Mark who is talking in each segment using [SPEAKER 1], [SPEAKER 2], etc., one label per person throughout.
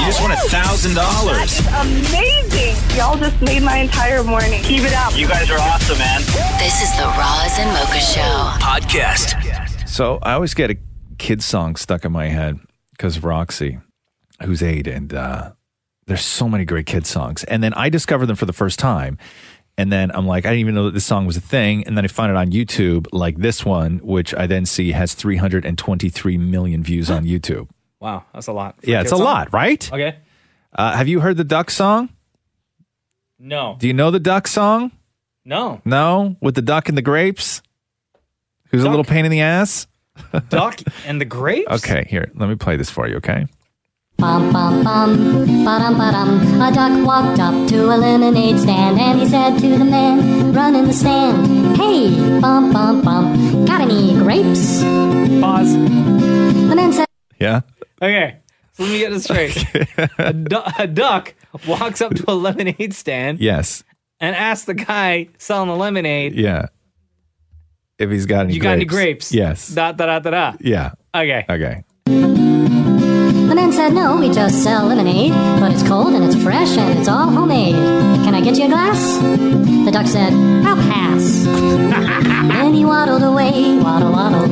[SPEAKER 1] You just won a thousand dollars.
[SPEAKER 2] Amazing. Y'all just made my entire morning. Keep it up.
[SPEAKER 3] You guys are awesome, man.
[SPEAKER 4] This is the Roz and Mocha Show.
[SPEAKER 5] Podcast.
[SPEAKER 1] So I always get a kid song stuck in my head because Roxy, who's eight, and uh, there's so many great kid songs. And then I discovered them for the first time. And then I'm like, I didn't even know that this song was a thing. And then I find it on YouTube, like this one, which I then see has 323 million views on YouTube.
[SPEAKER 6] Wow, that's a lot.
[SPEAKER 1] Yeah, it's a lot, right?
[SPEAKER 6] Okay.
[SPEAKER 1] Uh, have you heard the duck song?
[SPEAKER 6] No.
[SPEAKER 1] Do you know the duck song?
[SPEAKER 6] No.
[SPEAKER 1] No? With the duck and the grapes? Who's a
[SPEAKER 6] Duck?
[SPEAKER 1] little pain in the ass?
[SPEAKER 6] Duck and the grapes?
[SPEAKER 1] Okay, here, let me play this for you, okay?
[SPEAKER 7] Bum bum bum, ba-dum ba-dum. A duck walked up to a lemonade stand and he said to the man running the stand, Hey, bum bum bum, got any grapes?
[SPEAKER 6] Pause.
[SPEAKER 7] The man said,
[SPEAKER 1] Yeah?
[SPEAKER 6] Okay. So let me get this straight. a, du- a duck walks up to a lemonade stand
[SPEAKER 1] Yes.
[SPEAKER 6] and asks the guy selling the lemonade,
[SPEAKER 1] Yeah. If he's got any
[SPEAKER 6] You got any grapes?
[SPEAKER 1] Yes.
[SPEAKER 6] da da da da da.
[SPEAKER 1] yeah.
[SPEAKER 6] Okay.
[SPEAKER 1] Okay.
[SPEAKER 7] The man said, No, we just sell lemonade, but it's cold and it's fresh and it's all homemade. Can I get you a glass? The duck said, I'll pass. then he waddled away, waddle waddle,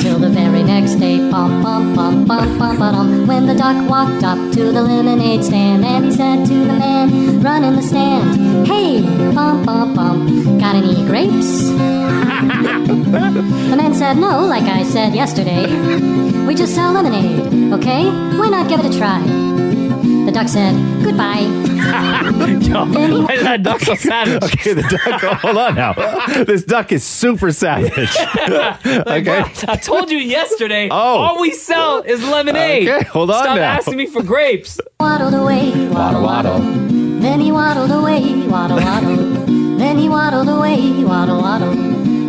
[SPEAKER 7] till the very next day. Bum bum bum bum bum bum. When the duck walked up to the lemonade stand, and he said to the man running the stand, Hey, bum bum bum, got any grapes? the man said, No, like I said yesterday. We just sell lemonade, okay? Why not give it a try? The duck said, Goodbye.
[SPEAKER 6] Why is that duck so savage?
[SPEAKER 1] Okay, the duck. oh, hold on now. This duck is super savage. okay.
[SPEAKER 6] I told you yesterday.
[SPEAKER 1] Oh.
[SPEAKER 6] All we sell is lemonade.
[SPEAKER 1] Okay, hold on
[SPEAKER 6] Stop
[SPEAKER 1] now.
[SPEAKER 6] asking me for grapes.
[SPEAKER 7] Waddled away, waddle waddle. Then he waddled away, waddle waddle. then he waddled away, waddle waddle.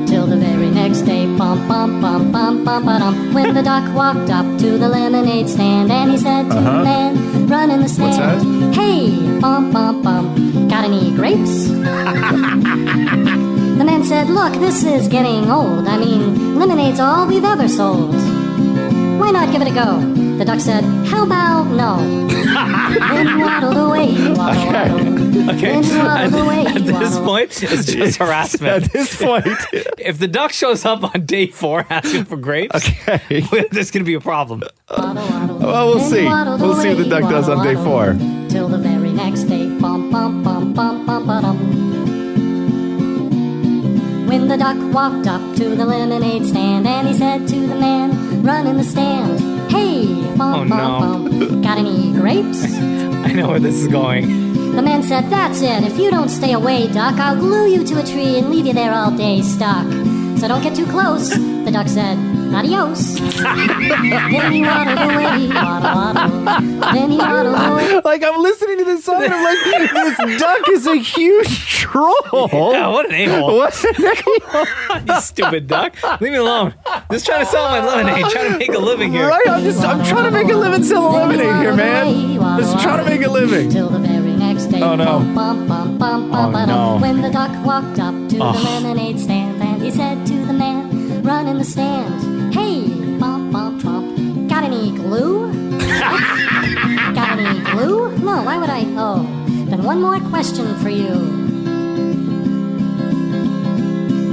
[SPEAKER 7] Till the very next day, bum bum bum bum bum bum. When the duck walked up to the lemonade stand, and he said to the man running the stand, Hey, bum bum bum, got any grapes? The man said, Look, this is getting old. I mean, lemonade's all we've ever sold. Why not give it a go? The duck said, How about no? then waddled away, waddle, waddle.
[SPEAKER 6] Okay.
[SPEAKER 7] Then waddled away,
[SPEAKER 6] At this
[SPEAKER 7] waddle.
[SPEAKER 6] point, it's just harassment.
[SPEAKER 1] At this point,
[SPEAKER 6] If the duck shows up on day four asking for grapes,
[SPEAKER 1] okay.
[SPEAKER 6] there's going to be a problem.
[SPEAKER 7] Waddle, waddle.
[SPEAKER 1] Well, we'll
[SPEAKER 7] Then
[SPEAKER 1] see.
[SPEAKER 7] waddled
[SPEAKER 1] We'll see what the
[SPEAKER 7] away,
[SPEAKER 1] duck does on
[SPEAKER 7] waddle,
[SPEAKER 1] day four.
[SPEAKER 7] waddle, Till the very next day, bum bum bum bum bum bum. When the duck walked up to the lemonade stand, and he said to the man running the stand, "Hey, bum
[SPEAKER 6] Oh,
[SPEAKER 7] bum
[SPEAKER 6] no.
[SPEAKER 7] bum, got any grapes?"
[SPEAKER 6] I know where this is going.
[SPEAKER 7] the man said, "That's it. If you don't stay away, duck, I'll glue you to a tree and leave you there all day stuck. So don't get too close." the duck said, "Adios." then he waddled away, waddle waddle. Then he waddled away.
[SPEAKER 1] Like I'm listening to this song, and I'm like, this duck is a huge troll.
[SPEAKER 6] Yeah, what an a-hole.
[SPEAKER 1] What's the name?
[SPEAKER 6] You stupid duck. Leave me alone. Just trying to sell my lemonade, trying to make a living here.
[SPEAKER 1] Right? I'm just, I'm trying to make a living selling lemonade here, man. Just trying to make a living.
[SPEAKER 7] Till the very next day.
[SPEAKER 1] Oh, no.
[SPEAKER 7] Bum, bum, bum, bum,
[SPEAKER 6] Oh,
[SPEAKER 7] bum,
[SPEAKER 6] no.
[SPEAKER 7] When the duck walked up to the lemonade stand, and he said to the man running the stand, "Hey, bum, bum, bum, got any glue? What? got any glue? No. Why would I? Oh, then one more question for you."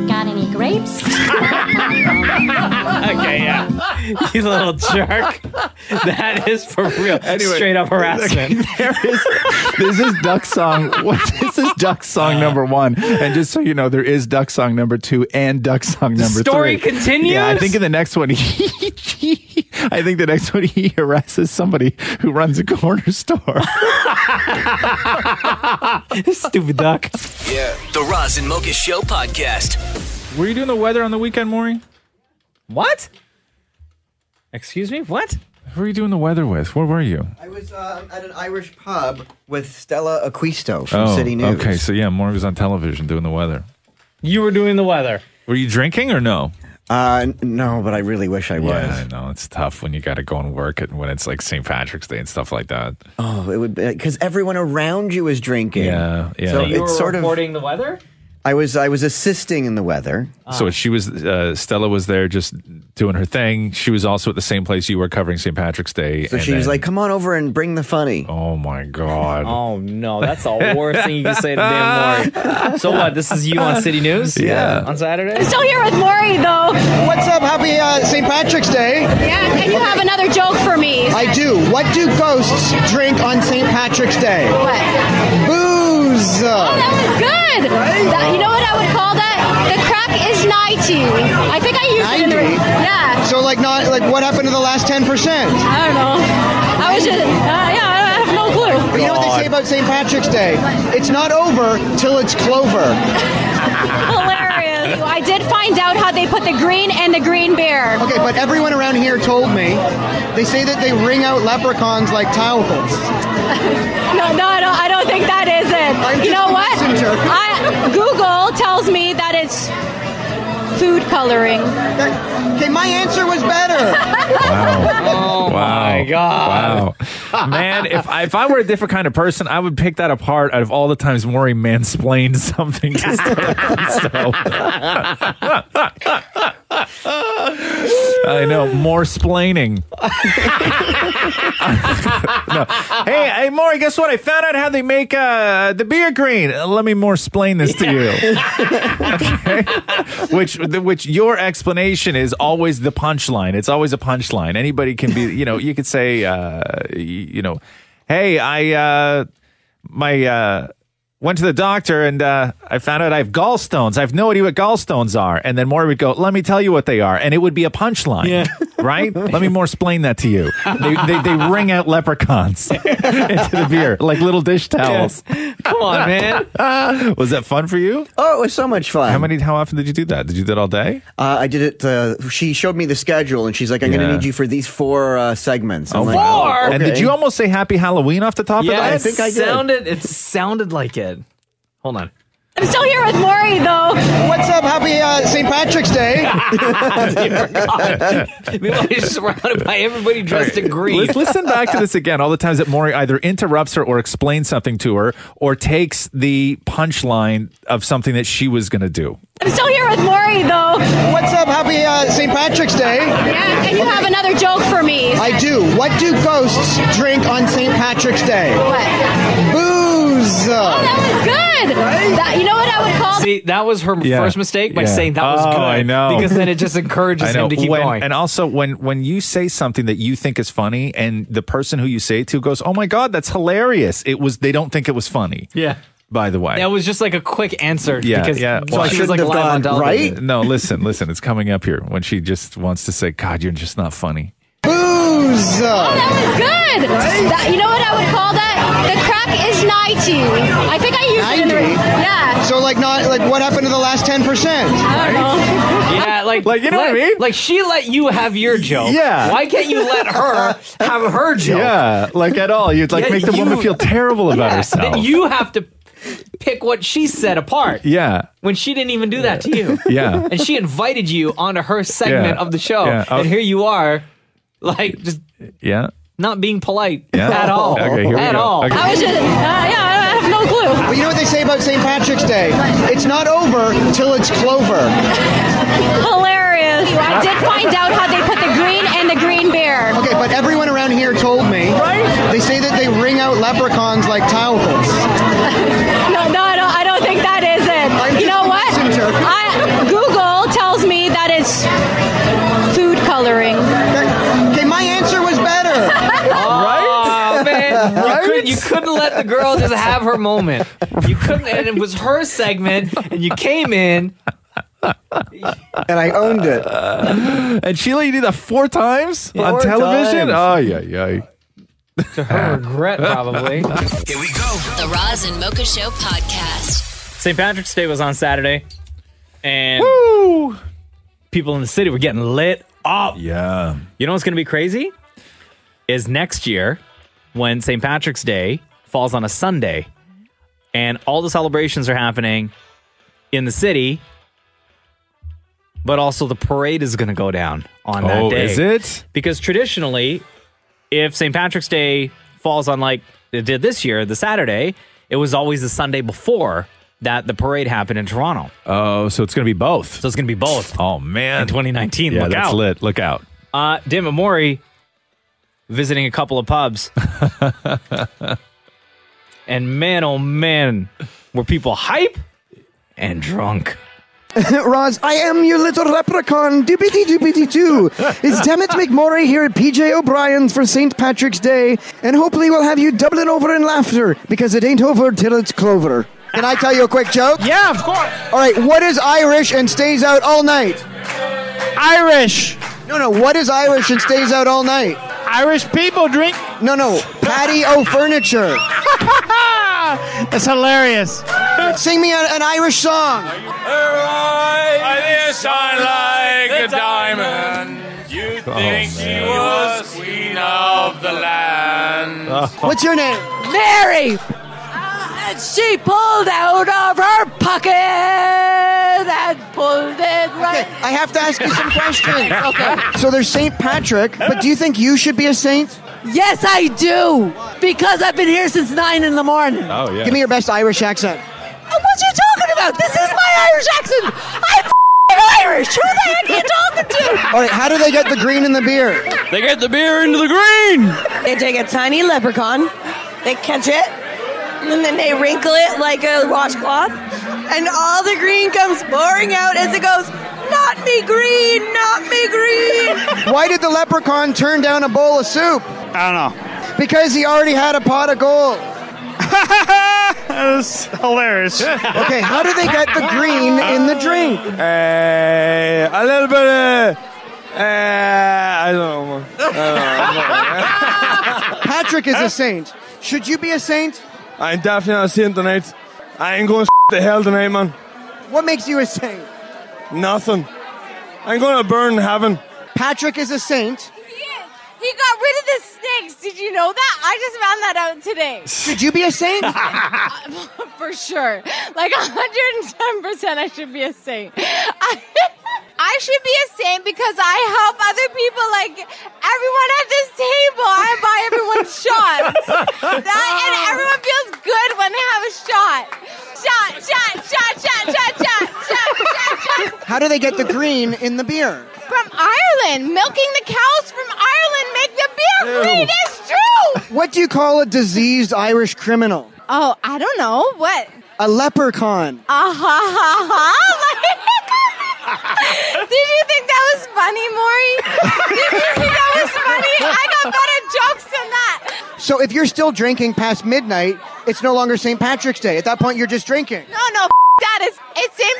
[SPEAKER 7] Got any grapes?
[SPEAKER 6] Okay, yeah. You little jerk. That is for real. Straight up harassment.
[SPEAKER 1] There is, this is duck song. What, this is duck song number one. And just so you know, there is duck song number two and duck song number
[SPEAKER 6] story
[SPEAKER 1] three.
[SPEAKER 6] continues?
[SPEAKER 1] Yeah, I think in the next one, he, I think the next one he harasses somebody who runs a corner store.
[SPEAKER 6] Stupid duck.
[SPEAKER 5] The Roz and Mocha Show podcast.
[SPEAKER 1] Were you doing the weather on the weekend, Maury?
[SPEAKER 6] What? Excuse me? What?
[SPEAKER 1] Who are you doing the weather with? Where were you?
[SPEAKER 8] I was um, at an Irish pub with Stella Aquisto Oh, from City News.
[SPEAKER 1] Oh, Okay, so yeah, Morgan was on television doing the weather.
[SPEAKER 6] You were doing the weather.
[SPEAKER 1] Were you drinking or no?
[SPEAKER 8] Uh, n- no, but I really wish I was.
[SPEAKER 1] Yeah, I know it's tough when you got to go and work it when it's like St. Patrick's Day and stuff like that.
[SPEAKER 8] Oh, it would be because everyone around you is drinking.
[SPEAKER 1] Yeah, yeah.
[SPEAKER 8] So
[SPEAKER 1] You
[SPEAKER 6] You
[SPEAKER 8] it's
[SPEAKER 6] were
[SPEAKER 8] sort of.
[SPEAKER 6] reporting the weather.
[SPEAKER 8] I was I was assisting in the weather.
[SPEAKER 6] Ah.
[SPEAKER 1] So she was uh, Stella was there just doing her thing. She was also at the same place you were covering St. Patrick's Day.
[SPEAKER 8] So
[SPEAKER 1] and
[SPEAKER 8] she was
[SPEAKER 1] then-
[SPEAKER 8] like, "Come on over and bring the funny."
[SPEAKER 1] "Oh my god."
[SPEAKER 6] Oh no, that's the worst thing you can say to Dan Maury. So what? This is you on City News.
[SPEAKER 1] Yeah.
[SPEAKER 6] On Saturday.
[SPEAKER 9] Still here with Maury, though.
[SPEAKER 2] What's up? Happy uh, St. Patrick's Day.
[SPEAKER 9] Yeah, and you have another joke for me.
[SPEAKER 2] I do. What do ghosts drink on St. Patrick's Day?
[SPEAKER 9] What? Oh,
[SPEAKER 2] Booze.
[SPEAKER 9] That was good. That- you know what I would call that? The crack is 90. I think I used it in the.
[SPEAKER 2] 90?
[SPEAKER 9] Yeah.
[SPEAKER 2] So like not like what happened to the last ten percent?
[SPEAKER 9] I don't know. I was just. Uh, yeah, I I have no clue.
[SPEAKER 2] But you know what they say about St. Patrick's Day? It's not over till it's clover.
[SPEAKER 9] Hilarious. I did find out how they put the green and the green beer.
[SPEAKER 2] Okay, but everyone around here told me they say that they ring out leprechauns like towels.
[SPEAKER 9] No, no, I don't, I don't think that is it.
[SPEAKER 2] I'm
[SPEAKER 9] you
[SPEAKER 2] just
[SPEAKER 9] know
[SPEAKER 2] a
[SPEAKER 9] what?
[SPEAKER 2] messenger.
[SPEAKER 9] I, Google tells me that it's food coloring.
[SPEAKER 2] That- okay, my answer was better.
[SPEAKER 1] Wow. wow.
[SPEAKER 6] Oh my God.
[SPEAKER 1] Wow. Man, if I, if I were a different kind of person, I would pick that apart out of all the times Maury mansplained something to himself. I know, more splaining. No. Hey, hey, Maury, guess what? I found out how they make uh, the beer green. Uh, Let me more explain this to you. which which your explanation is always the punchline. It's always a punchline. Anybody can be, you know, you could say, uh, y- you know, hey, I uh, my uh, went to the doctor and uh, I found out I have gallstones. I have no idea what gallstones are. And then Maury would go, let me tell you what they are, and it would be a punchline. Right? Let me more explain that to you. They, they, they wring out leprechauns into the beer like little dish towels.
[SPEAKER 6] Come on, man.
[SPEAKER 1] Was that fun for you?
[SPEAKER 8] Oh, it was so much fun.
[SPEAKER 1] How many? How often did you do that? Did you do that all day?
[SPEAKER 8] Uh, I did it. Uh, she showed me the schedule, and she's like, "I'm going
[SPEAKER 1] Yeah.
[SPEAKER 8] to need you for these four uh, segments." I'm like,
[SPEAKER 6] wow.
[SPEAKER 8] "Oh,
[SPEAKER 1] And did
[SPEAKER 8] okay."
[SPEAKER 1] you almost say Happy Halloween off the top
[SPEAKER 6] Yeah,
[SPEAKER 8] I
[SPEAKER 6] it
[SPEAKER 1] of that?
[SPEAKER 8] think I did.
[SPEAKER 6] sounded. It sounded like it. Hold on.
[SPEAKER 9] I'm still here with Maury, though.
[SPEAKER 2] What's up? Happy uh, St. Patrick's Day.
[SPEAKER 6] Meanwhile, you're surrounded by everybody dressed in green.
[SPEAKER 1] Let's listen back to this again. All the times that Maury either interrupts her or explains something to her or takes the punchline of something that she was going to do.
[SPEAKER 9] I'm still here with Maury, though.
[SPEAKER 2] What's up? Happy uh, St. Patrick's Day.
[SPEAKER 9] Yeah, and you have another joke for me.
[SPEAKER 2] I do. What do ghosts drink on St. Patrick's Day?
[SPEAKER 9] What? Oh,
[SPEAKER 2] Booze.
[SPEAKER 9] That was good. That, you know what I would call
[SPEAKER 6] See, that was her
[SPEAKER 1] Yeah.
[SPEAKER 6] first mistake by
[SPEAKER 1] Yeah.
[SPEAKER 6] saying that was
[SPEAKER 1] Oh,
[SPEAKER 6] good.
[SPEAKER 1] I know.
[SPEAKER 6] Because then it just encourages him to keep
[SPEAKER 1] when,
[SPEAKER 6] going.
[SPEAKER 1] And also, when when you say something that you think is funny, and the person who you say it to goes, "Oh my god, that's hilarious!" It was they don't think it was funny.
[SPEAKER 6] yeah.
[SPEAKER 1] By the way,
[SPEAKER 6] That was just like a quick answer.
[SPEAKER 1] Yeah,
[SPEAKER 6] Because
[SPEAKER 1] yeah.
[SPEAKER 6] So
[SPEAKER 1] Well, I
[SPEAKER 6] she was like
[SPEAKER 8] shouldn't have
[SPEAKER 6] live on
[SPEAKER 8] gone,
[SPEAKER 6] television.
[SPEAKER 1] no, listen, listen. It's coming up here when she just wants to say, "God, you're just not funny."
[SPEAKER 2] Booze.
[SPEAKER 9] Oh, that was good. That, you know what I would call that? The crack is 90. I think I used it in the.
[SPEAKER 2] 90?
[SPEAKER 9] Yeah.
[SPEAKER 2] So like not like what happened to the last ten percent?
[SPEAKER 9] I don't know.
[SPEAKER 6] Yeah, like,
[SPEAKER 1] Like, you know
[SPEAKER 6] let-
[SPEAKER 1] what I mean?
[SPEAKER 6] Like she let you have your joke.
[SPEAKER 1] Yeah.
[SPEAKER 6] Why can't you let her have her joke?
[SPEAKER 1] Yeah, like at all. You'd like
[SPEAKER 6] Yeah,
[SPEAKER 1] make the woman
[SPEAKER 6] you-
[SPEAKER 1] feel terrible about herself.
[SPEAKER 6] That you have to pick what she said apart
[SPEAKER 1] yeah,
[SPEAKER 6] when she didn't even do that to you.
[SPEAKER 1] yeah.
[SPEAKER 6] And she invited you onto her segment
[SPEAKER 1] Yeah.
[SPEAKER 6] of the show.
[SPEAKER 1] Yeah. Oh.
[SPEAKER 6] And here you are, like just
[SPEAKER 1] Yeah.
[SPEAKER 6] not being polite
[SPEAKER 1] Yeah.
[SPEAKER 6] at all.
[SPEAKER 1] Okay, here we
[SPEAKER 6] at
[SPEAKER 1] go.
[SPEAKER 6] all.
[SPEAKER 1] Okay.
[SPEAKER 9] I was just. Uh, yeah, I I have no clue.
[SPEAKER 2] But you know what they say about St. Patrick's Day? It's not over till it's clover.
[SPEAKER 9] Hilarious. I did find out how they put the green and the green beer.
[SPEAKER 2] Okay, but everyone around here told me they say that they ring out leprechauns like towels.
[SPEAKER 9] No, no, I don't, I don't think that is it. you know what?
[SPEAKER 2] messenger.
[SPEAKER 9] I, Google tells me that it's food coloring.
[SPEAKER 2] That- okay, my answer was better.
[SPEAKER 6] Oh man, you, could, you couldn't let the girl just have her moment. You couldn't, and it was her segment, and you came in.
[SPEAKER 8] and I owned it.
[SPEAKER 1] And Sheila, you did that four times on
[SPEAKER 8] Four
[SPEAKER 1] television?
[SPEAKER 8] times.
[SPEAKER 1] Oh, yeah, yeah.
[SPEAKER 6] To her regret, probably.
[SPEAKER 10] Here we go.
[SPEAKER 11] The Roz and Mocha Show podcast.
[SPEAKER 6] St. Patrick's Day was on Saturday, and people in the city were getting lit up.
[SPEAKER 1] Yeah.
[SPEAKER 6] You know what's going to be crazy? is next year when St. Patrick's Day falls on a Sunday and all the celebrations are happening in the city, but also the parade is going to go down on that
[SPEAKER 1] Oh,
[SPEAKER 6] day.
[SPEAKER 1] is it?
[SPEAKER 6] Because traditionally, if St. Patrick's Day falls on like it did this year, the Saturday, it was always the Sunday before that the parade happened in Toronto.
[SPEAKER 1] Oh, so it's going to be both. So
[SPEAKER 6] it's going to be both.
[SPEAKER 1] Oh man,
[SPEAKER 6] In 2019,
[SPEAKER 1] yeah,
[SPEAKER 6] look
[SPEAKER 1] that's
[SPEAKER 6] out.
[SPEAKER 1] lit. Look out.
[SPEAKER 6] Uh, Dim Amori visiting a couple of pubs. and man, oh man, were people hype and drunk.
[SPEAKER 8] Roz, I am your little leprechaun, doobity doobity doo. It's Demet McMorray here at PJ O'Brien's for St. Patrick's Day, and hopefully we'll have you doubling over in laughter because it ain't over till it's clover.
[SPEAKER 2] Can I tell you a quick joke?
[SPEAKER 6] Yeah, of course.
[SPEAKER 2] All right, what is Irish and stays out all night?
[SPEAKER 8] Irish.
[SPEAKER 2] No, no, what is Irish and stays out all night?
[SPEAKER 8] Irish people drink.
[SPEAKER 2] No, no, patio furniture.
[SPEAKER 8] That's hilarious.
[SPEAKER 2] Sing me a- an Irish song.
[SPEAKER 12] I shine like a diamond. You
[SPEAKER 1] Oh,
[SPEAKER 12] think she was queen of the land.
[SPEAKER 2] What's your name?
[SPEAKER 11] Mary! Uh, And she pulled out of her pocket and pulled it right.
[SPEAKER 2] I have to ask you some questions.
[SPEAKER 11] okay.
[SPEAKER 2] So there's St. Patrick, but do you think you should be a saint?
[SPEAKER 11] Yes, I do. Because I've been here since nine in the morning.
[SPEAKER 1] Oh, yeah.
[SPEAKER 2] Give me your best Irish accent.
[SPEAKER 11] Uh, What you talking about? This is my Irish accent. I'm f***ing Irish. Who the heck are you talking to?
[SPEAKER 2] All right, how do they get the green in the beer?
[SPEAKER 12] They get the beer into the green.
[SPEAKER 13] They take a tiny leprechaun, they catch it, and then they wrinkle it like a washcloth, and all the green comes pouring out as it goes, Not me green, not me green.
[SPEAKER 2] Why did the leprechaun turn down a bowl of soup? I don't know. Because he already had a pot of gold.
[SPEAKER 8] That's hilarious.
[SPEAKER 2] Okay, how do they get the green in the drink?
[SPEAKER 12] Uh, a little bit of. Uh, I don't know. I don't know.
[SPEAKER 2] Patrick is a saint. Should you be a saint?
[SPEAKER 12] I ain't definitely not a saint tonight. I ain't going to hell tonight, man.
[SPEAKER 2] What makes you a saint?
[SPEAKER 12] Nothing. I'm going to burn in heaven.
[SPEAKER 2] Patrick is a saint.
[SPEAKER 9] He got rid of the snakes. Did you know that? I just found that out today. Uh,
[SPEAKER 2] Should you be a saint?
[SPEAKER 9] For sure. Like 110% I should be a saint. I, I should be a saint because I help other people like everyone at this table. I buy everyone shots. That and everyone feels good when they have a shot. Shot, shot, shot, shot, shot, shot, shot, shot, shot.
[SPEAKER 2] How do they get the green in the beer?
[SPEAKER 9] From Ireland, milking the cows from Ireland make the beer green. It's true.
[SPEAKER 2] What do you call a diseased Irish criminal?
[SPEAKER 9] Oh, I don't know what.
[SPEAKER 2] A leprechaun.
[SPEAKER 9] Ah ha ha ha! Like, did you think that was funny, Maury? Did you think that was funny? I got better jokes than that.
[SPEAKER 2] So if you're still drinking past midnight, it's no longer St. Patrick's Day. At that point, you're just drinking.
[SPEAKER 9] No, no, f- that is it's St.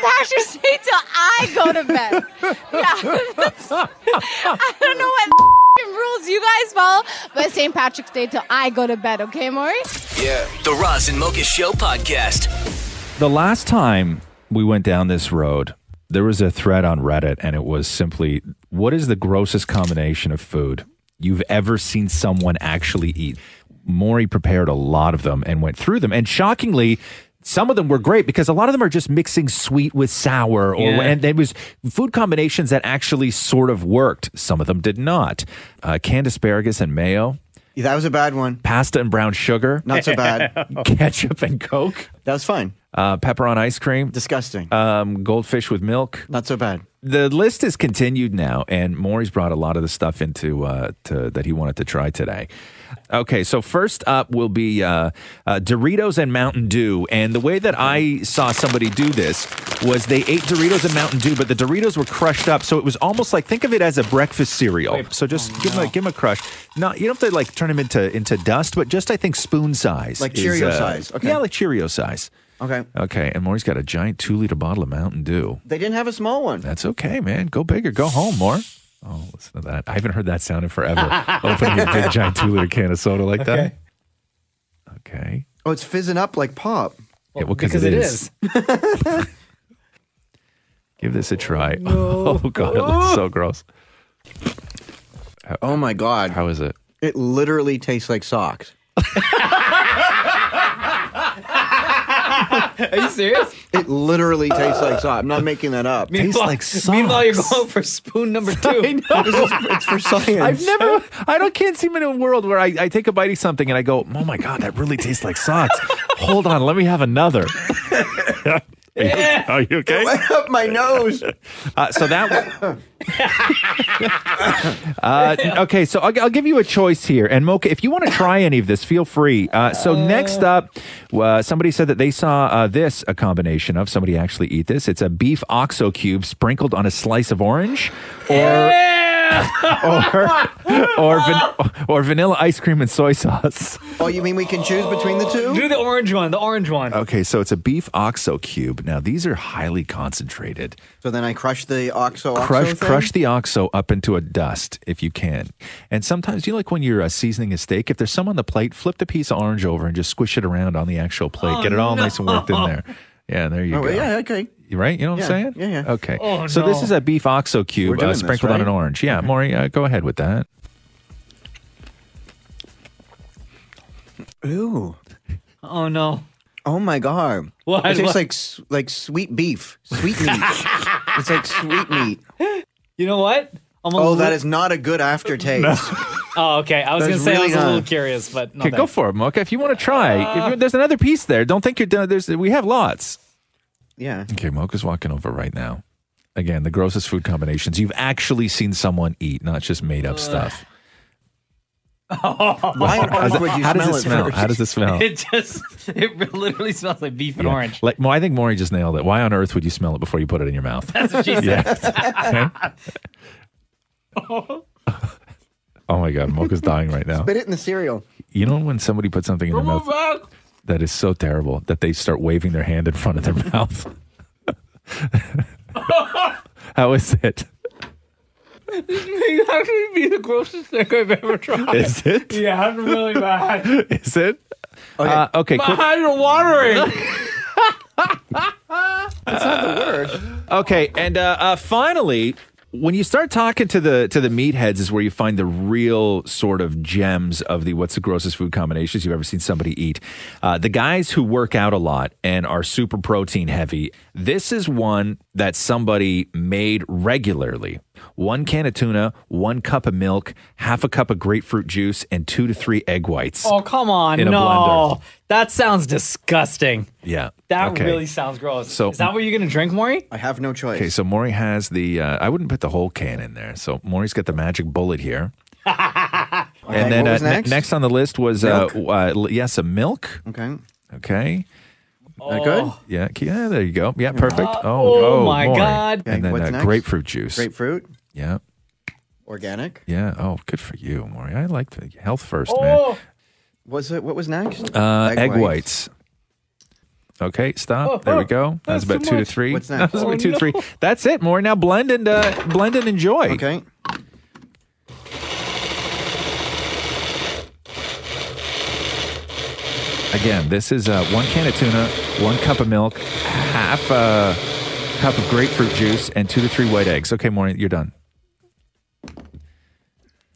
[SPEAKER 9] Patrick's Day till I go to bed. Yeah, that's- I don't know what f***ing rules you guys follow, but St. Patrick's Day till I go to bed. Okay, Maury?
[SPEAKER 5] Yeah. The Roz and Mocha Show podcast.
[SPEAKER 1] The last time we went down this road, there was a thread on Reddit, and it was simply, "What is the grossest combination of food you've ever seen someone actually eat?" Maury prepared a lot of them and went through them, and shockingly. Some of them were great because a lot of them are just mixing sweet with sour, or
[SPEAKER 6] Yeah.
[SPEAKER 1] and there was food combinations that actually sort of worked. Some of them did not. Uh, canned asparagus and mayo.
[SPEAKER 2] that was a bad one.
[SPEAKER 1] Pasta and brown sugar.
[SPEAKER 2] Not so bad.
[SPEAKER 1] Ketchup and Coke.
[SPEAKER 2] That was fine.
[SPEAKER 1] Uh, pepper on ice cream.
[SPEAKER 2] Disgusting.
[SPEAKER 1] Um, goldfish with milk.
[SPEAKER 2] Not so bad.
[SPEAKER 1] The list is continued now, and Maury's brought a lot of the stuff into uh, to, that he wanted to try today. Okay, so first up will be uh, uh, Doritos and Mountain Dew. And the way that I saw somebody do this was they ate Doritos and Mountain Dew, but the Doritos were crushed up, so it was almost like think of it as a breakfast cereal. so
[SPEAKER 2] oh,
[SPEAKER 1] just give them a, give them a crush. Not you don't have to like turn them into into dust, but just I think spoon size,
[SPEAKER 2] Like
[SPEAKER 1] is,
[SPEAKER 2] Cheerio
[SPEAKER 1] uh,
[SPEAKER 2] size. Okay.
[SPEAKER 1] Yeah, like Cheerio size.
[SPEAKER 2] Okay.
[SPEAKER 1] Okay, and Maury's got a giant two liter bottle of Mountain Dew.
[SPEAKER 2] They didn't have a small one.
[SPEAKER 1] That's okay, man. Go big or go home, Moore. Oh, listen to that. I haven't heard that sound in forever. Opening a big giant two liter can of soda like that. Okay.
[SPEAKER 2] Oh, it's fizzing up like pop.
[SPEAKER 1] Yeah, well, 'cause Because it it is. Give this a try.
[SPEAKER 14] Oh,
[SPEAKER 1] Oh, God, it looks so gross.
[SPEAKER 2] Oh my God.
[SPEAKER 1] How is it?
[SPEAKER 8] It literally tastes like socks.
[SPEAKER 14] Are you serious?
[SPEAKER 8] It literally tastes like socks. I'm not making that up.
[SPEAKER 14] Tastes Meanwhile- like socks. meanwhile, you're going for spoon number two.
[SPEAKER 8] This is- it's for science.
[SPEAKER 1] I've never, I don't, can't seem in a world where I, I take a bite of something and I go, oh my God, that really tastes like socks. Hold on, let me have another. are, you, are you okay?
[SPEAKER 8] It went up my nose.
[SPEAKER 1] Uh, so that. uh, okay, so I'll, I'll give you a choice here. And Mocha, if you want to try any of this, feel free. Uh, so next up, uh, somebody said that they saw uh, this a combination of somebody actually eat this. It's a beef oxo cube sprinkled on a slice of orange, or or or, van- or vanilla ice cream and soy sauce.
[SPEAKER 8] Oh, you mean we can choose between the two?
[SPEAKER 14] Do the orange one. The orange one.
[SPEAKER 1] Okay, so it's a beef oxo cube. Now these are highly concentrated.
[SPEAKER 8] So then I crush the oxo. oxo
[SPEAKER 1] crush
[SPEAKER 8] thing?
[SPEAKER 1] crush the oxo up into a dust if you can. And sometimes you know, like when you're uh, seasoning a steak, if there's some on the plate, flip the piece of orange over and just squish it around on the actual plate.
[SPEAKER 8] Oh,
[SPEAKER 1] Get it all nice and worked in
[SPEAKER 8] no.
[SPEAKER 1] there. Yeah, there you
[SPEAKER 8] Oh,
[SPEAKER 1] go.
[SPEAKER 8] yeah, okay.
[SPEAKER 1] You Right? You know what
[SPEAKER 8] Yeah,
[SPEAKER 1] I'm saying?
[SPEAKER 8] yeah, yeah.
[SPEAKER 1] Okay.
[SPEAKER 8] Oh,
[SPEAKER 1] so
[SPEAKER 8] no.
[SPEAKER 1] this is a beef oxo
[SPEAKER 8] We're
[SPEAKER 1] cube
[SPEAKER 8] doing
[SPEAKER 1] uh,
[SPEAKER 8] this,
[SPEAKER 1] sprinkled on
[SPEAKER 8] right?
[SPEAKER 1] an orange. Yeah, Maury, uh, go ahead with that.
[SPEAKER 8] Ooh.
[SPEAKER 14] Oh no.
[SPEAKER 8] Oh my god.
[SPEAKER 14] What?
[SPEAKER 8] It
[SPEAKER 14] What?
[SPEAKER 8] tastes like s- like sweet beef, sweet meat. it's like sweet meat.
[SPEAKER 14] You know what? I'm a
[SPEAKER 8] oh, that
[SPEAKER 14] li-
[SPEAKER 8] is not a good aftertaste.
[SPEAKER 14] Oh, okay. I was
[SPEAKER 8] That's
[SPEAKER 14] going to say I was
[SPEAKER 8] really
[SPEAKER 14] a little
[SPEAKER 8] not-
[SPEAKER 14] curious, but no.
[SPEAKER 1] okay, go
[SPEAKER 14] thanks.
[SPEAKER 1] for it, Mocha. If you want to try, if you, there's another piece there. Don't think you're done. There's we have lots.
[SPEAKER 8] Yeah.
[SPEAKER 1] Okay, Mocha's walking over right now. Again, the grossest food combinations you've actually seen someone eat, not just made up stuff.
[SPEAKER 14] Why
[SPEAKER 1] on How's earth it- would you how does smell it it smell? first? How does it smell?
[SPEAKER 14] It just, it literally smells like beef and
[SPEAKER 1] Yeah.
[SPEAKER 14] orange.
[SPEAKER 1] Like, well, I think Maury just nailed it. Why on earth would you smell it before you put it in your mouth?
[SPEAKER 14] That's what she said.
[SPEAKER 1] Okay. oh my God, Mocha's dying right now.
[SPEAKER 8] Spit it in the cereal.
[SPEAKER 1] You know when somebody puts something in their mouth
[SPEAKER 14] Oh.
[SPEAKER 1] that is so terrible that they start waving their hand in front of their mouth? How is it?
[SPEAKER 14] This may actually be the grossest thing I've ever tried.
[SPEAKER 1] Is it?
[SPEAKER 14] Yeah, I'm really bad.
[SPEAKER 1] Is it? Okay, uh, okay
[SPEAKER 14] My
[SPEAKER 1] quick-
[SPEAKER 14] eyes are watering.
[SPEAKER 8] That's not the worst.
[SPEAKER 1] Okay, and uh, uh, finally, when you start talking to the to the meatheads, is where you find the real sort of gems of the what's the grossest food combinations you've ever seen somebody eat. Uh, the guys who work out a lot and are super protein heavy. This is one that somebody made regularly. One can of tuna, one cup of milk, half a cup of grapefruit juice, and two to three egg whites.
[SPEAKER 14] Oh, come on.
[SPEAKER 1] In a
[SPEAKER 14] No.
[SPEAKER 1] blender.
[SPEAKER 14] That sounds disgusting.
[SPEAKER 1] Yeah,
[SPEAKER 14] That
[SPEAKER 1] okay.
[SPEAKER 14] really sounds gross.
[SPEAKER 1] So-
[SPEAKER 14] is that what you're going to drink, Maury?
[SPEAKER 8] I have no choice.
[SPEAKER 1] Okay, so Maury has the. Uh, I wouldn't put the whole can in there. So Maury's got the magic bullet here.
[SPEAKER 8] Okay,
[SPEAKER 1] and then
[SPEAKER 8] what
[SPEAKER 1] uh,
[SPEAKER 8] was
[SPEAKER 1] ne-
[SPEAKER 8] next?
[SPEAKER 1] next on the list was uh, uh, l- yes, a milk.
[SPEAKER 8] Okay.
[SPEAKER 1] Okay.
[SPEAKER 8] That good?
[SPEAKER 1] Yeah, ke- yeah. There you go. Yeah, perfect.
[SPEAKER 8] Uh,
[SPEAKER 1] oh, oh,
[SPEAKER 8] oh my
[SPEAKER 1] Maury.
[SPEAKER 8] God. Okay,
[SPEAKER 1] And then
[SPEAKER 8] what's
[SPEAKER 1] uh,
[SPEAKER 8] next?
[SPEAKER 1] grapefruit juice.
[SPEAKER 8] Grapefruit,
[SPEAKER 1] Yeah,
[SPEAKER 8] organic.
[SPEAKER 1] yeah. Oh, good for you, Maury. I like the health first,
[SPEAKER 8] Oh. Was it what was next?
[SPEAKER 1] man. Uh, egg,
[SPEAKER 8] white.
[SPEAKER 1] whites. Okay, stop.
[SPEAKER 8] Oh,
[SPEAKER 1] there
[SPEAKER 8] oh,
[SPEAKER 1] we go.
[SPEAKER 8] that's
[SPEAKER 1] That's, about
[SPEAKER 8] too
[SPEAKER 1] two
[SPEAKER 8] much.
[SPEAKER 1] to three.
[SPEAKER 8] What's
[SPEAKER 1] That
[SPEAKER 8] next?
[SPEAKER 1] was about
[SPEAKER 8] Oh,
[SPEAKER 1] two to
[SPEAKER 8] no.
[SPEAKER 1] three. That's it, Maury. Now blend and uh, blend and enjoy.
[SPEAKER 8] Okay.
[SPEAKER 1] Again, this is uh, one can of tuna, one cup of milk, half a cup of grapefruit juice, and two to three white eggs. Okay, Maureen, you're done.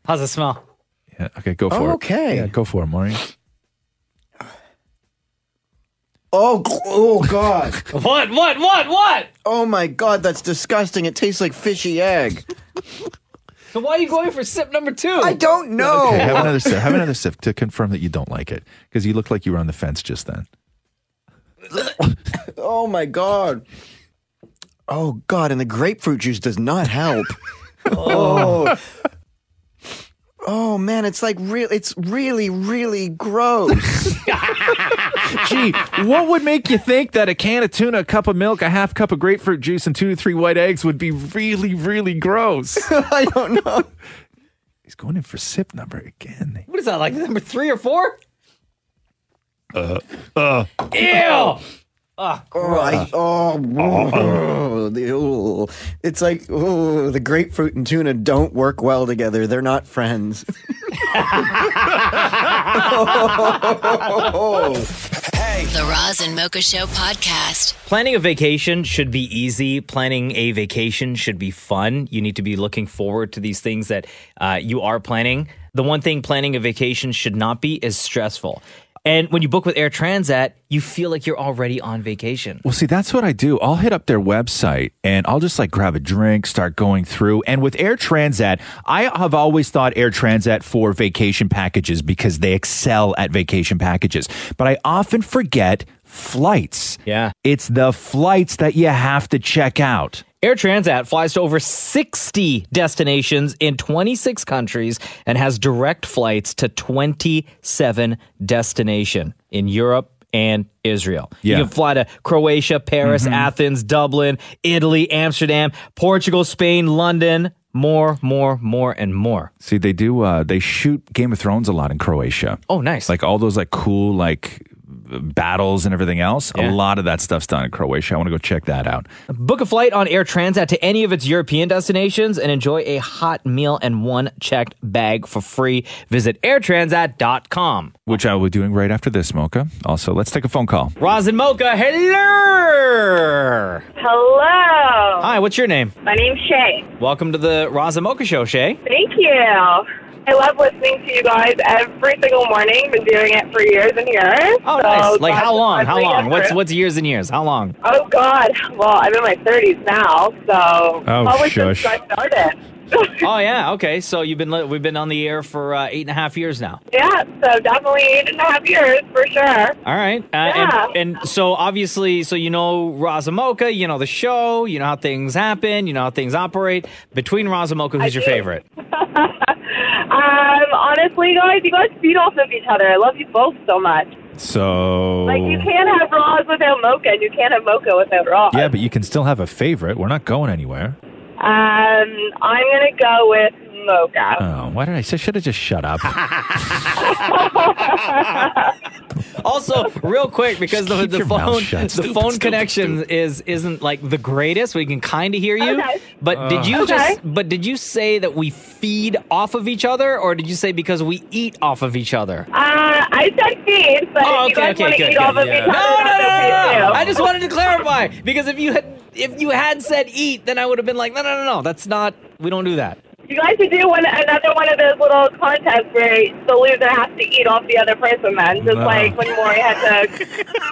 [SPEAKER 14] How's it smell?
[SPEAKER 1] Yeah, okay, go for it.
[SPEAKER 14] Okay.
[SPEAKER 1] Yeah, go for it, Maureen.
[SPEAKER 8] Oh, g- oh God!
[SPEAKER 14] what? What? What? What?
[SPEAKER 8] Oh my God! That's disgusting. It tastes like fishy egg.
[SPEAKER 14] So why are you going for sip number two? I
[SPEAKER 8] don't
[SPEAKER 2] Oh.
[SPEAKER 8] know.
[SPEAKER 1] Okay, have another sip. Have another sip to confirm that you don't like it because you looked like you were on the fence just then.
[SPEAKER 8] Oh my God! Oh God! And the grapefruit juice does not help. oh. Oh man, it's like real. It's really, really gross.
[SPEAKER 1] Gee, what would make you think that a can of tuna, a cup of milk, a half cup of grapefruit juice, and two to three white eggs would be really, really gross?
[SPEAKER 8] I don't know.
[SPEAKER 1] He's going in for sip number again.
[SPEAKER 14] What is that, like number three or four?
[SPEAKER 1] Uh, uh.
[SPEAKER 14] Ew!
[SPEAKER 2] Ah,
[SPEAKER 14] Oh,
[SPEAKER 8] Oh, I, oh, oh, the- oh. it's like oh, the grapefruit and tuna don't work well together. They're not friends.
[SPEAKER 6] Oh,
[SPEAKER 11] The Roz and Mocha Show podcast.
[SPEAKER 6] Planning a vacation should be easy. Planning a vacation should be fun. You need to be looking forward to these things that uh, you are planning. the one thing planning a vacation should not be is stressful. And when you book with Air Transat, you feel like you're already on vacation.
[SPEAKER 1] Well, see, that's what I do. I'll hit up their website and I'll just like grab a drink, start going through. And with Air Transat, I have always thought Air Transat for vacation packages because they excel at vacation packages. But I often forget flights. Yeah. It's the flights that you have to check out.
[SPEAKER 6] Air Transat flies to over 60 destinations in 26 countries and has direct flights to 27 destinations in Europe and Israel.
[SPEAKER 1] Yeah.
[SPEAKER 6] You can fly to Croatia, Paris, Athens, Dublin, Italy, Amsterdam, Portugal, Spain, London, more, more, more, and more.
[SPEAKER 1] See, they do. Uh, they shoot Game of Thrones a lot in Croatia.
[SPEAKER 6] Oh, nice!
[SPEAKER 1] Like all those like cool like battles and everything else. A lot of that stuff's done in Croatia. I want to go check that out.
[SPEAKER 6] Book a flight on Air Transat to any of its European destinations and enjoy a hot meal and one checked bag for free. Visit airtransat.com.
[SPEAKER 1] Which I will be doing right after this, Mocha. Also, let's take a phone call.
[SPEAKER 6] Roz and Mocha, hello!
[SPEAKER 3] Hello.
[SPEAKER 6] Hi, what's your name?
[SPEAKER 3] My name's Shay.
[SPEAKER 6] Welcome to the Roz and Mocha Show, Shay.
[SPEAKER 3] Thank you. I love listening to you guys every single morning. Been doing it for years and years.
[SPEAKER 6] Oh, nice. Like, how long? How long? What's what's years and years? How long?
[SPEAKER 3] Oh God. Well, I'm in my 30s now, so
[SPEAKER 6] Oh,
[SPEAKER 3] probably
[SPEAKER 6] shush.
[SPEAKER 3] since I started.
[SPEAKER 6] oh, yeah. Okay. So you've been li- we've been on the air for uh, eight and a half years now.
[SPEAKER 3] Yeah, so definitely eight and a half years for sure.
[SPEAKER 6] All right. Uh,
[SPEAKER 3] Yeah.
[SPEAKER 6] and, and so obviously, so you know Razamoka, you know the show, you know how things happen, you know how things operate. Between Razamoka, who's your favorite?
[SPEAKER 3] Um, honestly, guys, you guys feed off of each other. I love you both so much.
[SPEAKER 1] So
[SPEAKER 3] Like,
[SPEAKER 6] Oh.
[SPEAKER 3] you can't have Roz without Mocha, and you can't have Mocha without Roz.
[SPEAKER 1] yeah, but you can still have a favorite. We're not going anywhere.
[SPEAKER 3] Um, I'm gonna go with Mocha.
[SPEAKER 1] Oh, why did I? I should have just shut up.
[SPEAKER 6] Also, real quick, because the,
[SPEAKER 1] keep
[SPEAKER 6] the
[SPEAKER 1] your mouth
[SPEAKER 6] phone
[SPEAKER 1] shut.
[SPEAKER 6] the
[SPEAKER 1] Stupid,
[SPEAKER 6] phone
[SPEAKER 1] stupid,
[SPEAKER 6] connection is isn't like the greatest. We can kind of hear you,
[SPEAKER 3] Okay.
[SPEAKER 6] but did you
[SPEAKER 3] Okay.
[SPEAKER 6] just? But did you say that we feed off of each other, or did you say because we eat off of each other?
[SPEAKER 3] Uh, I said feed, but
[SPEAKER 6] Oh,
[SPEAKER 3] if you
[SPEAKER 6] okay,
[SPEAKER 3] guys
[SPEAKER 6] okay,
[SPEAKER 3] want to
[SPEAKER 6] good, good,
[SPEAKER 3] eat off of
[SPEAKER 6] yeah.
[SPEAKER 3] each
[SPEAKER 6] No,
[SPEAKER 3] other,
[SPEAKER 6] no,
[SPEAKER 3] that's okay,
[SPEAKER 6] no, no.
[SPEAKER 3] too.
[SPEAKER 6] I just wanted to clarify because if you had if you had said eat, then I would have been like, no, no, no, no, that's not. We don't do that.
[SPEAKER 3] You guys should do one another one of those little contests where the loser has to eat off the other person. Then, just
[SPEAKER 1] No.
[SPEAKER 3] like when Maury had to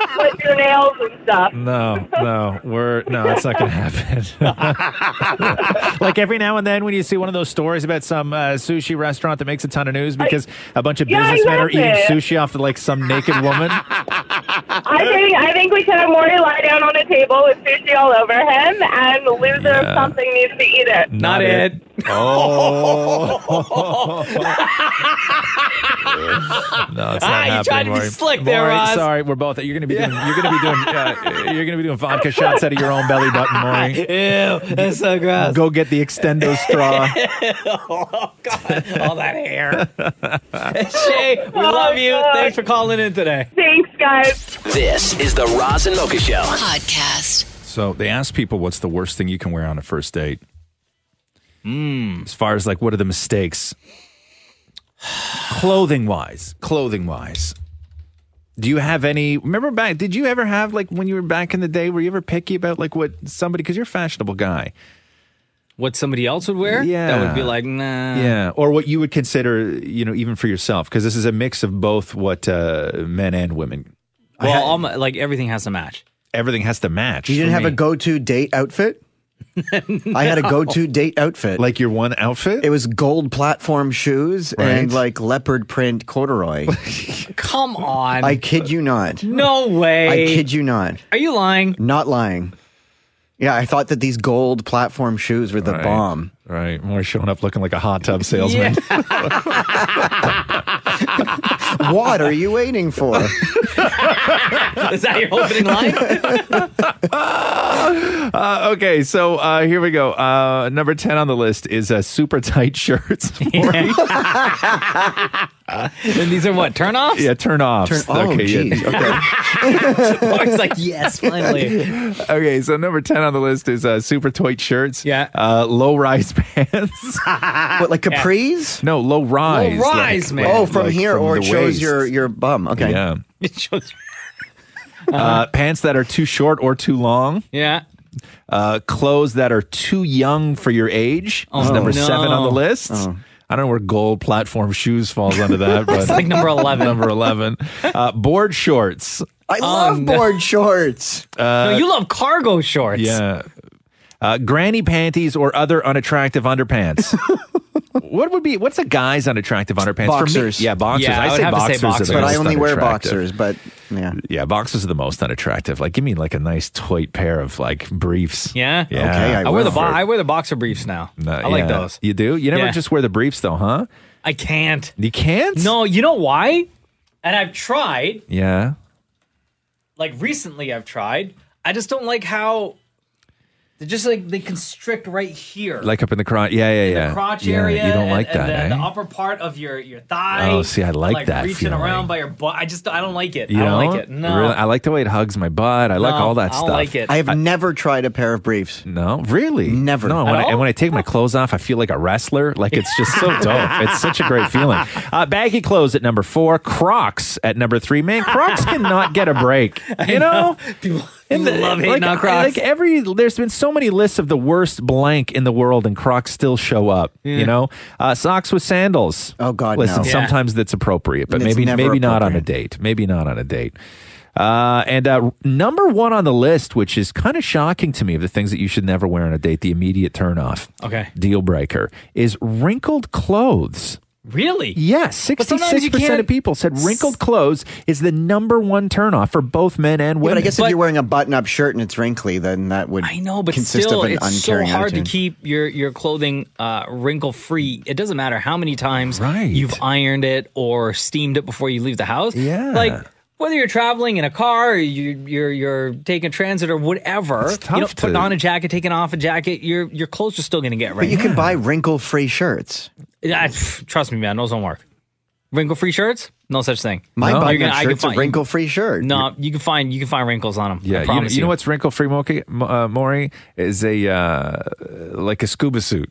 [SPEAKER 3] clip your nails and stuff.
[SPEAKER 1] No, no, we're no, it's not going to happen. like every now and then, when you see one of those stories about some uh, sushi restaurant that makes a ton of news because a bunch of
[SPEAKER 3] Yeah,
[SPEAKER 1] businessmen are eating
[SPEAKER 3] exactly.
[SPEAKER 1] sushi off of like some naked woman.
[SPEAKER 3] I think I think we should have Maury lie down on a table with sushi all over him, and the loser of something needs to eat it.
[SPEAKER 6] Not it.
[SPEAKER 1] Oh. no, it's not
[SPEAKER 6] Ah, you
[SPEAKER 1] happening,
[SPEAKER 6] tried to be
[SPEAKER 1] Maury.
[SPEAKER 6] slick there,
[SPEAKER 1] Maury,
[SPEAKER 6] Roz.
[SPEAKER 1] Sorry, we're both. You're going to be doing. You're going to be doing. Uh, you're going to be doing vodka shots out of your own belly button, Maury.
[SPEAKER 6] Ew, that's so gross.
[SPEAKER 1] Go get the extendo straw.
[SPEAKER 6] oh God, all that hair. Shay, we love you. Thanks for calling in today.
[SPEAKER 3] Oh, Thanks, guys.
[SPEAKER 2] This is the Roz and Mocha Show.
[SPEAKER 11] Podcast.
[SPEAKER 1] So they asked people what's the worst thing you can wear on a first date.
[SPEAKER 6] Hmm.
[SPEAKER 1] As far as like what are the mistakes? clothing wise, clothing wise. Do you have any remember back did you ever have like when you were back in the day were you ever picky about like what somebody cuz you're a fashionable guy?
[SPEAKER 6] What somebody else would wear?
[SPEAKER 1] Yeah.
[SPEAKER 6] That would be like, nah.
[SPEAKER 1] yeah, or what you would consider, you know, even for yourself cuz this is a mix of both what uh, men and women.
[SPEAKER 6] Well, all my, like everything has to match.
[SPEAKER 1] Everything has to match.
[SPEAKER 8] You didn't
[SPEAKER 1] for
[SPEAKER 8] have
[SPEAKER 1] me.
[SPEAKER 8] a go-to date outfit? I had a go-to date outfit.
[SPEAKER 1] Like your one outfit?
[SPEAKER 8] It was gold platform shoes
[SPEAKER 1] Right.
[SPEAKER 8] and like leopard print corduroy.
[SPEAKER 6] Come on.
[SPEAKER 8] I kid you not.
[SPEAKER 6] No way.
[SPEAKER 8] I kid you not.
[SPEAKER 6] Are you lying?
[SPEAKER 8] Not lying. Yeah, I thought that these gold platform shoes were the
[SPEAKER 1] Right.
[SPEAKER 8] bomb.
[SPEAKER 1] Right. More showing up looking like a hot tub salesman.
[SPEAKER 8] what are you waiting for?
[SPEAKER 6] Is that your opening line?
[SPEAKER 1] Uh, okay, so uh, here we go. Uh, number 10 on the list is uh, super tight shirts.
[SPEAKER 6] and these are what, turn offs?
[SPEAKER 1] yeah, turn offs.
[SPEAKER 6] Turn- oh,
[SPEAKER 1] okay, yeah,
[SPEAKER 6] geez.
[SPEAKER 1] okay.
[SPEAKER 6] Mark's like, yes, finally.
[SPEAKER 1] okay, so number 10 on the list is uh, super tight shirts. Yeah. Uh, low rise pants.
[SPEAKER 8] what, like capris?
[SPEAKER 1] No, low rise.
[SPEAKER 8] Low rise, man. Oh, from here, or it shows your- your
[SPEAKER 1] bum.
[SPEAKER 8] Okay.
[SPEAKER 1] Yeah.
[SPEAKER 6] It shows.
[SPEAKER 1] Uh, pants that are too short or too long.
[SPEAKER 6] Yeah.
[SPEAKER 1] Uh, clothes that are too young for your age is
[SPEAKER 6] Oh,
[SPEAKER 1] number
[SPEAKER 6] no.
[SPEAKER 1] seven on the list.
[SPEAKER 6] Oh.
[SPEAKER 1] I don't know where gold platform shoes falls under that, but
[SPEAKER 6] It's like number 11.
[SPEAKER 1] Number eleven, uh, board shorts. Uh,
[SPEAKER 8] I love board shorts.
[SPEAKER 6] Um, no, you love cargo shorts.
[SPEAKER 1] Yeah. Uh, granny panties or other unattractive underpants. what would be what's a guy's unattractive underpants?
[SPEAKER 8] Boxers.
[SPEAKER 1] For me, yeah, boxers.
[SPEAKER 8] Yeah, I
[SPEAKER 1] I,
[SPEAKER 8] would
[SPEAKER 1] say
[SPEAKER 8] have to say
[SPEAKER 1] boxers,
[SPEAKER 8] boxers.
[SPEAKER 1] are the
[SPEAKER 8] But I
[SPEAKER 1] most
[SPEAKER 8] only wear
[SPEAKER 1] unattractive.
[SPEAKER 8] boxers, but yeah.
[SPEAKER 1] Yeah, boxers are the most unattractive. Like give me like a nice tight pair of like briefs.
[SPEAKER 6] Yeah.
[SPEAKER 1] Yeah.
[SPEAKER 6] I, wear the bo-
[SPEAKER 1] For-
[SPEAKER 6] I wear the boxer briefs now.
[SPEAKER 1] No,
[SPEAKER 6] I like
[SPEAKER 1] yeah.
[SPEAKER 6] those.
[SPEAKER 1] You do? You never
[SPEAKER 6] Yeah.
[SPEAKER 1] just wear the briefs though, huh?
[SPEAKER 6] I can't.
[SPEAKER 1] You can't?
[SPEAKER 6] No, you know why? And I've tried.
[SPEAKER 1] Yeah.
[SPEAKER 6] Like recently, I've tried. I just don't like how they just like they constrict right here,
[SPEAKER 1] Like up in the crotch. Yeah, yeah, yeah.
[SPEAKER 6] the crotch
[SPEAKER 1] yeah,
[SPEAKER 6] area.
[SPEAKER 1] You don't like
[SPEAKER 6] and,
[SPEAKER 1] that,
[SPEAKER 6] and the,
[SPEAKER 1] eh?
[SPEAKER 6] the upper part of your your thigh.
[SPEAKER 1] Oh, see, I like that
[SPEAKER 6] reaching
[SPEAKER 1] feeling.
[SPEAKER 6] around by your butt. I just I don't like it.
[SPEAKER 1] You
[SPEAKER 6] I don't
[SPEAKER 1] know?
[SPEAKER 6] like it. No,
[SPEAKER 1] Really? I like the way it hugs my butt. I like
[SPEAKER 6] No,
[SPEAKER 1] all that
[SPEAKER 6] I don't
[SPEAKER 1] stuff.
[SPEAKER 6] like it.
[SPEAKER 8] I have never tried a pair of briefs.
[SPEAKER 1] No, really? Never. No, when
[SPEAKER 8] At
[SPEAKER 1] I, and when I take my clothes off, I feel like a wrestler. Like it's just so dope. It's such a great feeling. Uh, baggy clothes at number four, Crocs at number three. Man, Crocs cannot get a break. You know,
[SPEAKER 6] people love hating on Crocs.
[SPEAKER 1] Like every, there's been so many lists of the worst blank in the world, and Crocs still show up.
[SPEAKER 6] Yeah.
[SPEAKER 1] You know, uh, socks with sandals. Oh God, listen.
[SPEAKER 6] no. Yeah.
[SPEAKER 1] Sometimes that's appropriate, but
[SPEAKER 6] It's
[SPEAKER 1] maybe
[SPEAKER 6] never
[SPEAKER 1] maybe not on a date. Maybe not on a date. Uh, and uh, number one on the list, which is kind of shocking to me, of the things that you should never wear on a date, the immediate turnoff,
[SPEAKER 6] Okay.
[SPEAKER 1] deal breaker, is wrinkled clothes.
[SPEAKER 6] Really?
[SPEAKER 1] Yes,
[SPEAKER 6] But sometimes
[SPEAKER 1] sixty-six
[SPEAKER 6] you
[SPEAKER 1] percent
[SPEAKER 6] can't-
[SPEAKER 1] of people said wrinkled clothes is the number one turnoff for both men and
[SPEAKER 8] Yeah,
[SPEAKER 1] women.
[SPEAKER 8] but I guess if you're wearing a button-up shirt and it's wrinkly, then that would I
[SPEAKER 6] No, but
[SPEAKER 8] consist
[SPEAKER 6] still,
[SPEAKER 8] of an
[SPEAKER 6] it's so
[SPEAKER 8] uncaring
[SPEAKER 6] hard
[SPEAKER 8] attitude.
[SPEAKER 6] to keep your your clothing uh, wrinkle free. It doesn't matter how many times you've ironed it or steamed it before you leave the house. Yeah, like whether you're traveling in a car, or you, you're you're taking transit or whatever.
[SPEAKER 8] It's tough
[SPEAKER 6] you know,
[SPEAKER 8] to-
[SPEAKER 6] putting on a jacket, taking off a jacket, your your clothes are still going to get
[SPEAKER 8] But
[SPEAKER 6] wrinkled.
[SPEAKER 8] you can buy wrinkle-free shirts.
[SPEAKER 6] Yeah, pff, trust me, man, those don't work. Wrinkle free shirts? No such thing.
[SPEAKER 8] My
[SPEAKER 6] no.
[SPEAKER 8] button-up
[SPEAKER 6] You're gonna- I can
[SPEAKER 8] shirt's a
[SPEAKER 6] find-
[SPEAKER 8] wrinkle-free shirt.
[SPEAKER 6] No, you can find you can find wrinkles on them.
[SPEAKER 1] Yeah,
[SPEAKER 6] I
[SPEAKER 1] you know,
[SPEAKER 6] promise
[SPEAKER 1] you know what's wrinkle free, Maury? Uh, Maury? is a uh, like a scuba suit.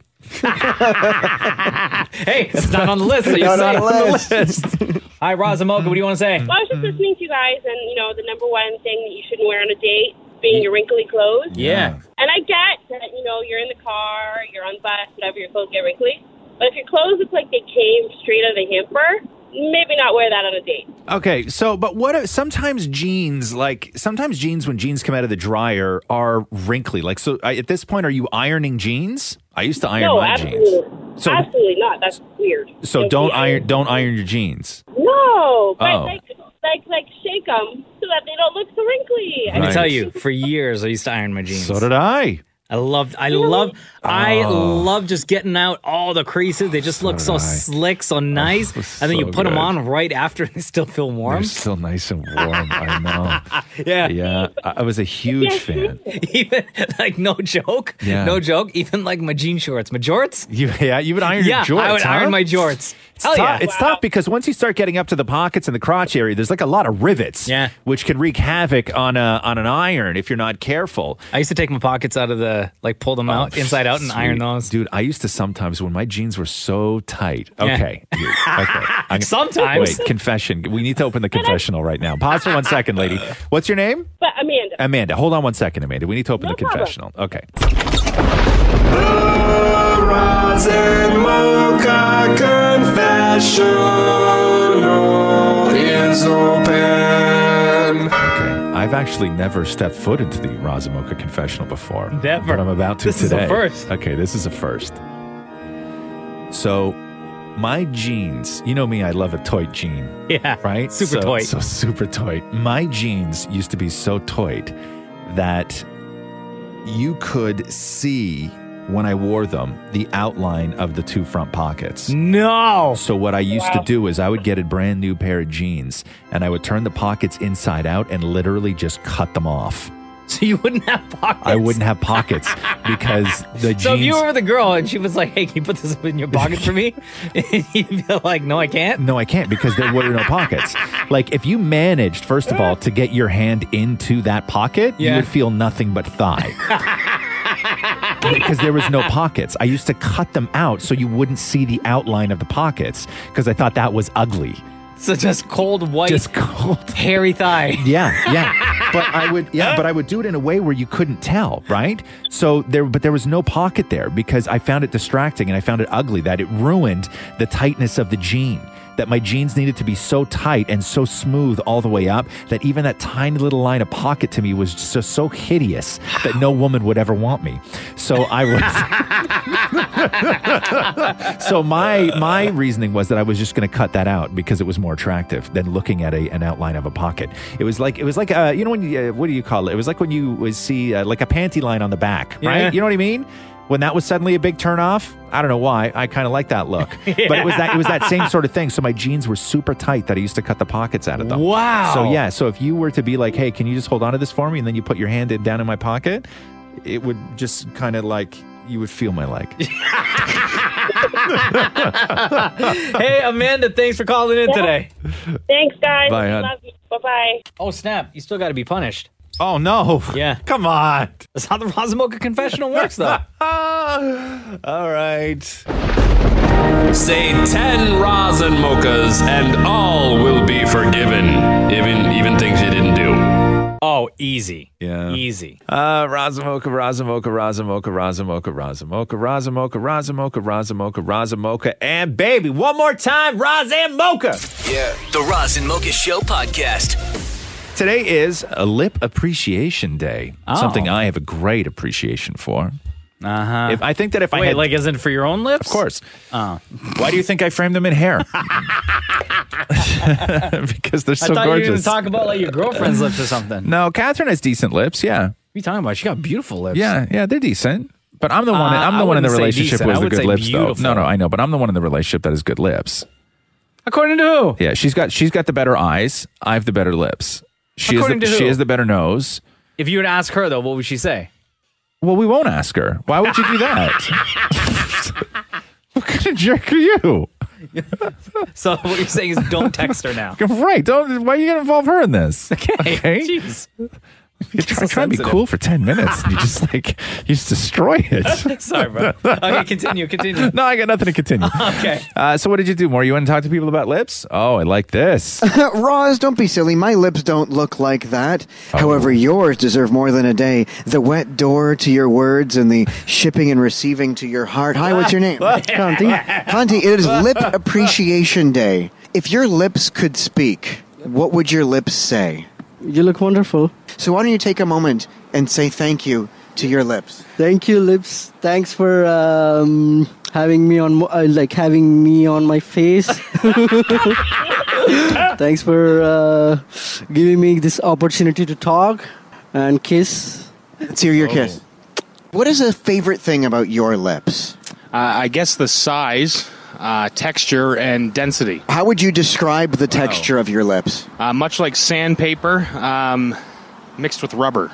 [SPEAKER 6] Hey, it's not on the list. So you're
[SPEAKER 1] Not on
[SPEAKER 6] safe.
[SPEAKER 1] the
[SPEAKER 6] Hi, Razamoka. What do you want to say?
[SPEAKER 15] Well, I was just
[SPEAKER 1] Mm-hmm.
[SPEAKER 15] listening to you guys, and you know, the number one thing that you shouldn't wear on a date being your wrinkly clothes.
[SPEAKER 6] Yeah.
[SPEAKER 15] And I get that you know you're in the car, you're on the bus, whatever, your clothes get wrinkly. But if your clothes look like they came straight out of the hamper, maybe not wear that on a date.
[SPEAKER 1] Okay, so but what if sometimes jeans like sometimes jeans when jeans come out of the dryer are wrinkly. Like so I, at this point are you ironing jeans? I used to iron
[SPEAKER 15] no,
[SPEAKER 1] my jeans.
[SPEAKER 15] absolutely,
[SPEAKER 1] So-
[SPEAKER 15] absolutely not. That's weird.
[SPEAKER 1] So
[SPEAKER 15] Nobody
[SPEAKER 1] don't
[SPEAKER 15] irons-
[SPEAKER 1] iron don't iron your jeans.
[SPEAKER 15] No, but
[SPEAKER 1] Oh.
[SPEAKER 15] like, like, like, shake them so that they don't look so wrinkly.
[SPEAKER 6] Let me
[SPEAKER 1] Right.
[SPEAKER 6] tell you, for years I used to iron my jeans. So
[SPEAKER 1] did I.
[SPEAKER 6] I loved, I loved, I
[SPEAKER 1] Oh.
[SPEAKER 6] love just getting out all the creases. They just look so slick, so nice. and then you
[SPEAKER 1] Oh, so
[SPEAKER 6] put them
[SPEAKER 1] good.
[SPEAKER 6] on right after, and they still feel warm.
[SPEAKER 1] They're still nice and warm. I know.
[SPEAKER 6] Yeah.
[SPEAKER 1] Yeah. I, I was a huge fan.
[SPEAKER 6] Even like no joke,
[SPEAKER 1] Yeah.
[SPEAKER 6] no joke. Even like my jean shorts, my jorts.
[SPEAKER 1] You, yeah, you would iron
[SPEAKER 6] yeah,
[SPEAKER 1] your jorts.
[SPEAKER 6] I would
[SPEAKER 1] huh?
[SPEAKER 6] iron my jorts.
[SPEAKER 1] It's,
[SPEAKER 6] Hell
[SPEAKER 1] tough.
[SPEAKER 6] yeah,
[SPEAKER 1] it's tough because once you start getting up to the pockets and the crotch area, there's like a lot of rivets,
[SPEAKER 6] Yeah.
[SPEAKER 1] which can wreak havoc on a on an iron if you're not careful.
[SPEAKER 6] I used to take my pockets out of the like pull them out inside out and iron
[SPEAKER 1] Oh, Sweet.
[SPEAKER 6] them.
[SPEAKER 1] Dude, I used to sometimes when my jeans were so tight.
[SPEAKER 6] Yeah.
[SPEAKER 1] Okay. Dude, okay. I'm-
[SPEAKER 6] Sometimes.
[SPEAKER 1] Wait, confession. We need to open the confessional right now. Pause for one second, lady. What's your name?
[SPEAKER 15] But Amanda,
[SPEAKER 1] Amanda. Hold on one second, Amanda. We need to open the confessional. Okay.
[SPEAKER 16] Mocha Confessional is open.
[SPEAKER 1] I've actually never stepped foot into the Razamoka confessional before.
[SPEAKER 6] Never.
[SPEAKER 1] But I'm about to
[SPEAKER 6] This is a
[SPEAKER 1] today.
[SPEAKER 6] first.
[SPEAKER 1] Okay, this is a first. So, my jeans, you know me, I love a tight jean.
[SPEAKER 6] Yeah.
[SPEAKER 1] Right?
[SPEAKER 6] Super
[SPEAKER 1] so,
[SPEAKER 6] tight.
[SPEAKER 1] So, super tight. My jeans used to be so tight that you could see when I wore them the outline of the two front pockets.
[SPEAKER 6] No.
[SPEAKER 1] So what I used to do is I would get a brand new pair of jeans and I would turn the pockets inside out and literally just cut them off.
[SPEAKER 6] So you wouldn't have pockets.
[SPEAKER 1] I wouldn't have pockets because the
[SPEAKER 6] So if
[SPEAKER 1] jeans
[SPEAKER 6] you were the girl and she was like, "Hey, can you put this in your pocket for me?" You'd be like, "No, I can't."
[SPEAKER 1] No, I can't because there were no pockets. Like if you managed, first of all, to get your hand into that pocket, you
[SPEAKER 6] Yeah.
[SPEAKER 1] would feel nothing but thigh. because there was no pockets. I used to cut them out so you wouldn't see the outline of the pockets because I thought that was ugly.
[SPEAKER 6] So just cold white,
[SPEAKER 1] just cold
[SPEAKER 6] hairy thigh.
[SPEAKER 1] Yeah, yeah. but I would, yeah, but I would do it in a way where you couldn't tell, right? So there, but there was no pocket there because I found it distracting and I found it ugly that it ruined the tightness of the jean. That my jeans needed to be so tight and so smooth all the way up that even that tiny little line of pocket to me was just so hideous that no woman would ever want me. So I was. so my my reasoning was that I was just going to cut that out because it was more attractive than looking at a, an outline of a pocket. It was like it was like uh, you know when you, uh, what do you call it? It was like when you would see uh, like a panty line on the back, right?
[SPEAKER 6] Yeah.
[SPEAKER 1] You know what I mean? When that was suddenly a big turnoff, I don't know why. I kind of like that look, but it was that it was that same sort of thing. So my jeans were super tight that I used to cut the pockets out of them.
[SPEAKER 6] Wow.
[SPEAKER 1] So yeah. So if you were to be like, hey, can you just hold on to this for me, and then you put your hand in, down in my pocket, it would just kind of like you would feel my leg.
[SPEAKER 6] hey, Amanda, thanks for calling in today.
[SPEAKER 15] Thanks, guys.
[SPEAKER 6] Bye, hon.
[SPEAKER 15] Love you. Bye bye.
[SPEAKER 6] Oh, snap. You still got to be punished.
[SPEAKER 1] Oh, no.
[SPEAKER 6] Yeah.
[SPEAKER 1] Come on.
[SPEAKER 6] That's how the Razamoka confessional works, though.
[SPEAKER 1] All right.
[SPEAKER 12] Say 10 rosin mochas and all will be forgiven. Even even things you didn't do.
[SPEAKER 6] Oh, easy.
[SPEAKER 1] Yeah.
[SPEAKER 6] Easy.
[SPEAKER 1] Uh, Razamoka, Razamoka, Razamoka, Razamoka, Razamoka, Razamoka, Razamoka, Razamoka, Razamoka, and baby, one more time, Razamoka.
[SPEAKER 5] Yeah. The Roz and Mocha Show podcast.
[SPEAKER 1] Today is a lip appreciation day.
[SPEAKER 5] Oh.
[SPEAKER 1] Something I have a great appreciation for. Uh
[SPEAKER 6] Uh-huh.
[SPEAKER 1] huh. If I think that if I
[SPEAKER 6] Wait,
[SPEAKER 1] had,
[SPEAKER 6] like, isn't for your own lips? Of
[SPEAKER 1] course. Oh. Why do you think I framed them in hair? because they're
[SPEAKER 6] I
[SPEAKER 1] so
[SPEAKER 6] thought you were going
[SPEAKER 1] gorgeous.
[SPEAKER 6] to talk about like your girlfriend's lips or something. What
[SPEAKER 1] No, Catherine has decent lips. Yeah. What are
[SPEAKER 6] you talking about? She got beautiful lips.
[SPEAKER 1] Yeah, yeah, they're decent. But I'm the one.
[SPEAKER 6] Uh,
[SPEAKER 1] I'm the
[SPEAKER 6] I
[SPEAKER 1] one in the
[SPEAKER 6] wouldn't say
[SPEAKER 1] relationship
[SPEAKER 6] decent.
[SPEAKER 1] who has
[SPEAKER 6] I
[SPEAKER 1] the
[SPEAKER 6] would
[SPEAKER 1] good
[SPEAKER 6] say
[SPEAKER 1] lips,
[SPEAKER 6] beautiful.
[SPEAKER 1] though. No, no, I know. But I'm the one in the relationship that has good lips.
[SPEAKER 6] According to who?
[SPEAKER 1] Yeah, she's got she's got the better eyes. I have the better lips. She is
[SPEAKER 6] According
[SPEAKER 1] the,
[SPEAKER 6] to who?
[SPEAKER 1] she has the better nose.
[SPEAKER 6] If you would ask her, though, what would she say?
[SPEAKER 1] Well, we won't ask her. Why would you do that? what kind of jerk are you?
[SPEAKER 6] So what you're saying is don't text her now.
[SPEAKER 1] Right? Don't. Why are you gonna involve her in this? Okay.
[SPEAKER 6] Jeez.
[SPEAKER 1] You're
[SPEAKER 6] so
[SPEAKER 1] trying, trying to be
[SPEAKER 6] sensitive.
[SPEAKER 1] cool for ten minutes. And you just like you just destroy it.
[SPEAKER 6] Sorry, bro. Okay, continue, continue.
[SPEAKER 1] no, I got nothing to continue.
[SPEAKER 6] okay.
[SPEAKER 1] Uh, so what did you do more? You want to talk to people about lips? Oh, I like this.
[SPEAKER 8] Roz, don't be silly. My lips don't look like that. However, yours deserve more than a day. The wet door to your words and the shipping and receiving to your heart. Hi, what's your name? Conti. Conti, it is Lip Appreciation Day. If your lips could speak, what would your lips say?
[SPEAKER 17] You look wonderful.
[SPEAKER 8] So why don't you take a moment and say thank you to your lips?
[SPEAKER 17] Thank you, Lips. Thanks for um, having me on, mo- uh, like having me on my face. Thanks for uh, giving me this opportunity to talk and kiss.
[SPEAKER 8] Let's hear your
[SPEAKER 18] Oh.
[SPEAKER 8] kiss. What is a favorite thing about your lips?
[SPEAKER 18] Uh, I guess the size, uh, texture, and density.
[SPEAKER 8] How would you describe the texture of your lips?
[SPEAKER 18] Uh, much like sandpaper um, mixed with rubber.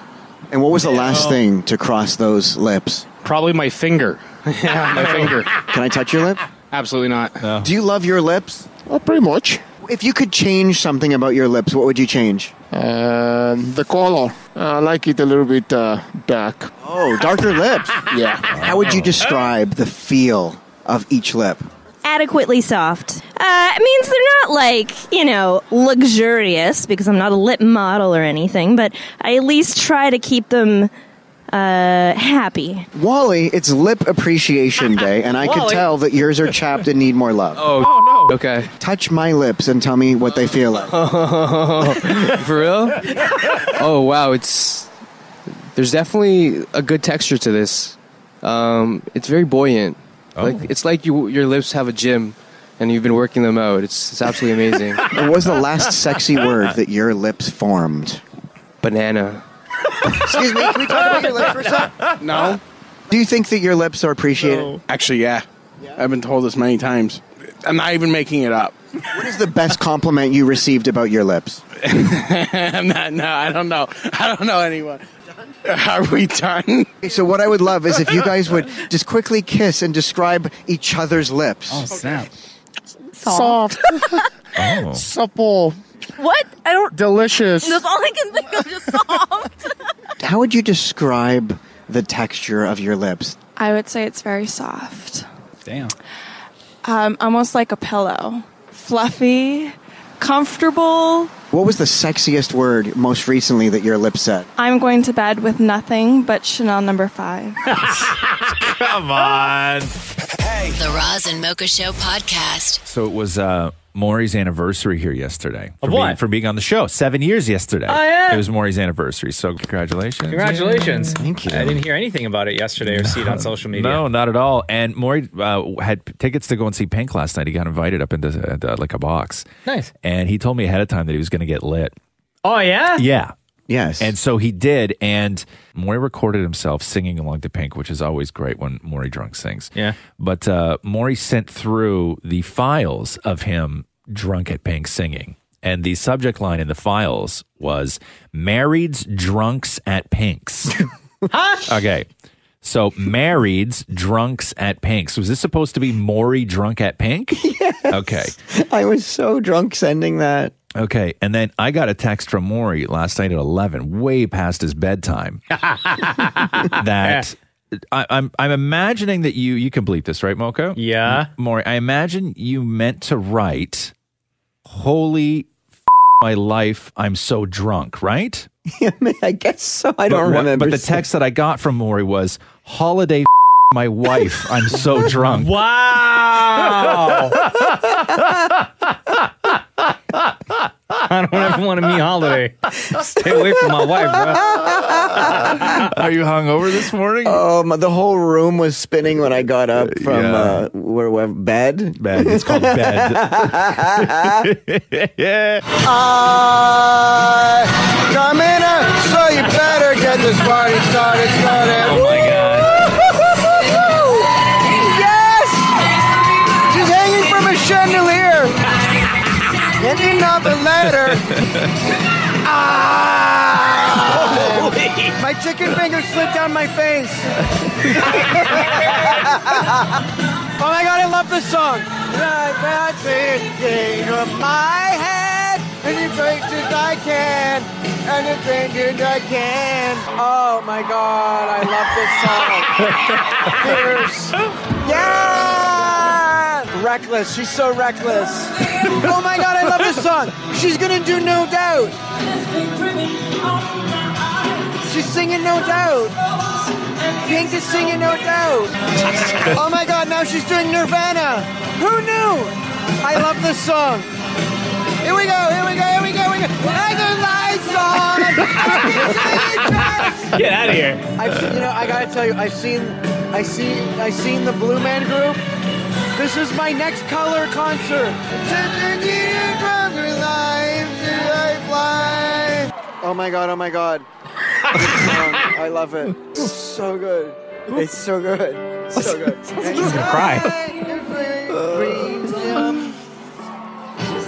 [SPEAKER 8] And what was the last thing to cross those lips?
[SPEAKER 18] Oh. Probably my finger. yeah, my finger.
[SPEAKER 8] Can I touch your lip?
[SPEAKER 18] Absolutely not.
[SPEAKER 8] Do you love your lips?
[SPEAKER 18] Oh, pretty much.
[SPEAKER 8] If you could change something about your lips, what would you change?
[SPEAKER 19] Uh, the color. I like it a little bit uh, dark.
[SPEAKER 8] Oh, darker lips.
[SPEAKER 19] Yeah.
[SPEAKER 8] How would you describe the feel of each lip?
[SPEAKER 13] Adequately soft. Uh, it means they're not like, you know, luxurious because I'm not a lip model or anything, but I at least try to keep them uh, happy.
[SPEAKER 8] Wally, it's Lip Appreciation Day, and I could
[SPEAKER 13] Wally.
[SPEAKER 8] tell that yours are chapped and need more love.
[SPEAKER 18] Oh,
[SPEAKER 8] no.
[SPEAKER 18] Okay.
[SPEAKER 8] Touch my lips and tell me what they feel like.
[SPEAKER 2] Oh, for real? Oh wow, it's there's definitely a good texture to this. Um, it's very buoyant. Like it's like you your lips have a gym, and you've been working them out. It's it's absolutely amazing.
[SPEAKER 8] What was the last sexy word that your lips formed?
[SPEAKER 2] Banana.
[SPEAKER 8] Excuse me, can we talk about your lips for a sec? No. Do you think that your lips are appreciated?
[SPEAKER 20] Actually, yeah. I've been told this many times. I'm not even making it up.
[SPEAKER 8] What is the best compliment you received about your lips?
[SPEAKER 20] I'm not, no, I don't know. I don't know anyone. Are we done?
[SPEAKER 8] Okay, So what I would love is if you guys would just quickly kiss and describe each other's lips. Oh
[SPEAKER 6] snap!
[SPEAKER 19] Soft. Supple.
[SPEAKER 13] What? I don't.
[SPEAKER 8] Delicious.
[SPEAKER 13] That's all I can think of, just soft.
[SPEAKER 8] How would you describe the texture of your lips?
[SPEAKER 21] I would say it's very soft.
[SPEAKER 6] Damn.
[SPEAKER 21] Um, almost like a pillow. Fluffy, comfortable.
[SPEAKER 8] What
[SPEAKER 22] What was the sexiest word most recently that your lips said?
[SPEAKER 23] I'm going to bed with nothing but Chanel number five.
[SPEAKER 1] Come on.
[SPEAKER 11] The Roz and Mocha Show podcast.
[SPEAKER 1] So it was uh, Maury's anniversary here yesterday.
[SPEAKER 6] Of
[SPEAKER 1] for
[SPEAKER 6] what?
[SPEAKER 1] Being, for being on the show. Seven years yesterday.
[SPEAKER 6] Oh, yeah.
[SPEAKER 1] It was Maury's anniversary. So congratulations.
[SPEAKER 6] Congratulations.
[SPEAKER 1] Thank you.
[SPEAKER 6] I didn't hear anything about it yesterday or see it on social media.
[SPEAKER 1] No, not at all. And Maury uh, had p- tickets to go and see Pink last night. He got invited up into uh, like a box.
[SPEAKER 6] Nice.
[SPEAKER 1] And he told me ahead of time that he was going to get lit.
[SPEAKER 6] Oh, yeah?
[SPEAKER 1] Yeah.
[SPEAKER 22] Yes.
[SPEAKER 1] And so he did. And Maury recorded himself singing along to Pink, which is always great when Maury drunk sings.
[SPEAKER 6] Yeah.
[SPEAKER 1] But uh, Maury sent through the files of him drunk at Pink singing. And the subject line in the files was Married's Drunks at Pink's. okay. So Married's Drunks at Pink's. Was this supposed to be Maury Drunk at Pink? Okay.
[SPEAKER 22] I was so drunk sending that.
[SPEAKER 1] Okay. And then I got a text from Maury last night at 11, way past his bedtime. that I, I'm I'm imagining that you you can bleep this, right, Mocha? Yeah, Maury. I imagine you meant to write, "Holy f- my life, I'm so drunk," right?
[SPEAKER 22] I mean, I guess so. I don't
[SPEAKER 1] But what-
[SPEAKER 22] remember.
[SPEAKER 1] But the text that I got from Maury was, "Holiday, f- my wife, I'm so drunk."
[SPEAKER 6] Wow. I don't ever want to meet holiday. Stay away from my wife, bro.
[SPEAKER 1] Are you hungover this morning?
[SPEAKER 22] Oh,
[SPEAKER 2] Um,
[SPEAKER 22] my, the whole room was spinning when I got up from
[SPEAKER 1] yeah.
[SPEAKER 22] uh, where, where bed.
[SPEAKER 1] Bed. It's called bed. yeah.
[SPEAKER 2] I come in, uh, so you better get this party started, started. Oh my
[SPEAKER 1] god.
[SPEAKER 2] yes! She's hanging from a chandelier. Ending up a ladder. ah! My chicken finger slid down my face. oh my god, I love this song. Right back thinking of my head, and you drink as I can, and you drink as I can. Oh my god, I love this song. Fierce. Yeah! Reckless, she's so reckless. oh my god, I love this song. She's gonna do no doubt. She's singing No Doubt. Pink is singing No Doubt. Oh my god, now she's doing Nirvana. Who knew? I love this song. Here we go, here we go, here we go, here we go. Like the lights on.
[SPEAKER 6] Get out of here.
[SPEAKER 2] I've seen, you know, I gotta tell you, I've seen, I see, I seen the Blue Man Group. This is my next color concert. Oh my god, oh my god. This song, I love it. It's so good. It's so good. So good.
[SPEAKER 6] He's gonna cry.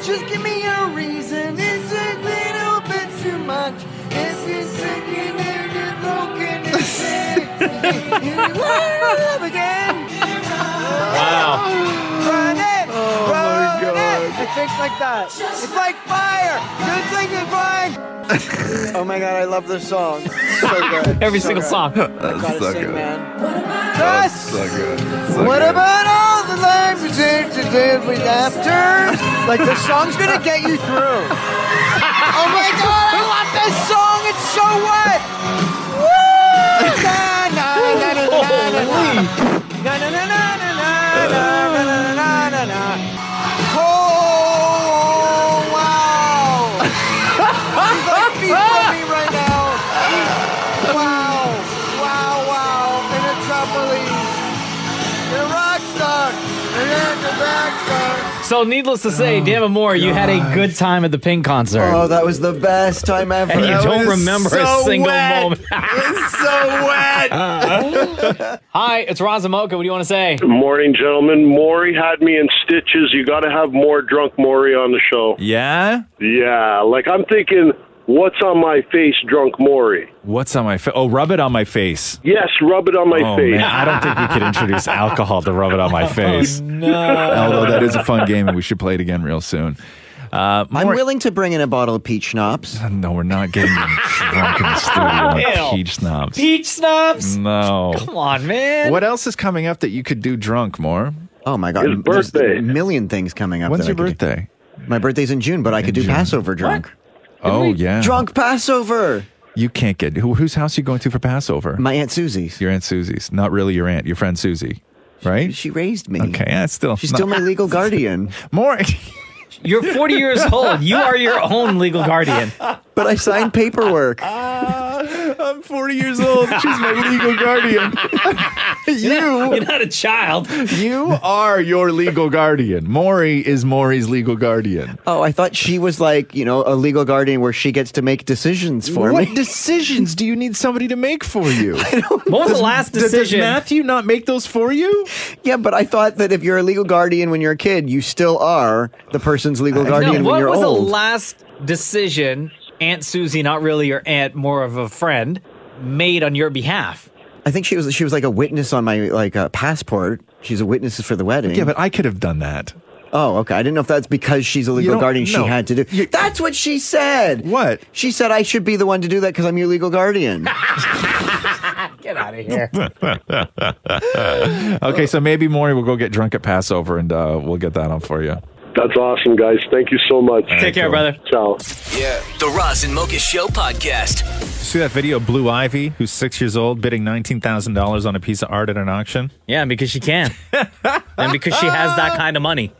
[SPEAKER 2] Just give me a reason. It's a little bit too much. If you're sick and if you're broken and sick, you will love again.
[SPEAKER 6] Wow.
[SPEAKER 2] Run it, run it. It thinks like that. It's like fire. Good thing is fine. oh my god, I love this song. So good.
[SPEAKER 6] Every
[SPEAKER 2] So
[SPEAKER 6] single
[SPEAKER 2] good.
[SPEAKER 6] song.
[SPEAKER 2] I gotta sing, man. Yes.
[SPEAKER 6] So
[SPEAKER 2] what
[SPEAKER 6] good.
[SPEAKER 2] about all the life we did to live with after? Like the song's gonna get you through. oh my god, I love this song. It's so wet. Woo! Na, na, na, na, na, na, na. Na, na, na, na, na, na, na, na, na, na, na, na. Oh, wow. She's like before me right now. Wow, wow, wow. In a trampoline. You're a rock star. You're the rock star.
[SPEAKER 6] So, needless to say, Dammit Moore, you had a good time at the Pink concert.
[SPEAKER 22] Oh, that was the best time ever.
[SPEAKER 6] and you
[SPEAKER 22] That
[SPEAKER 6] don't
[SPEAKER 22] was
[SPEAKER 6] remember
[SPEAKER 22] so
[SPEAKER 6] a single
[SPEAKER 22] wet.
[SPEAKER 6] moment.
[SPEAKER 22] it's so wet.
[SPEAKER 6] Hi, it's Ron Zamoka. What do you want to say?
[SPEAKER 24] Good morning, gentlemen. Maury had me in stitches. You got to have more drunk Maury on the show.
[SPEAKER 1] Yeah.
[SPEAKER 24] Yeah, like I'm thinking, what's on my face, drunk Maury?
[SPEAKER 1] What's on my face? Oh, rub it on my face.
[SPEAKER 24] Yes, rub it on my
[SPEAKER 1] oh,
[SPEAKER 24] face. Oh,
[SPEAKER 1] Man, I don't think we could introduce alcohol to rub it on my face. Although that is a fun game and we should play it again real soon. Uh,
[SPEAKER 22] I'm
[SPEAKER 1] Maury- Uh,
[SPEAKER 22] willing to bring in a bottle of peach schnapps.
[SPEAKER 1] No, we're not getting drunk in the studio on
[SPEAKER 6] Ew.
[SPEAKER 1] peach snobs.
[SPEAKER 6] Peach snubs?
[SPEAKER 1] No.
[SPEAKER 6] Come on, man.
[SPEAKER 1] What else is coming up that you could do drunk more?
[SPEAKER 22] Oh my god,
[SPEAKER 1] His
[SPEAKER 22] there's a million things coming up.
[SPEAKER 1] When's
[SPEAKER 22] that I
[SPEAKER 1] your
[SPEAKER 22] could do.
[SPEAKER 1] birthday?
[SPEAKER 22] My birthday's in June, but I could do Passover drunk.
[SPEAKER 1] Oh yeah.
[SPEAKER 8] Drunk Passover.
[SPEAKER 1] You can't get who, whose house you going to for Passover?
[SPEAKER 8] My aunt Susie's.
[SPEAKER 1] Your aunt Susie's, not really your aunt, your friend Susie, right?
[SPEAKER 8] She raised me.
[SPEAKER 1] Okay, yeah, it's still
[SPEAKER 8] She's still my legal guardian.
[SPEAKER 1] More.
[SPEAKER 6] You're 40 years old. You are your own legal guardian.
[SPEAKER 8] But I signed paperwork.
[SPEAKER 1] I'm 40 years old. She's my legal guardian.
[SPEAKER 6] you, you're not a child.
[SPEAKER 1] You are your legal guardian. Maury is Maury's legal guardian.
[SPEAKER 8] Oh, I thought she was like, you know, a legal guardian where she gets to make decisions for
[SPEAKER 1] what
[SPEAKER 8] me.
[SPEAKER 1] decisions do you need somebody to make for you?
[SPEAKER 6] What was the last
[SPEAKER 1] Does-
[SPEAKER 6] decision?
[SPEAKER 1] Does Matthew not make those for you?
[SPEAKER 8] Yeah, but I thought that if you're a legal guardian when you're a kid, you still are the person's legal guardian
[SPEAKER 6] Uh, no,
[SPEAKER 8] when
[SPEAKER 6] what
[SPEAKER 8] you're
[SPEAKER 6] was
[SPEAKER 8] old.
[SPEAKER 6] the last decision Aunt Susie, not really your aunt, more of a friend, made on your behalf?
[SPEAKER 8] I think she was she was like a witness on my like uh, passport. She's a witness for the wedding.
[SPEAKER 1] Yeah, but I could have done that.
[SPEAKER 8] Oh, okay. I didn't know if that's because she's a legal
[SPEAKER 1] don't-
[SPEAKER 8] guardian. She
[SPEAKER 1] no.
[SPEAKER 8] had to do. that's what she said.
[SPEAKER 1] What?
[SPEAKER 8] She said I should be the one to do that because I'm your legal guardian.
[SPEAKER 6] Get out of here.
[SPEAKER 1] okay, so maybe Maury will go get drunk at Passover and uh, we'll get that on for you.
[SPEAKER 24] That's awesome, guys. Thank you so much.
[SPEAKER 6] Take care, brother.
[SPEAKER 24] Ciao.
[SPEAKER 5] Yeah. The Roz and Mocha Show podcast.
[SPEAKER 1] See that video of Blue Ivy, who's six years old, bidding $19,000 on a piece of art at an auction?
[SPEAKER 6] Yeah, because she can. and because she has that kind of money.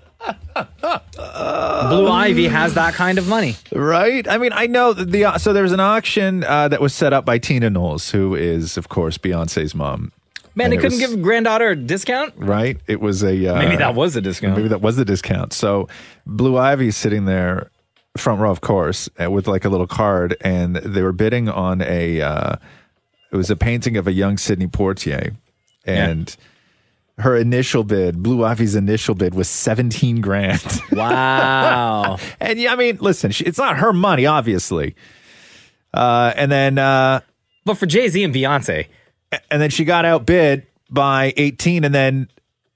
[SPEAKER 6] Blue Ivy has that kind of money.
[SPEAKER 1] Right? I mean, I know that the uh, so there's an auction uh, that was set up by Tina Knowles, who is, of course, Beyonce's mom.
[SPEAKER 6] Man,
[SPEAKER 1] And
[SPEAKER 6] they
[SPEAKER 1] it
[SPEAKER 6] couldn't
[SPEAKER 1] was-
[SPEAKER 6] give granddaughter a discount?
[SPEAKER 1] Right? It was a uh,
[SPEAKER 6] Maybe that was a discount.
[SPEAKER 1] maybe that was the discount. So Blue Ivy's sitting there, front row, of course, uh, with like a little card, and they were bidding on a. Uh, it was a painting of a young Sidney Poitier, and her initial bid, Blue Ivy's initial bid, was seventeen grand.
[SPEAKER 6] Wow.
[SPEAKER 1] and yeah, I mean, listen, she, it's not her money, obviously. Uh, and then, uh,
[SPEAKER 6] but for Jay Z and Beyonce,
[SPEAKER 1] and then she got outbid by eighteen, and then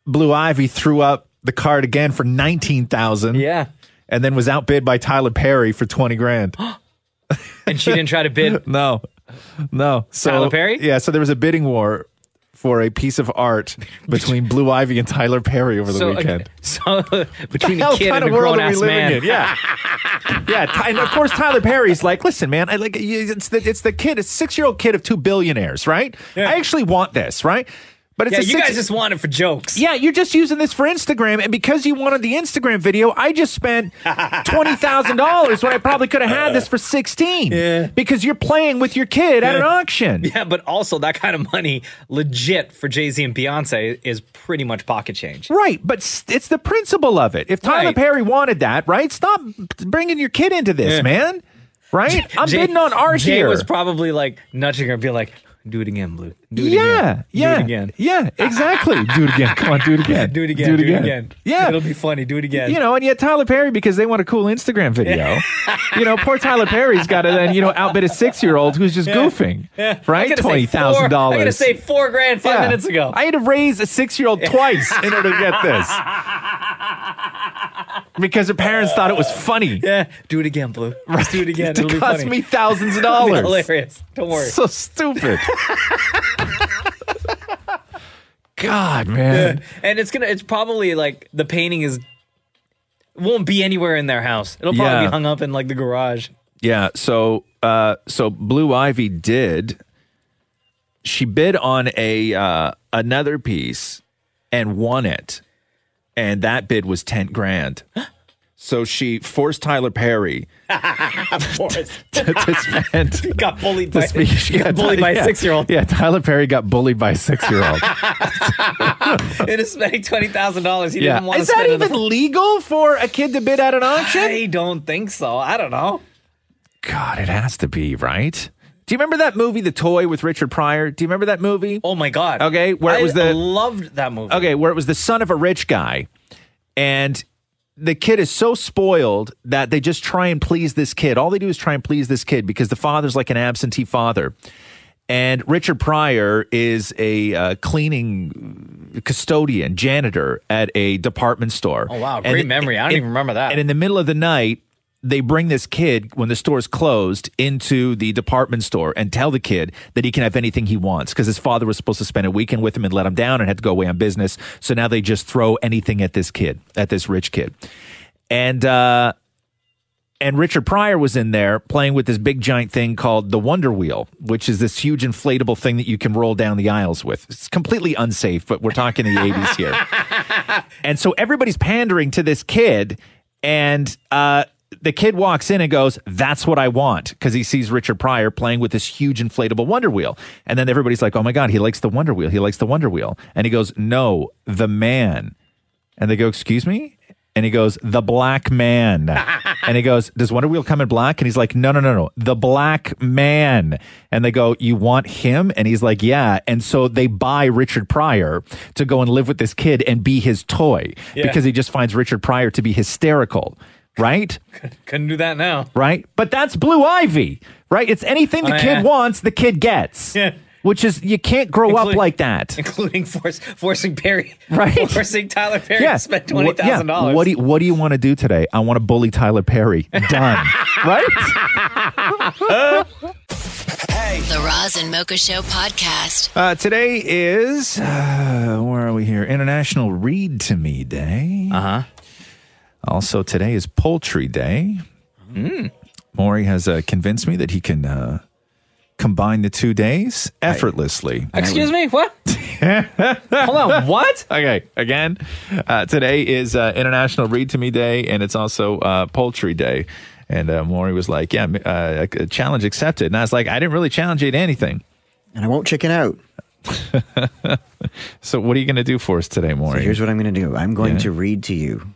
[SPEAKER 1] Blue Ivy threw up the card again for nineteen thousand.
[SPEAKER 6] Yeah.
[SPEAKER 1] and then was outbid by Tyler Perry for twenty grand.
[SPEAKER 6] and she didn't try to bid.
[SPEAKER 1] no, no. So
[SPEAKER 6] Tyler Perry?
[SPEAKER 1] Oh, Yeah. So there was a bidding war for a piece of art between Blue Ivy and Tyler Perry over the
[SPEAKER 6] so,
[SPEAKER 1] weekend.
[SPEAKER 6] so between
[SPEAKER 1] The
[SPEAKER 6] a
[SPEAKER 1] hell
[SPEAKER 6] kid
[SPEAKER 1] kind
[SPEAKER 6] and a
[SPEAKER 1] of world
[SPEAKER 6] grown
[SPEAKER 1] are we
[SPEAKER 6] ass
[SPEAKER 1] living
[SPEAKER 6] man.
[SPEAKER 1] in? Yeah. yeah, Ty- and of course Tyler Perry's like, listen, man, I like you- it's the it's the kid, it's six year old kid of two billionaires, right? I actually want this, right? But it's
[SPEAKER 6] Yeah,
[SPEAKER 1] a
[SPEAKER 6] you
[SPEAKER 1] six-
[SPEAKER 6] guys just want it for jokes.
[SPEAKER 1] yeah, you're just using this for Instagram, and because you wanted the Instagram video, I just spent twenty thousand dollars when I probably could have had this for sixteen. Yeah. Because you're playing with your kid at an auction.
[SPEAKER 6] Yeah, but also that kind of money, legit for Jay Z and Beyonce, is pretty much pocket change.
[SPEAKER 1] Right, but s- it's the principle of it. If Tyler
[SPEAKER 6] Right.
[SPEAKER 1] Perry wanted that, right? Stop bringing your kid into this,
[SPEAKER 6] Yeah.
[SPEAKER 1] man. Right? I'm
[SPEAKER 6] Jay-
[SPEAKER 1] bidding on art
[SPEAKER 6] Jay
[SPEAKER 1] here.
[SPEAKER 6] was probably like nudging her, be like, "Do it again, Blue. Do it
[SPEAKER 1] yeah,
[SPEAKER 6] again.
[SPEAKER 1] yeah,
[SPEAKER 6] do it again.
[SPEAKER 1] yeah, exactly. do it again. Come on, do it again.
[SPEAKER 6] Do it again. Do it again.
[SPEAKER 1] Yeah,
[SPEAKER 6] it'll be funny. Do it again.
[SPEAKER 1] you know, and yet Tyler Perry because they want a cool Instagram video. you know, poor Tyler Perry's got to then you know outbid a six year old who's just goofing,
[SPEAKER 6] Yeah. I'm
[SPEAKER 1] right?
[SPEAKER 6] gonna say
[SPEAKER 1] Twenty thousand
[SPEAKER 6] four- I'm gonna
[SPEAKER 1] dollars.
[SPEAKER 6] say four grand five minutes ago.
[SPEAKER 1] I had to raise a six year old twice in order to get this. Because her parents thought it was funny.
[SPEAKER 6] yeah, do it again, Blue. Let's do it again.
[SPEAKER 1] It
[SPEAKER 6] It'll be
[SPEAKER 1] cost
[SPEAKER 6] funny.
[SPEAKER 1] me thousands of
[SPEAKER 6] It'll be
[SPEAKER 1] dollars.
[SPEAKER 6] hilarious. Don't worry.
[SPEAKER 1] So stupid. God, man.
[SPEAKER 6] and it's gonna. It's probably like the painting is won't be anywhere in their house. It'll probably
[SPEAKER 1] Yeah.
[SPEAKER 6] be hung up in like the garage.
[SPEAKER 1] Yeah. So, uh, so Blue Ivy did. She bid on a uh, another piece and won it, and that bid was ten grand. So she forced Tyler Perry
[SPEAKER 6] of course,
[SPEAKER 1] to, to spend.
[SPEAKER 6] got bullied
[SPEAKER 1] to
[SPEAKER 6] by
[SPEAKER 1] speak-
[SPEAKER 6] she
[SPEAKER 1] yeah,
[SPEAKER 6] got bullied by
[SPEAKER 1] yeah.
[SPEAKER 6] a six year old
[SPEAKER 1] Yeah, Tyler Perry got bullied by a six year old.
[SPEAKER 6] into spending twenty thousand dollars. He
[SPEAKER 1] yeah,
[SPEAKER 6] didn't want
[SPEAKER 1] is
[SPEAKER 6] to
[SPEAKER 1] that
[SPEAKER 6] spend.
[SPEAKER 1] even legal for a kid to bid at an auction?
[SPEAKER 6] I don't think so. I don't know.
[SPEAKER 1] God, it has to be, right? Do you remember that movie, The Toy, with Richard Pryor? Do you remember that movie?
[SPEAKER 6] Oh my god.
[SPEAKER 1] Okay, where
[SPEAKER 6] I
[SPEAKER 1] it was the
[SPEAKER 6] loved that movie.
[SPEAKER 1] okay, where it was the son of a rich guy, and the kid is so spoiled that they just try and please this kid. All they do is try and please this kid because the father's like an absentee father, and Richard Pryor is a uh, cleaning custodian, janitor at a department store.
[SPEAKER 6] Oh wow,
[SPEAKER 1] And
[SPEAKER 6] great
[SPEAKER 1] the-
[SPEAKER 6] memory. I don't
[SPEAKER 1] and-
[SPEAKER 6] even remember that.
[SPEAKER 1] And in the middle of the night. They bring this kid when the store's closed into the department store and tell the kid that he can have anything he wants because his father was supposed to spend a weekend with him and let him down and had to go away on business. So now they just throw anything at this kid, at this rich kid. And uh and Richard Pryor was in there playing with this big giant thing called the Wonder Wheel, which is this huge inflatable thing that you can roll down the aisles with. It's completely unsafe, but we're talking the 80s here. And so everybody's pandering to this kid, and uh, the kid walks in and goes, That's what I want, because he sees Richard Pryor playing with this huge inflatable Wonder Wheel. And then everybody's like, Oh my God, he likes the Wonder Wheel. He likes the Wonder Wheel. And he goes, No, the man. And they go, Excuse me? And he goes, The black man. and he goes, Does Wonder Wheel come in black? And he's like, No, no, no, no. The black man. And they go, You want him? And he's like, Yeah. And so they buy Richard Pryor to go and live with this kid and be his toy
[SPEAKER 6] Yeah.
[SPEAKER 1] because he just finds Richard Pryor to be hysterical. Right?
[SPEAKER 6] Couldn't do that now.
[SPEAKER 1] Right? But that's Blue Ivy, right? It's anything the
[SPEAKER 6] Oh,
[SPEAKER 1] kid
[SPEAKER 6] yeah.
[SPEAKER 1] wants, the kid gets. Yeah. Which is, you can't grow up
[SPEAKER 6] Including-
[SPEAKER 1] like that.
[SPEAKER 6] Including force, forcing Perry,
[SPEAKER 1] Right.
[SPEAKER 6] forcing Tyler Perry
[SPEAKER 1] Yeah.
[SPEAKER 6] to spend
[SPEAKER 1] Wha- yeah.
[SPEAKER 6] twenty thousand dollars.
[SPEAKER 1] What do you, What do you want to do today? I want to bully Tyler Perry. Done. right?
[SPEAKER 11] The Roz and Mocha Show podcast.
[SPEAKER 1] Uh, today is uh, where are we here? International Read to Me Day. Uh
[SPEAKER 6] Uh-huh.
[SPEAKER 1] huh. Also, today is Poultry Day.
[SPEAKER 6] Hmm.
[SPEAKER 1] Maury has uh, convinced me that he can uh, combine the two days effortlessly.
[SPEAKER 6] Excuse me, what?
[SPEAKER 1] Hold
[SPEAKER 6] on, what?
[SPEAKER 1] Okay, again, uh, today is uh, International Read to Me Day, and it's also uh, Poultry Day. And uh, Maury was like, "Yeah, m- uh, a challenge accepted." And I was like, "I didn't really challenge you to anything." And I won't chicken out. so, what are you going to do for us today, Maury?
[SPEAKER 8] here's what I'm going to do. I'm going
[SPEAKER 1] Yeah.
[SPEAKER 8] to read to you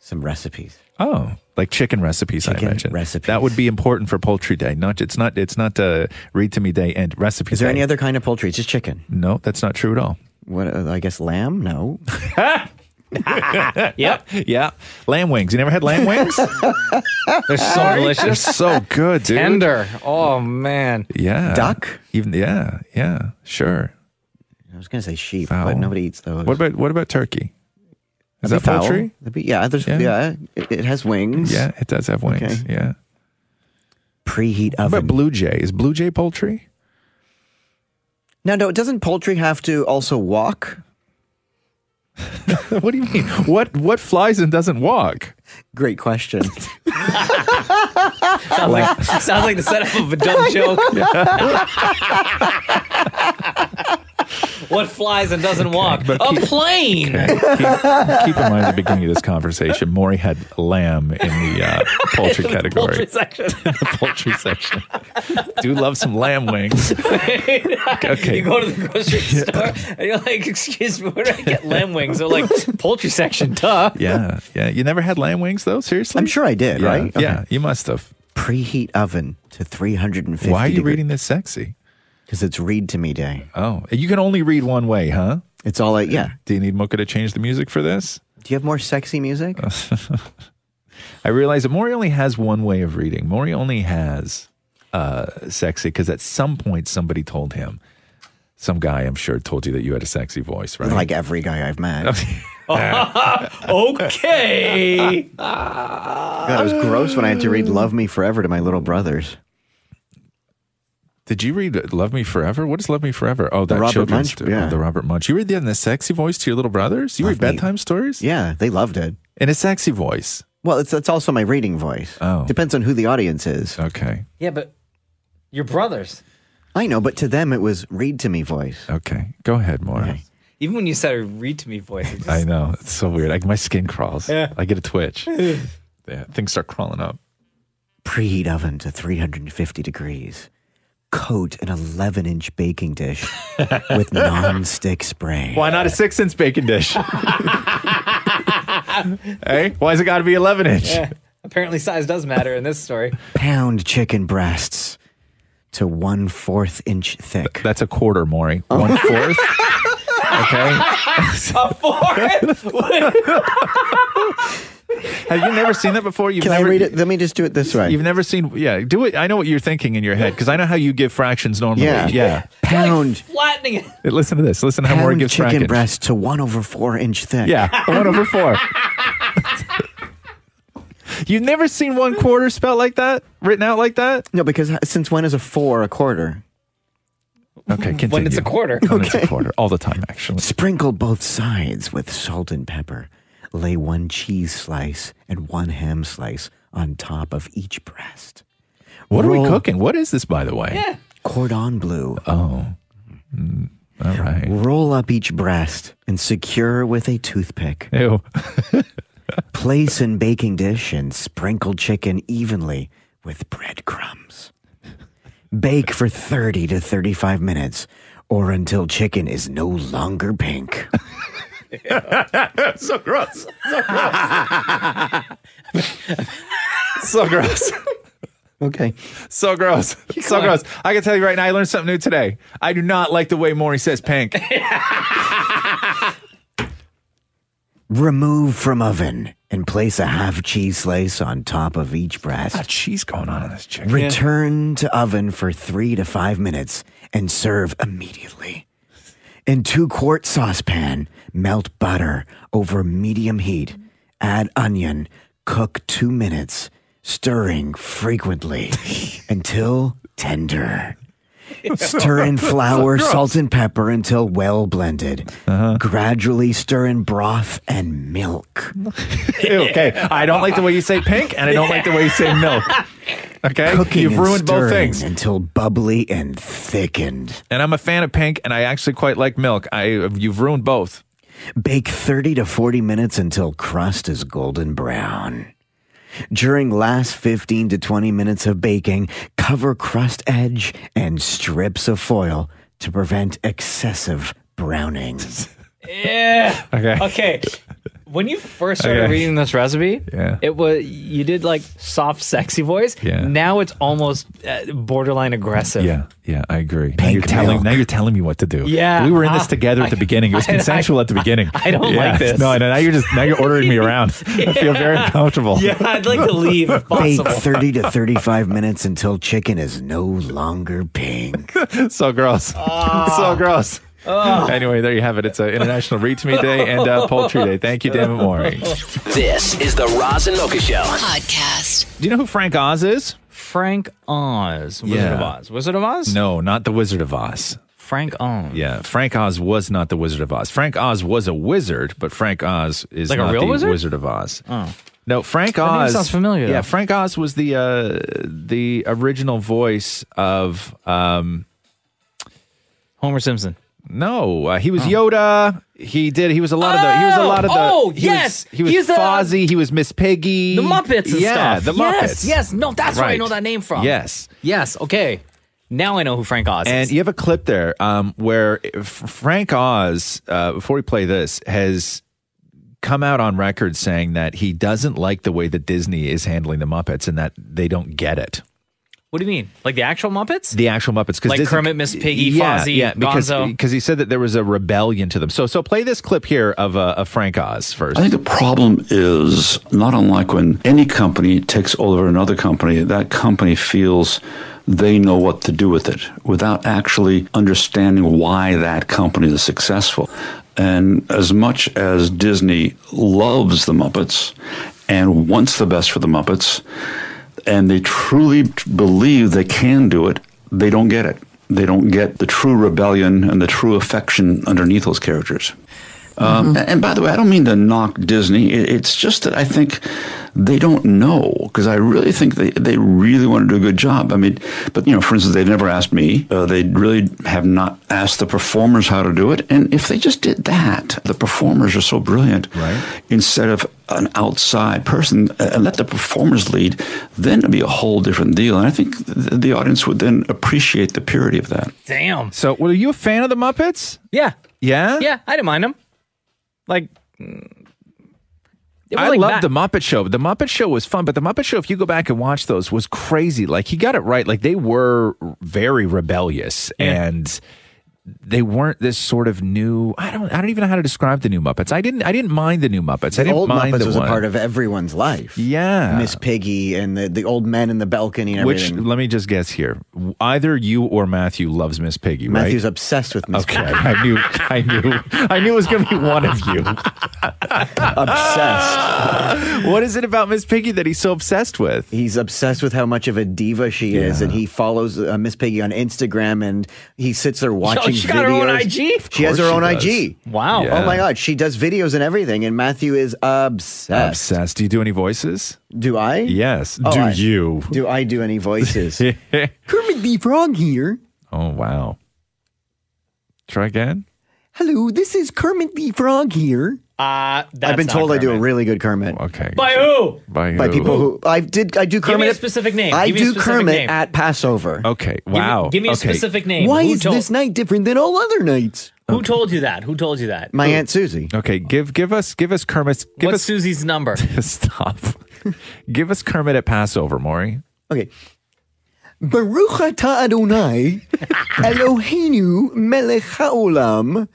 [SPEAKER 8] some recipes.
[SPEAKER 1] Oh, like chicken recipes, I imagine. Recipes. That would be important for poultry day. Not it's not it's not uh, read to me day and recipe.
[SPEAKER 8] Is there
[SPEAKER 1] day.
[SPEAKER 8] any other kind of poultry? It's just chicken.
[SPEAKER 1] No, that's not true at all.
[SPEAKER 8] What? Uh, I guess lamb. No.
[SPEAKER 1] yep. Yeah. Lamb wings. You never had lamb wings? They're
[SPEAKER 6] so delicious.
[SPEAKER 1] They're so good, dude.
[SPEAKER 6] Tender. Oh man.
[SPEAKER 1] Yeah.
[SPEAKER 6] Duck?
[SPEAKER 1] Even yeah, yeah, sure.
[SPEAKER 8] I was going to say sheep,
[SPEAKER 1] Fowl.
[SPEAKER 8] but nobody eats those.
[SPEAKER 1] What about what about turkey? Is
[SPEAKER 8] That'd
[SPEAKER 1] that
[SPEAKER 8] be fowl.
[SPEAKER 1] poultry?
[SPEAKER 8] That'd be- yeah, there's,
[SPEAKER 1] Yeah.
[SPEAKER 8] yeah. it, it has wings.
[SPEAKER 1] Yeah, it does have wings.
[SPEAKER 8] Okay.
[SPEAKER 1] Yeah.
[SPEAKER 8] Preheat oven.
[SPEAKER 1] What about blue jay? Is blue jay poultry?
[SPEAKER 8] Now, no, doesn't poultry have to also walk?
[SPEAKER 1] what do you mean? What what flies and doesn't walk?
[SPEAKER 8] Great question.
[SPEAKER 6] Sounds like, sounds like the setup of a dumb joke. what flies and doesn't walk?
[SPEAKER 1] but
[SPEAKER 6] a
[SPEAKER 1] keep-
[SPEAKER 6] plane.
[SPEAKER 1] Keep in mind at the beginning of this conversation, Maury had lamb in the uh, poultry
[SPEAKER 6] The
[SPEAKER 1] category.
[SPEAKER 6] poultry section.
[SPEAKER 1] the poultry section. Do love some lamb wings. Okay.
[SPEAKER 6] You go to the grocery store and you're like, "Excuse me, where do I get lamb wings?" They're like, "Poultry section, duh."
[SPEAKER 1] Yeah, yeah. You never had lamb wings though? Seriously? I'm
[SPEAKER 8] sure I did,
[SPEAKER 1] yeah,
[SPEAKER 8] right?
[SPEAKER 1] Yeah, you must have.
[SPEAKER 8] Preheat oven to 350.
[SPEAKER 1] Why are you reading this sexy?
[SPEAKER 8] Because it's read to me day.
[SPEAKER 1] Oh, you can only read one way, huh?
[SPEAKER 8] It's all like, yeah.
[SPEAKER 1] Do you need Mocha to change the music for this?
[SPEAKER 8] Do you have more sexy music?
[SPEAKER 1] I realize that Maury only has one way of reading. Maury only has uh, sexy because at some point somebody told him, some guy I'm sure told you that you had a sexy voice, right?
[SPEAKER 8] Like every guy I've met.
[SPEAKER 6] okay.
[SPEAKER 8] God, it was gross when I had to read Love Me Forever to my little brothers.
[SPEAKER 1] Did you read "Love Me Forever"? What is "Love Me Forever"? Oh, that
[SPEAKER 8] Robert
[SPEAKER 1] children's
[SPEAKER 8] Munch, yeah.
[SPEAKER 1] the Robert Munch. You read that in the sexy voice to your little brothers. You read bedtime stories.
[SPEAKER 8] Yeah, they loved it
[SPEAKER 1] in a sexy voice.
[SPEAKER 8] Well, it's that's also my reading voice. Oh, depends on who the audience is.
[SPEAKER 1] Okay,
[SPEAKER 6] Yeah, but your brothers.
[SPEAKER 8] I know, but to them it was read to me voice.
[SPEAKER 1] Okay, go ahead, Maura.
[SPEAKER 6] Even when you said a read to me voice, it
[SPEAKER 1] I know it's so weird. Like my skin crawls.
[SPEAKER 6] Yeah.
[SPEAKER 1] I get a twitch.
[SPEAKER 6] just-
[SPEAKER 1] yeah, things start crawling up.
[SPEAKER 8] Preheat oven to 350 degrees. Coat an 11 inch baking dish with non-stick spray.
[SPEAKER 1] Why not a six-inch bacon dish? hey, why's it got to be eleven inch?
[SPEAKER 6] Yeah. Apparently, size does matter in this story.
[SPEAKER 8] Pound chicken breasts to one fourth inch thick. Oh.
[SPEAKER 1] That's a quarter, Maury. One fourth. okay.
[SPEAKER 6] a fourth.
[SPEAKER 1] Have you never seen that before? You've
[SPEAKER 8] Can
[SPEAKER 1] never,
[SPEAKER 8] I read it? Let me just do it this way.
[SPEAKER 1] You've never seen, yeah. Do it. I know what you're thinking in your head because I know how you give fractions normally.
[SPEAKER 8] Yeah.
[SPEAKER 1] yeah.
[SPEAKER 8] Pound
[SPEAKER 6] Flattening it.
[SPEAKER 1] Listen to this. Listen to how Maury
[SPEAKER 8] pound
[SPEAKER 1] gives
[SPEAKER 8] chicken
[SPEAKER 1] fractions.
[SPEAKER 8] breast to one over four inch thick.
[SPEAKER 1] Yeah, one over four. You've never seen one quarter spelled like that, written out like that?
[SPEAKER 8] No, because since when is a four a quarter?
[SPEAKER 1] Okay, continue.
[SPEAKER 8] it's a
[SPEAKER 6] quarter.
[SPEAKER 1] When it's a quarter, all the time, actually.
[SPEAKER 8] Sprinkle both sides with salt and pepper. Lay one cheese slice and one ham slice on top of each breast.
[SPEAKER 1] What are we cooking? What is this, by the way? Yeah.
[SPEAKER 8] Cordon bleu.
[SPEAKER 1] Oh. Mm, all right.
[SPEAKER 8] Roll up each breast and secure with a toothpick.
[SPEAKER 1] Ew.
[SPEAKER 8] Place in baking dish and sprinkle chicken evenly with breadcrumbs. Bake for 30 to 35 minutes or until chicken is no longer pink.
[SPEAKER 1] so gross. So gross. so gross.
[SPEAKER 8] Okay.
[SPEAKER 1] So gross. So gross. I can tell you right now, I learned something new today. I do not like the way Maury says pink.
[SPEAKER 8] Remove from oven and place a half cheese slice on top of each breast.
[SPEAKER 1] Ah, cheese going on in this chicken.
[SPEAKER 8] Return to oven for three to five minutes and serve immediately. In two quart saucepan, melt butter over medium heat. Add onion. Cook two minutes, stirring frequently until tender. Stir in flour,
[SPEAKER 7] So gross.
[SPEAKER 8] salt, and pepper until well blended.
[SPEAKER 1] Uh-huh.
[SPEAKER 8] Gradually stir in broth and milk.
[SPEAKER 1] Ew, okay. I don't like the way you say pink, and I don't like the way you say milk. Okay.
[SPEAKER 8] Cooking
[SPEAKER 1] You've
[SPEAKER 8] and
[SPEAKER 1] ruined both
[SPEAKER 8] stirring
[SPEAKER 1] things.
[SPEAKER 8] until bubbly and thickened.
[SPEAKER 1] And I'm a fan of pink, and I actually quite like milk. I You've ruined both.
[SPEAKER 8] Bake 30 to 40 minutes until crust is golden brown. During last 15 to 20 minutes of baking, cover crust edge and strips of foil to prevent excessive browning.
[SPEAKER 6] Yeah.
[SPEAKER 1] Okay.
[SPEAKER 6] Okay. When you first started
[SPEAKER 1] Okay.
[SPEAKER 6] reading this recipe,
[SPEAKER 1] Yeah.
[SPEAKER 6] it was you did like soft, sexy voice.
[SPEAKER 1] Yeah.
[SPEAKER 6] Now it's almost uh, borderline aggressive.
[SPEAKER 1] Yeah, yeah, I agree. Now you're telling now you're telling me what to do.
[SPEAKER 6] Yeah.
[SPEAKER 1] we were in this
[SPEAKER 6] Ah,
[SPEAKER 1] together at the beginning. It was
[SPEAKER 6] I- I-
[SPEAKER 1] consensual at the beginning.
[SPEAKER 6] I don't
[SPEAKER 1] Yeah.
[SPEAKER 6] like this.
[SPEAKER 1] No, no, now you're just now you're ordering me around. I feel very uncomfortable.
[SPEAKER 6] Yeah, I'd like to leave if
[SPEAKER 8] Bake
[SPEAKER 6] possible.
[SPEAKER 8] 30 to 35 minutes until chicken is no longer pink.
[SPEAKER 1] so gross.
[SPEAKER 6] Ah.
[SPEAKER 1] so gross. Anyway, there you have it. It's an International Read to Me Day and uh, Poultry Day. Thank you, David Maury.
[SPEAKER 25] This is the Roz and Mocha Show.
[SPEAKER 26] Podcast.
[SPEAKER 1] Do you know who Frank Oz is?
[SPEAKER 6] Frank Oz. Wizard
[SPEAKER 1] Yeah.
[SPEAKER 6] of Oz. Wizard of Oz?
[SPEAKER 1] No, not the Wizard of Oz.
[SPEAKER 6] Frank Oz.
[SPEAKER 1] Yeah, Frank Oz was not the Wizard of Oz. Frank Oz was a wizard, but Frank Oz is
[SPEAKER 6] Like a
[SPEAKER 1] not
[SPEAKER 6] real
[SPEAKER 1] the
[SPEAKER 6] wizard?
[SPEAKER 1] of Oz.
[SPEAKER 6] Oh.
[SPEAKER 1] No, Frank
[SPEAKER 6] That name
[SPEAKER 1] Oz
[SPEAKER 6] sounds familiar,
[SPEAKER 1] Yeah,
[SPEAKER 6] though.
[SPEAKER 1] Frank Oz was the uh, the original voice of um,
[SPEAKER 6] Homer Simpson.
[SPEAKER 1] No, uh, he was Yoda. He did. He was a lot of the. He was a lot of the.
[SPEAKER 6] Oh,
[SPEAKER 1] he
[SPEAKER 6] yes!
[SPEAKER 1] was, he was
[SPEAKER 6] He's the-
[SPEAKER 1] Fozzie. he was Miss Piggy.
[SPEAKER 6] The Muppets and
[SPEAKER 1] yeah,
[SPEAKER 6] stuff.
[SPEAKER 1] the
[SPEAKER 6] Yes,
[SPEAKER 1] Muppets.
[SPEAKER 6] yes. No, that's where I
[SPEAKER 1] Right.
[SPEAKER 6] know that name from.
[SPEAKER 1] Yes.
[SPEAKER 6] Yes. Okay. Now I know who Frank Oz
[SPEAKER 1] And
[SPEAKER 6] is.
[SPEAKER 1] you have a clip there um, where F- Frank Oz, uh, before we play this, has come out on record saying that he doesn't like the way that Disney is handling the Muppets and that they don't get it.
[SPEAKER 6] What do you mean? Like the actual Muppets?
[SPEAKER 1] The actual Muppets, because
[SPEAKER 6] Like Kermit, Miss Piggy,
[SPEAKER 1] yeah,
[SPEAKER 6] Fozzie,
[SPEAKER 1] yeah, because
[SPEAKER 6] Gonzo.
[SPEAKER 1] because he said that there was a rebellion to them. So so play this clip here of uh, of Frank Oz first.
[SPEAKER 22] I think the problem is not unlike when any company takes over another company, that company feels they know what to do with it without actually understanding why that company is successful. And as much as Disney loves the Muppets and wants the best for the Muppets, and they truly t- believe they can do it, they don't get it. They don't get the true rebellion and the true affection underneath those characters. Um, And by the way, I don't mean to knock Disney. It- It's just that I think they don't know because I really think they, they really want to do a good job. I mean, but you know, for instance, they've never asked me. Uh, they really have not asked the performers how to do it. And if they just did that, the performers are so brilliant. Right. Instead of an outside person uh, and let the performers lead, then it'd be a whole different deal. And I think the, the audience would then appreciate the purity of that.
[SPEAKER 6] Damn.
[SPEAKER 1] So, were you a fan of the Muppets?
[SPEAKER 6] Yeah.
[SPEAKER 1] Yeah.
[SPEAKER 6] Yeah. I didn't mind them. Like,
[SPEAKER 1] I love the Muppet Show. The Muppet Show was fun, but the Muppet Show, if you go back and watch those, was crazy. Like he got it right. Like they were very rebellious and they weren't this sort of new. I don't. I don't even know how to describe the new Muppets. I didn't. I didn't mind the new Muppets. I
[SPEAKER 2] The
[SPEAKER 1] didn't
[SPEAKER 2] old
[SPEAKER 1] mind
[SPEAKER 2] Muppets
[SPEAKER 1] the
[SPEAKER 2] was
[SPEAKER 1] one.
[SPEAKER 2] a part of everyone's life.
[SPEAKER 1] Yeah,
[SPEAKER 2] Miss Piggy and the, the old men in the balcony and
[SPEAKER 1] Which
[SPEAKER 2] everything.
[SPEAKER 1] let me just guess here. Either you or Matthew loves Miss Piggy. right?
[SPEAKER 2] Matthew's obsessed with Miss
[SPEAKER 1] Okay,
[SPEAKER 2] Piggy.
[SPEAKER 1] I knew, I knew, I knew it was going to be one of you. obsessed. What is it about Miss Piggy that he's so obsessed with?
[SPEAKER 2] He's obsessed with how much of a diva she is, and he follows uh, Miss Piggy on Instagram, and he sits there watching
[SPEAKER 22] watching
[SPEAKER 6] she got her own
[SPEAKER 22] videos.
[SPEAKER 6] IG? Of
[SPEAKER 22] She has her
[SPEAKER 6] course she
[SPEAKER 22] own
[SPEAKER 6] does.
[SPEAKER 22] IG.
[SPEAKER 6] Wow.
[SPEAKER 22] Oh my God. She does videos and everything, and Matthew is obsessed.
[SPEAKER 1] Obsessed. Do you do any voices?
[SPEAKER 22] Do I?
[SPEAKER 1] Yes.
[SPEAKER 22] Oh,
[SPEAKER 1] do
[SPEAKER 22] I-
[SPEAKER 1] you?
[SPEAKER 22] Do I do any voices?
[SPEAKER 27] Kermit the Frog here.
[SPEAKER 1] oh wow. Try again.
[SPEAKER 27] Hello, this is Kermit the Frog here.
[SPEAKER 6] Uh,
[SPEAKER 22] I've been told I do a really good Kermit.
[SPEAKER 1] Okay.
[SPEAKER 6] By who?
[SPEAKER 1] By,
[SPEAKER 22] By people who I did I do
[SPEAKER 6] Give me a
[SPEAKER 22] Kermit. at-
[SPEAKER 6] specific name.
[SPEAKER 22] I
[SPEAKER 6] Give me a
[SPEAKER 22] do
[SPEAKER 6] specific
[SPEAKER 22] Kermit
[SPEAKER 6] name.
[SPEAKER 22] at Passover.
[SPEAKER 1] Okay.
[SPEAKER 6] me- give me a specific name.
[SPEAKER 22] Why
[SPEAKER 6] Who
[SPEAKER 22] is
[SPEAKER 6] told-
[SPEAKER 22] this night different than all other nights?
[SPEAKER 6] Who told you that? Who told you that?
[SPEAKER 22] My
[SPEAKER 6] Who?
[SPEAKER 22] aunt Susie.
[SPEAKER 1] Okay. Give give us give us Kermit. Give
[SPEAKER 6] What's
[SPEAKER 1] us
[SPEAKER 6] Susie's number?
[SPEAKER 1] Stop. give us Kermit at Passover, Maury.
[SPEAKER 27] Okay. Baruch atah Adonai, Eloheinu melech haolam.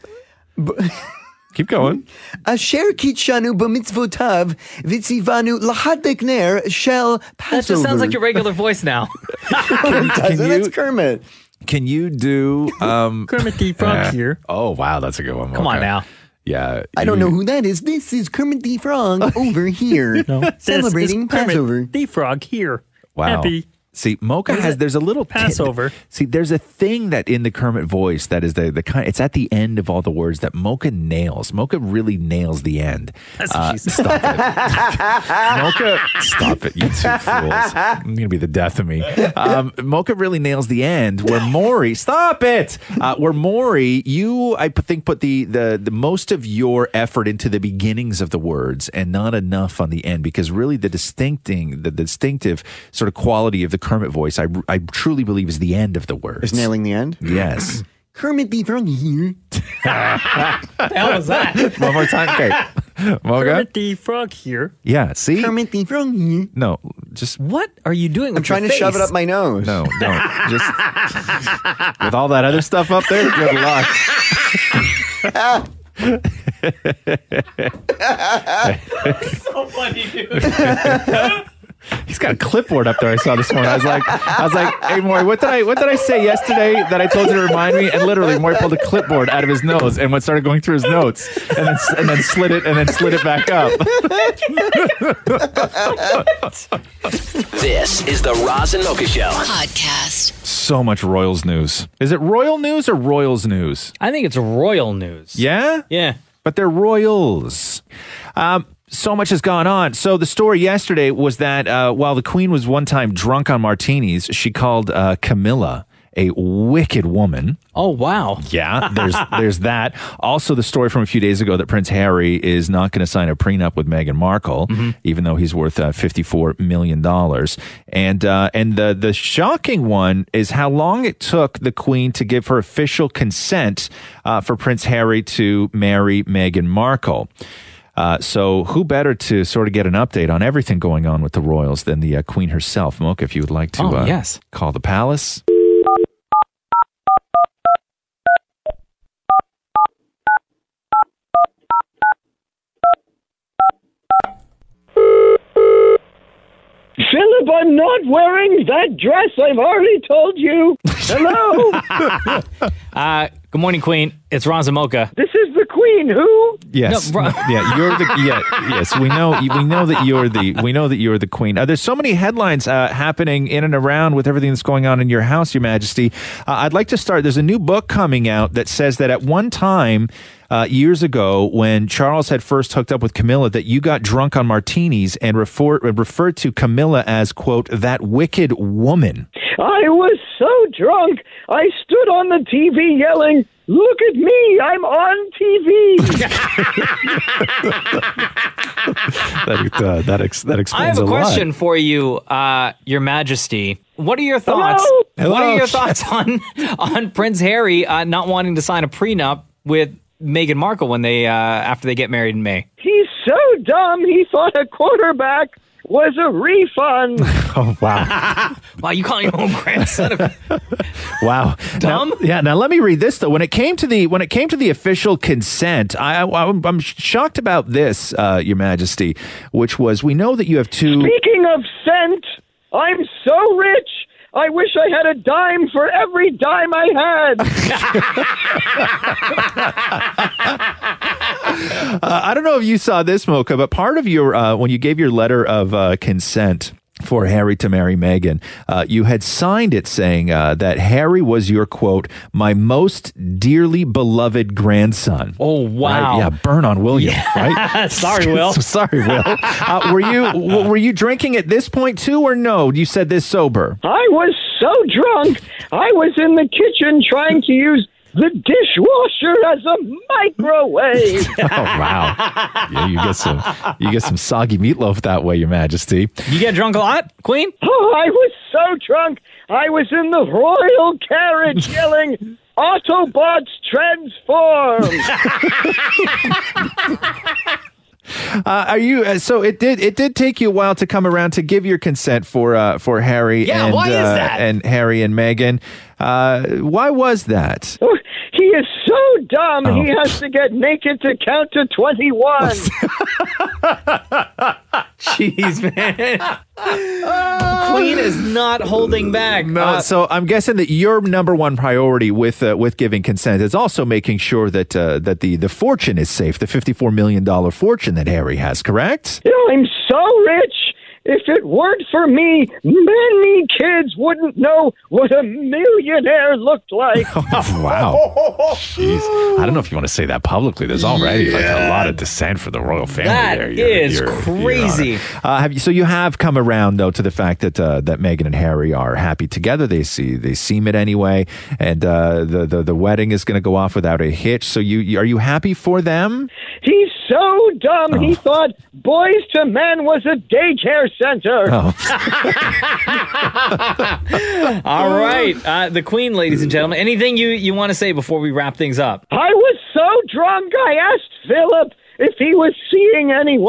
[SPEAKER 1] Keep going.
[SPEAKER 27] Asher kitshanu b'mitzvotav v'tzivanu lahadek ner shel
[SPEAKER 6] That
[SPEAKER 27] Passover.
[SPEAKER 6] just sounds like your regular voice now.
[SPEAKER 1] Can you-
[SPEAKER 22] That's Kermit.
[SPEAKER 1] Can you do um
[SPEAKER 6] Kermit the Frog
[SPEAKER 1] eh,
[SPEAKER 6] here.
[SPEAKER 1] Oh wow, that's a good one.
[SPEAKER 6] Come on
[SPEAKER 1] Okay.
[SPEAKER 6] now.
[SPEAKER 1] Yeah.
[SPEAKER 27] I don't know who that is. This is Kermit the Frog over here celebrating Passover.
[SPEAKER 16] The frog here.
[SPEAKER 1] Wow.
[SPEAKER 16] Happy.
[SPEAKER 1] See, Mocha has there's a little ti-
[SPEAKER 16] Passover.
[SPEAKER 1] see, there's a thing that in the Kermit voice that is the the kind. It's at the end of all the words that Mocha nails. Mocha really nails the end. Uh,
[SPEAKER 16] That's what she said.
[SPEAKER 1] Stop it, Mocha. Stop it, you two fools. I'm gonna be the death of me. Um, Mocha really nails the end where Maury. Stop it. Uh, where Maury, you I p- think put the the the most of your effort into the beginnings of the words and not enough on the end because really the distincting the distinctive sort of quality of the Kermit voice I I truly believe is the end of the words.
[SPEAKER 22] Is nailing the end?
[SPEAKER 1] Yes.
[SPEAKER 27] Kermit the Frog here.
[SPEAKER 16] the hell was that?
[SPEAKER 1] One more time, okay. Mocha.
[SPEAKER 16] Kermit the Frog here.
[SPEAKER 1] Yeah. See.
[SPEAKER 27] Kermit the Frog here.
[SPEAKER 1] No. Just
[SPEAKER 16] What are you doing?
[SPEAKER 22] I'm trying to shove it up my nose.
[SPEAKER 1] no. Don't. Just with all that other stuff up there. Good luck.
[SPEAKER 16] so funny, dude.
[SPEAKER 1] He's got a clipboard up there. I saw this morning. I was like, I was like, hey Maury, what did I what did I say yesterday that I told you to remind me? And literally, Maury pulled a clipboard out of his nose and went started going through his notes and then and then slid it and then slid it back up.
[SPEAKER 5] This is the Roz and Mocha Show.
[SPEAKER 11] Podcast.
[SPEAKER 1] So much Royals news. Is it Royal news or Royals news?
[SPEAKER 6] I think it's royal news.
[SPEAKER 1] Yeah?
[SPEAKER 6] Yeah.
[SPEAKER 1] But they're Royals. Um, so much has gone on. So the story yesterday was that uh, while the Queen was one time drunk on martinis, she called uh, Camilla a wicked woman.
[SPEAKER 6] Oh wow.
[SPEAKER 1] Yeah, there's there's that. Also, the story from a few days ago that Prince Harry is not going to sign a prenup with Meghan Markle,
[SPEAKER 6] Mm-hmm.
[SPEAKER 1] even though he's worth uh, fifty four million dollars. And uh, and the the shocking one is how long it took the Queen to give her official consent uh, for Prince Harry to marry Meghan Markle. Uh, so, who better to sort of get an update on everything going on with the royals than the uh, Queen herself, Mocha? If you would like to,
[SPEAKER 6] Oh,
[SPEAKER 1] uh,
[SPEAKER 6] yes.
[SPEAKER 1] call the palace.
[SPEAKER 28] Philip, I'm not wearing that dress. I've already told you. Hello.
[SPEAKER 6] Uh, good morning, Queen. It's Ron Zamoka.
[SPEAKER 28] this is the Queen. Who?
[SPEAKER 1] Yes.
[SPEAKER 6] No, bro-
[SPEAKER 1] No, yeah, you're the yeah, yes. We know we know that you're the we know that you're the queen. Uh, there's so many headlines uh, happening in and around with everything that's going on in your house, Your Majesty. Uh, I'd like to start. There's a new book coming out that says that at one time. Uh, years ago, when Charles had first hooked up with Camilla, that you got drunk on martinis and refer- referred to Camilla as, quote, that wicked woman.
[SPEAKER 28] I was so drunk. I stood on the TV yelling, "Look at me! I'm on TV."
[SPEAKER 1] That, uh, that, ex- that explains
[SPEAKER 6] I have a
[SPEAKER 1] lot.
[SPEAKER 6] question for you, uh, Your Majesty. What are your thoughts?
[SPEAKER 1] Hello?
[SPEAKER 6] What are
[SPEAKER 1] Hello.
[SPEAKER 6] your thoughts on on Prince Harry uh, not wanting to sign a prenup with Meghan Markle when they uh, after they get married in May?
[SPEAKER 28] He's so dumb. He thought a quarterback was a refund.
[SPEAKER 1] Oh, wow.
[SPEAKER 6] Wow, you calling your own grandson? a-
[SPEAKER 1] Wow. Dumb. yeah. Now let me read this though. When it came to the when it came to the official consent, I, I I'm shocked about this, uh, Your Majesty, which was we know that you have two.
[SPEAKER 28] Speaking of scent, I'm so rich. I wish I had a dime for every dime I had.
[SPEAKER 1] Uh, I don't know if you saw this, Mocha, but part of your uh, when you gave your letter of uh, consent. for Harry to marry Meghan. Uh, you had signed it saying uh, that Harry was your quote, my most dearly beloved grandson.
[SPEAKER 6] Oh wow!
[SPEAKER 1] Right? Yeah, burn on William. Right?
[SPEAKER 6] Sorry, Will.
[SPEAKER 1] Sorry, Will. Uh, were you w- were you drinking at this point too, or no? You said this sober.
[SPEAKER 28] I was so drunk, I was in the kitchen trying to use the dishwasher as a microwave.
[SPEAKER 1] oh wow! Yeah, you get some you get some soggy meatloaf that way, Your Majesty.
[SPEAKER 6] You get drunk a lot, Queen?
[SPEAKER 28] Oh, I was so drunk, I was in the royal carriage yelling. Autobots transform!
[SPEAKER 1] Uh, are you uh, so it did it did take you a while to come around to give your consent for uh, for Harry
[SPEAKER 6] Yeah,
[SPEAKER 1] and
[SPEAKER 6] why is
[SPEAKER 1] uh,
[SPEAKER 6] that?
[SPEAKER 1] and Harry and Meghan. Uh, why was that?
[SPEAKER 28] Oh, he is so dumb.
[SPEAKER 1] Oh.
[SPEAKER 28] He has to get naked to count to 21.
[SPEAKER 6] Jeez, man. Queen is not holding back.
[SPEAKER 1] No,
[SPEAKER 6] Uh,
[SPEAKER 1] so I'm guessing that your number one priority with uh, with giving consent is also making sure that uh, that the the fortune is safe, the 54 million dollar fortune that Harry has, correct?
[SPEAKER 28] You know, I'm so rich. If it weren't for me, many kids wouldn't know what a millionaire looked like.
[SPEAKER 6] Oh,
[SPEAKER 1] wow. Jeez, I don't know if you want to say that publicly. There's already like a lot of dissent for the royal family.
[SPEAKER 6] That
[SPEAKER 1] there, Your-
[SPEAKER 6] is
[SPEAKER 1] Your- Your
[SPEAKER 6] crazy.
[SPEAKER 1] Honor. uh, have you? So you have come around though to the fact that uh, that Meghan and Harry are happy together. They see they seem it anyway, and uh, the, the the wedding is going to go off without a hitch. So you, you are you happy for them? Oh.
[SPEAKER 28] He's so dumb. He thought Boys to Men was a daycare center.
[SPEAKER 6] All right, uh, the Queen, ladies and gentlemen. Anything you you want to say before we wrap things up?
[SPEAKER 28] I was so drunk, I asked Philip if he was seeing anyone.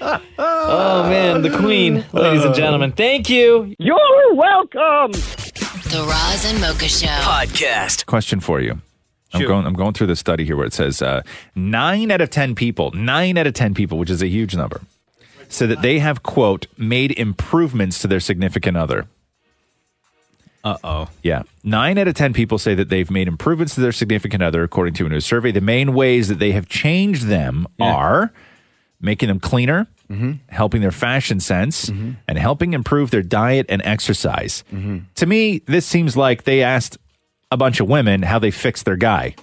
[SPEAKER 6] Oh man, the Queen, ladies and gentlemen. Thank you.
[SPEAKER 28] You're welcome.
[SPEAKER 11] The Roz and Mocha Show podcast.
[SPEAKER 1] Question for you. I'm going. I'm going through the study here where it says uh, nine out of ten people, nine out of ten people, which is a huge number, so that they have quote made improvements to their significant other.
[SPEAKER 6] Uh oh.
[SPEAKER 1] Yeah. Nine out of 10 people say that they've made improvements to their significant other, according to a new survey. The main ways that they have changed them are making them cleaner, helping their fashion sense, and helping improve their diet and exercise. To me, this seems like they asked a bunch of women how they fixed their guy.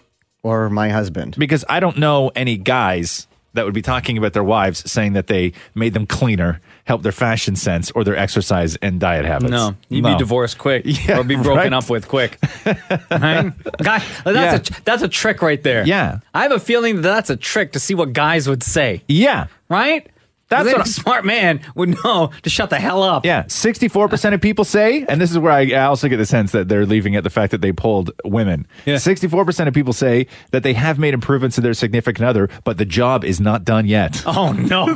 [SPEAKER 22] Or my husband.
[SPEAKER 1] Because I don't know any guys that would be talking about their wives saying that they made them cleaner, helped their fashion sense, or their exercise and diet habits.
[SPEAKER 6] No, you'd be divorced quick or be broken up with quick. Right? Guy, that's a that's a trick right there.
[SPEAKER 1] Yeah.
[SPEAKER 6] I have a feeling that that's a trick to see what guys would say.
[SPEAKER 1] Yeah,
[SPEAKER 6] right.
[SPEAKER 1] That's
[SPEAKER 6] That's
[SPEAKER 1] what
[SPEAKER 6] a
[SPEAKER 1] I-
[SPEAKER 6] smart man would know to shut the hell up.
[SPEAKER 1] Yeah, sixty-four percent of people say, and this is where I I also get the sense that they're leaving at the fact that they polled women. Sixty-four percent of people say that they have made improvements to their significant other, but the job is not done yet.
[SPEAKER 6] Oh no!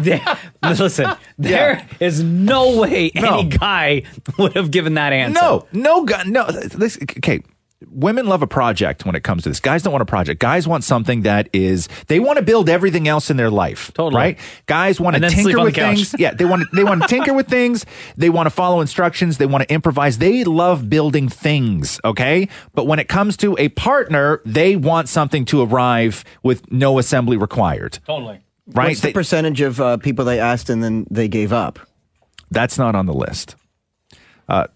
[SPEAKER 6] There- listen, there is no way any guy would have given that answer.
[SPEAKER 1] No, Oh, no, gu- no. This, okay. Women love a project when it comes to this. Guys don't want a project. Guys want something that is they want to build everything else in their life. Totally. Right? Guys want
[SPEAKER 6] And
[SPEAKER 1] to
[SPEAKER 6] then sleep
[SPEAKER 1] tinker
[SPEAKER 6] on
[SPEAKER 1] with
[SPEAKER 6] the couch.
[SPEAKER 1] things. Yeah, they want to, they want to tinker with things. They want to follow instructions. They want to improvise. They love building things, okay? But when it comes to a partner, they want something to arrive with no assembly required.
[SPEAKER 6] Totally.
[SPEAKER 1] Right?
[SPEAKER 22] What's
[SPEAKER 1] They-
[SPEAKER 22] the percentage of uh, people they asked and then they gave up?
[SPEAKER 1] That's not on the list. Uh,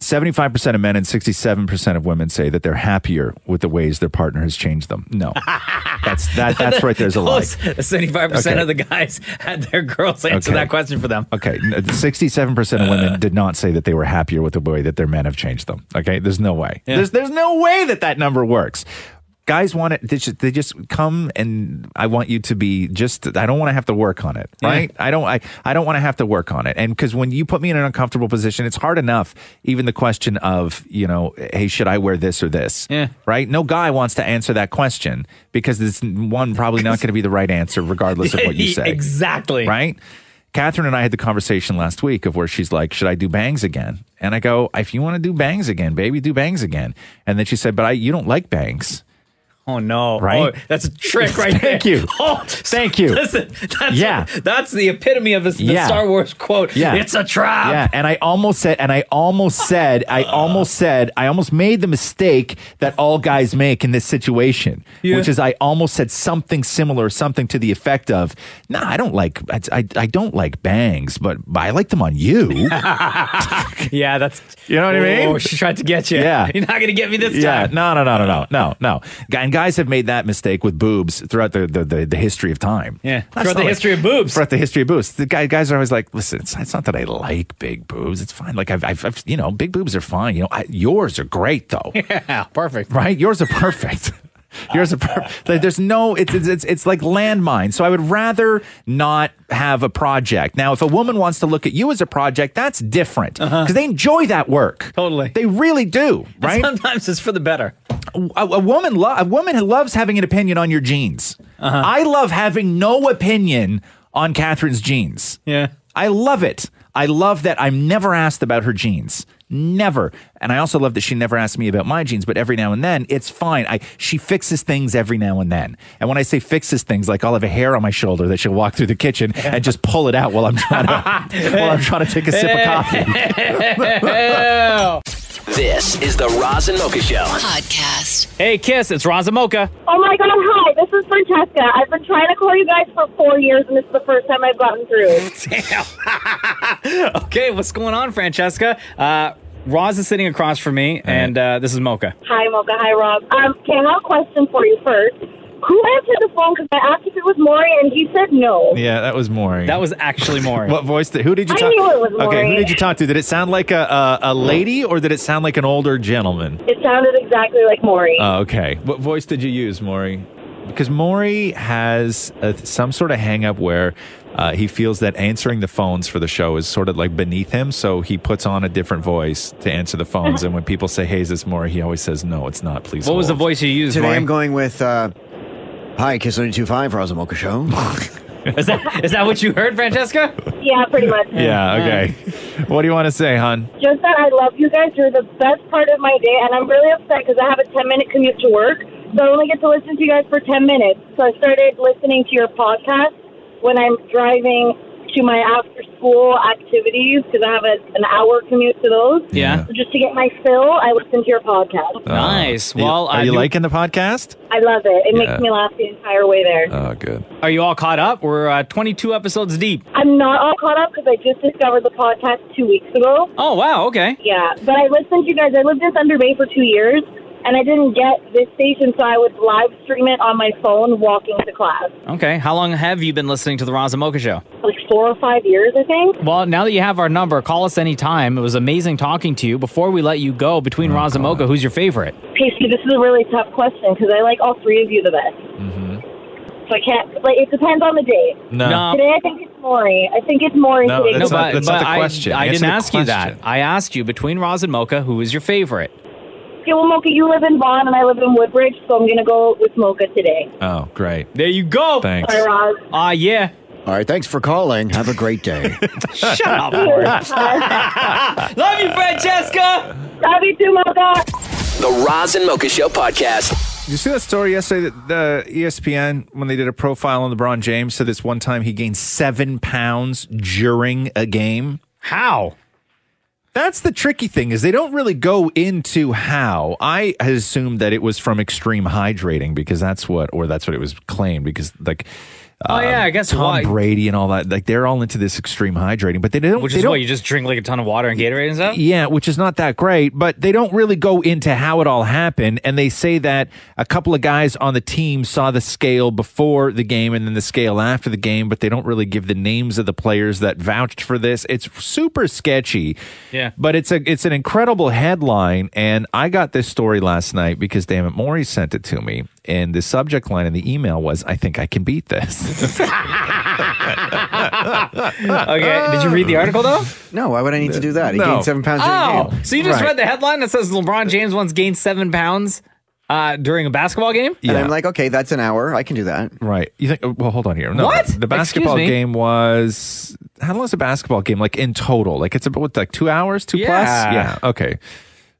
[SPEAKER 1] 75% of men and 67% of women say that they're happier with the ways their partner has changed them. No. That's that that's right there's a lie.
[SPEAKER 6] Seventy-five percent
[SPEAKER 1] Okay.
[SPEAKER 6] of the guys had their girls answer
[SPEAKER 1] Okay.
[SPEAKER 6] that question for them.
[SPEAKER 1] Okay, n- 67% of women did not say that they were happier with the way that their men have changed them. Okay? There's no way.
[SPEAKER 6] Yeah.
[SPEAKER 1] There's there's no way that that number works. Guys want it they just, they just come and I want you to be just I don't want to have to work on it,
[SPEAKER 6] Yeah.
[SPEAKER 1] right? I don't I, I don't want to have to work on it. And cuz when you put me in an uncomfortable position, it's hard enough even the question of, you know, hey, should I wear this or this?
[SPEAKER 6] Yeah.
[SPEAKER 1] Right? No guy wants to answer that question because it's one probably not going to be the right answer regardless of what you say.
[SPEAKER 6] Exactly.
[SPEAKER 1] Right? Catherine and I had the conversation last week of where she's like, Should I do bangs again? And I go, If you want to do bangs again, baby, do bangs again. And then she said, But I you don't like bangs.
[SPEAKER 6] Oh no!
[SPEAKER 1] Right?
[SPEAKER 6] Oh, that's a trick, right?
[SPEAKER 1] Thank
[SPEAKER 6] there.
[SPEAKER 1] you.
[SPEAKER 6] Oh,
[SPEAKER 1] Thank you.
[SPEAKER 6] Listen, that's
[SPEAKER 1] Yeah.
[SPEAKER 6] that's the epitome of this, the
[SPEAKER 1] Yeah.
[SPEAKER 6] Star Wars quote. it's a trap.
[SPEAKER 1] Yeah, and I almost said, and I almost said, I almost said, I almost made the mistake that all guys make in this situation,
[SPEAKER 6] Yeah.
[SPEAKER 1] which is I almost said something similar, something to the effect of, "Nah, I don't like, I, I, I don't like bangs, but I like them on you."
[SPEAKER 6] yeah, that's
[SPEAKER 1] You know what I mean?
[SPEAKER 6] Oh, she tried to get you.
[SPEAKER 1] Yeah.
[SPEAKER 6] you're not gonna get me this
[SPEAKER 1] yeah,
[SPEAKER 6] time.
[SPEAKER 1] no, no, no, no, no, no, no. Guy- And guys have made that mistake with boobs throughout the the, the, the history of time.
[SPEAKER 6] Yeah,
[SPEAKER 1] That's
[SPEAKER 6] throughout
[SPEAKER 1] not
[SPEAKER 6] the
[SPEAKER 1] like-
[SPEAKER 6] history of boobs.
[SPEAKER 1] Throughout the history of boobs, the guy, guys are always like, "Listen, it's, it's not that I like big boobs. It's fine. Like I've, I've, I've you know, big boobs are fine. You know, I, yours are great though,
[SPEAKER 6] Yeah, perfect.
[SPEAKER 1] right? Yours are perfect." Yours are perfect. Like, there's no. It's it's it's, it's like landmine. So I would rather not have a project. Now, if a woman wants to look at you as a project, that's different because
[SPEAKER 6] Uh-huh.
[SPEAKER 1] they enjoy that work. Totally, they really do. Right?
[SPEAKER 6] Sometimes it's for the better.
[SPEAKER 1] a, a woman lo- a woman who loves having an opinion on your jeans.
[SPEAKER 6] Uh-huh.
[SPEAKER 1] I love having no opinion on Catherine's jeans.
[SPEAKER 6] Yeah.
[SPEAKER 1] I love it. I love that I'm never asked about her jeans. Never. And I also love that she never asked me about my jeans, but every now and then it's fine. I she fixes things every now and then. And when I say fixes things, like I'll have a hair on my shoulder that she'll walk through the kitchen and just pull it out while I'm trying to while I'm trying to take a sip of coffee.
[SPEAKER 5] This is the Roz and Mocha Show.
[SPEAKER 11] Podcast.
[SPEAKER 6] Hey, Kiss, it's Razamoka.
[SPEAKER 3] Oh my god, hi, this is Francesca. I've been trying to call you guys for four years and this is the first time I've gotten through.
[SPEAKER 6] Okay, what's going on, Francesca? Uh, Roz is sitting across from me, and uh, this is Mocha.
[SPEAKER 3] hi, Mocha. Hi, Rob. Um, okay, I have a question for you first. Who answered the phone? Because I asked if it was Maury and he said no.
[SPEAKER 1] Yeah, that was Maury. That
[SPEAKER 6] was actually Maury.
[SPEAKER 1] what voice? Did, who did you
[SPEAKER 3] I
[SPEAKER 1] talk?
[SPEAKER 3] knew it was
[SPEAKER 1] okay, who
[SPEAKER 3] Maury.
[SPEAKER 1] did you talk to? Did it sound like a, a a lady or did it sound like an older gentleman?
[SPEAKER 3] It sounded exactly like Maury.
[SPEAKER 1] Oh, okay. What voice did you use, Maury? Because Maury has a, some sort of hang up where uh, he feels that answering the phones for the show is sort of like beneath him. So he puts on a different voice to answer the phones. and when people say, hey, is this Maury? He always says, no, it's not. Please. hold."
[SPEAKER 6] voice you used?
[SPEAKER 22] Today
[SPEAKER 1] Maury?
[SPEAKER 22] I'm going with uh, Hi Kiss 925 for Razamoka Show.
[SPEAKER 6] is that is that what you heard, Francesca?
[SPEAKER 3] Yeah, pretty much.
[SPEAKER 1] Yeah, okay. what do you want to say, hon?
[SPEAKER 3] Just that I love you guys. You're the best part of my day, and I'm really upset because I have a 10 minute commute to work, so I only get to listen to you guys for 10 minutes. So I started listening to your podcast when I'm driving to my after school activities because I have a, an hour commute to those.
[SPEAKER 1] Yeah.
[SPEAKER 3] So just to get my fill, I listen to your podcast.
[SPEAKER 6] Nice.
[SPEAKER 1] Uh, you-
[SPEAKER 6] Well,
[SPEAKER 1] are
[SPEAKER 6] I
[SPEAKER 1] you
[SPEAKER 6] knew-
[SPEAKER 1] liking the podcast?
[SPEAKER 3] I love it. It
[SPEAKER 1] Yeah.
[SPEAKER 3] makes me laugh the entire way there.
[SPEAKER 1] Oh, good.
[SPEAKER 6] Are you all caught up? We're uh, 22 episodes deep.
[SPEAKER 3] I'm not all caught up because I just discovered the podcast two weeks ago.
[SPEAKER 6] Oh, wow. Okay.
[SPEAKER 3] Yeah, but I listened to you guys. I lived in Thunder Bay for two years, and I didn't get this station, so I would live stream it on my phone walking to class.
[SPEAKER 6] Okay. How long have you been listening to the Roz and Mocha show?
[SPEAKER 3] Like four or five years, I think.
[SPEAKER 6] Well, now that you have our number, call us anytime. It was amazing talking to you. Before we let you go, between Roz and Mocha, who's your favorite?
[SPEAKER 3] Okay, see, this is a really tough question because I like all three of you the best. So I can't, like, it depends on the day.
[SPEAKER 6] No. No.
[SPEAKER 3] Today I think it's Maury. I think it's Maury today.
[SPEAKER 6] I- I,
[SPEAKER 1] Answer
[SPEAKER 6] didn't
[SPEAKER 1] the
[SPEAKER 6] ask you that. I asked you between Roz and Mocha, who is your favorite?
[SPEAKER 3] Okay, well, Mocha, you live in Vaughan, and I live in Woodbridge, so I'm going to go with Mocha today.
[SPEAKER 1] Oh, great.
[SPEAKER 6] There you go.
[SPEAKER 1] Thanks.
[SPEAKER 3] Bye, Roz.
[SPEAKER 6] Ah, yeah.
[SPEAKER 22] All right, thanks for calling. Have a great day.
[SPEAKER 6] Shut up, Love you, Francesca.
[SPEAKER 3] Love you too, Mocha.
[SPEAKER 5] The Roz and Mocha Show podcast.
[SPEAKER 1] Did you see that story yesterday that the E ESPN, when they did a profile on LeBron James, said this one time he gained seven pounds during a game?
[SPEAKER 6] How?
[SPEAKER 1] That's the tricky thing is they don't really go into how. I had assumed that it was from extreme hydrating because that's what, or that's what it was claimed because like. um,
[SPEAKER 6] Oh, yeah, I guess
[SPEAKER 1] Tom
[SPEAKER 6] why-
[SPEAKER 1] Brady and all that, like they're all into this extreme hydrating, but they don't.
[SPEAKER 6] Which
[SPEAKER 1] they
[SPEAKER 6] is
[SPEAKER 1] don't
[SPEAKER 6] what you just drink like a ton of water and Gatorade and stuff.
[SPEAKER 1] yeah, which is not that great, but they don't really go into how it all happened. And they say that a couple of guys on the team saw the scale before the game and then the scale after the game, but they don't really give the names of the players that vouched for this. It's super sketchy.
[SPEAKER 6] Yeah.
[SPEAKER 1] But it's a it's an incredible headline, and I got this story last night because damn it, Maury sent it to me, and the subject line in the email was, "I think I can beat this."
[SPEAKER 6] okay. Did you read the article though?
[SPEAKER 22] No, why would I need to do that? He
[SPEAKER 1] No.
[SPEAKER 22] gained seven pounds during
[SPEAKER 6] Oh,
[SPEAKER 22] the game.
[SPEAKER 6] so you just
[SPEAKER 22] Right.
[SPEAKER 6] read the headline that says LeBron James once gained seven pounds uh, during a basketball game?
[SPEAKER 22] And I'm like, okay, that's an hour. I can do that.
[SPEAKER 1] Right. You think? Well, hold on here. No,
[SPEAKER 6] What?
[SPEAKER 1] The basketball
[SPEAKER 6] Excuse me?
[SPEAKER 1] game was how long is a basketball game like in total? Like it's about like two hours, two
[SPEAKER 6] Yeah.
[SPEAKER 1] plus. Yeah. Okay.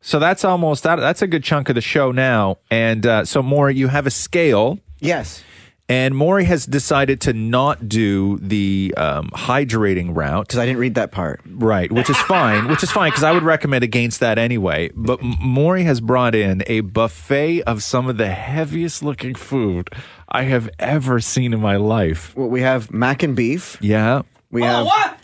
[SPEAKER 1] So that's almost that. That's a good chunk of the show now. And uh, so, Maury, you have a scale.
[SPEAKER 8] Yes.
[SPEAKER 1] And Maury has decided to not do the um, hydrating route because
[SPEAKER 8] I didn't read that part.
[SPEAKER 1] Right, which is fine, which is fine because I would recommend against that anyway. But M- Maury has brought in a buffet of some of the heaviest looking food I have ever seen in my life.
[SPEAKER 8] Well, we have mac and beef.
[SPEAKER 1] Yeah,
[SPEAKER 8] we
[SPEAKER 6] Oh,
[SPEAKER 8] have
[SPEAKER 16] what?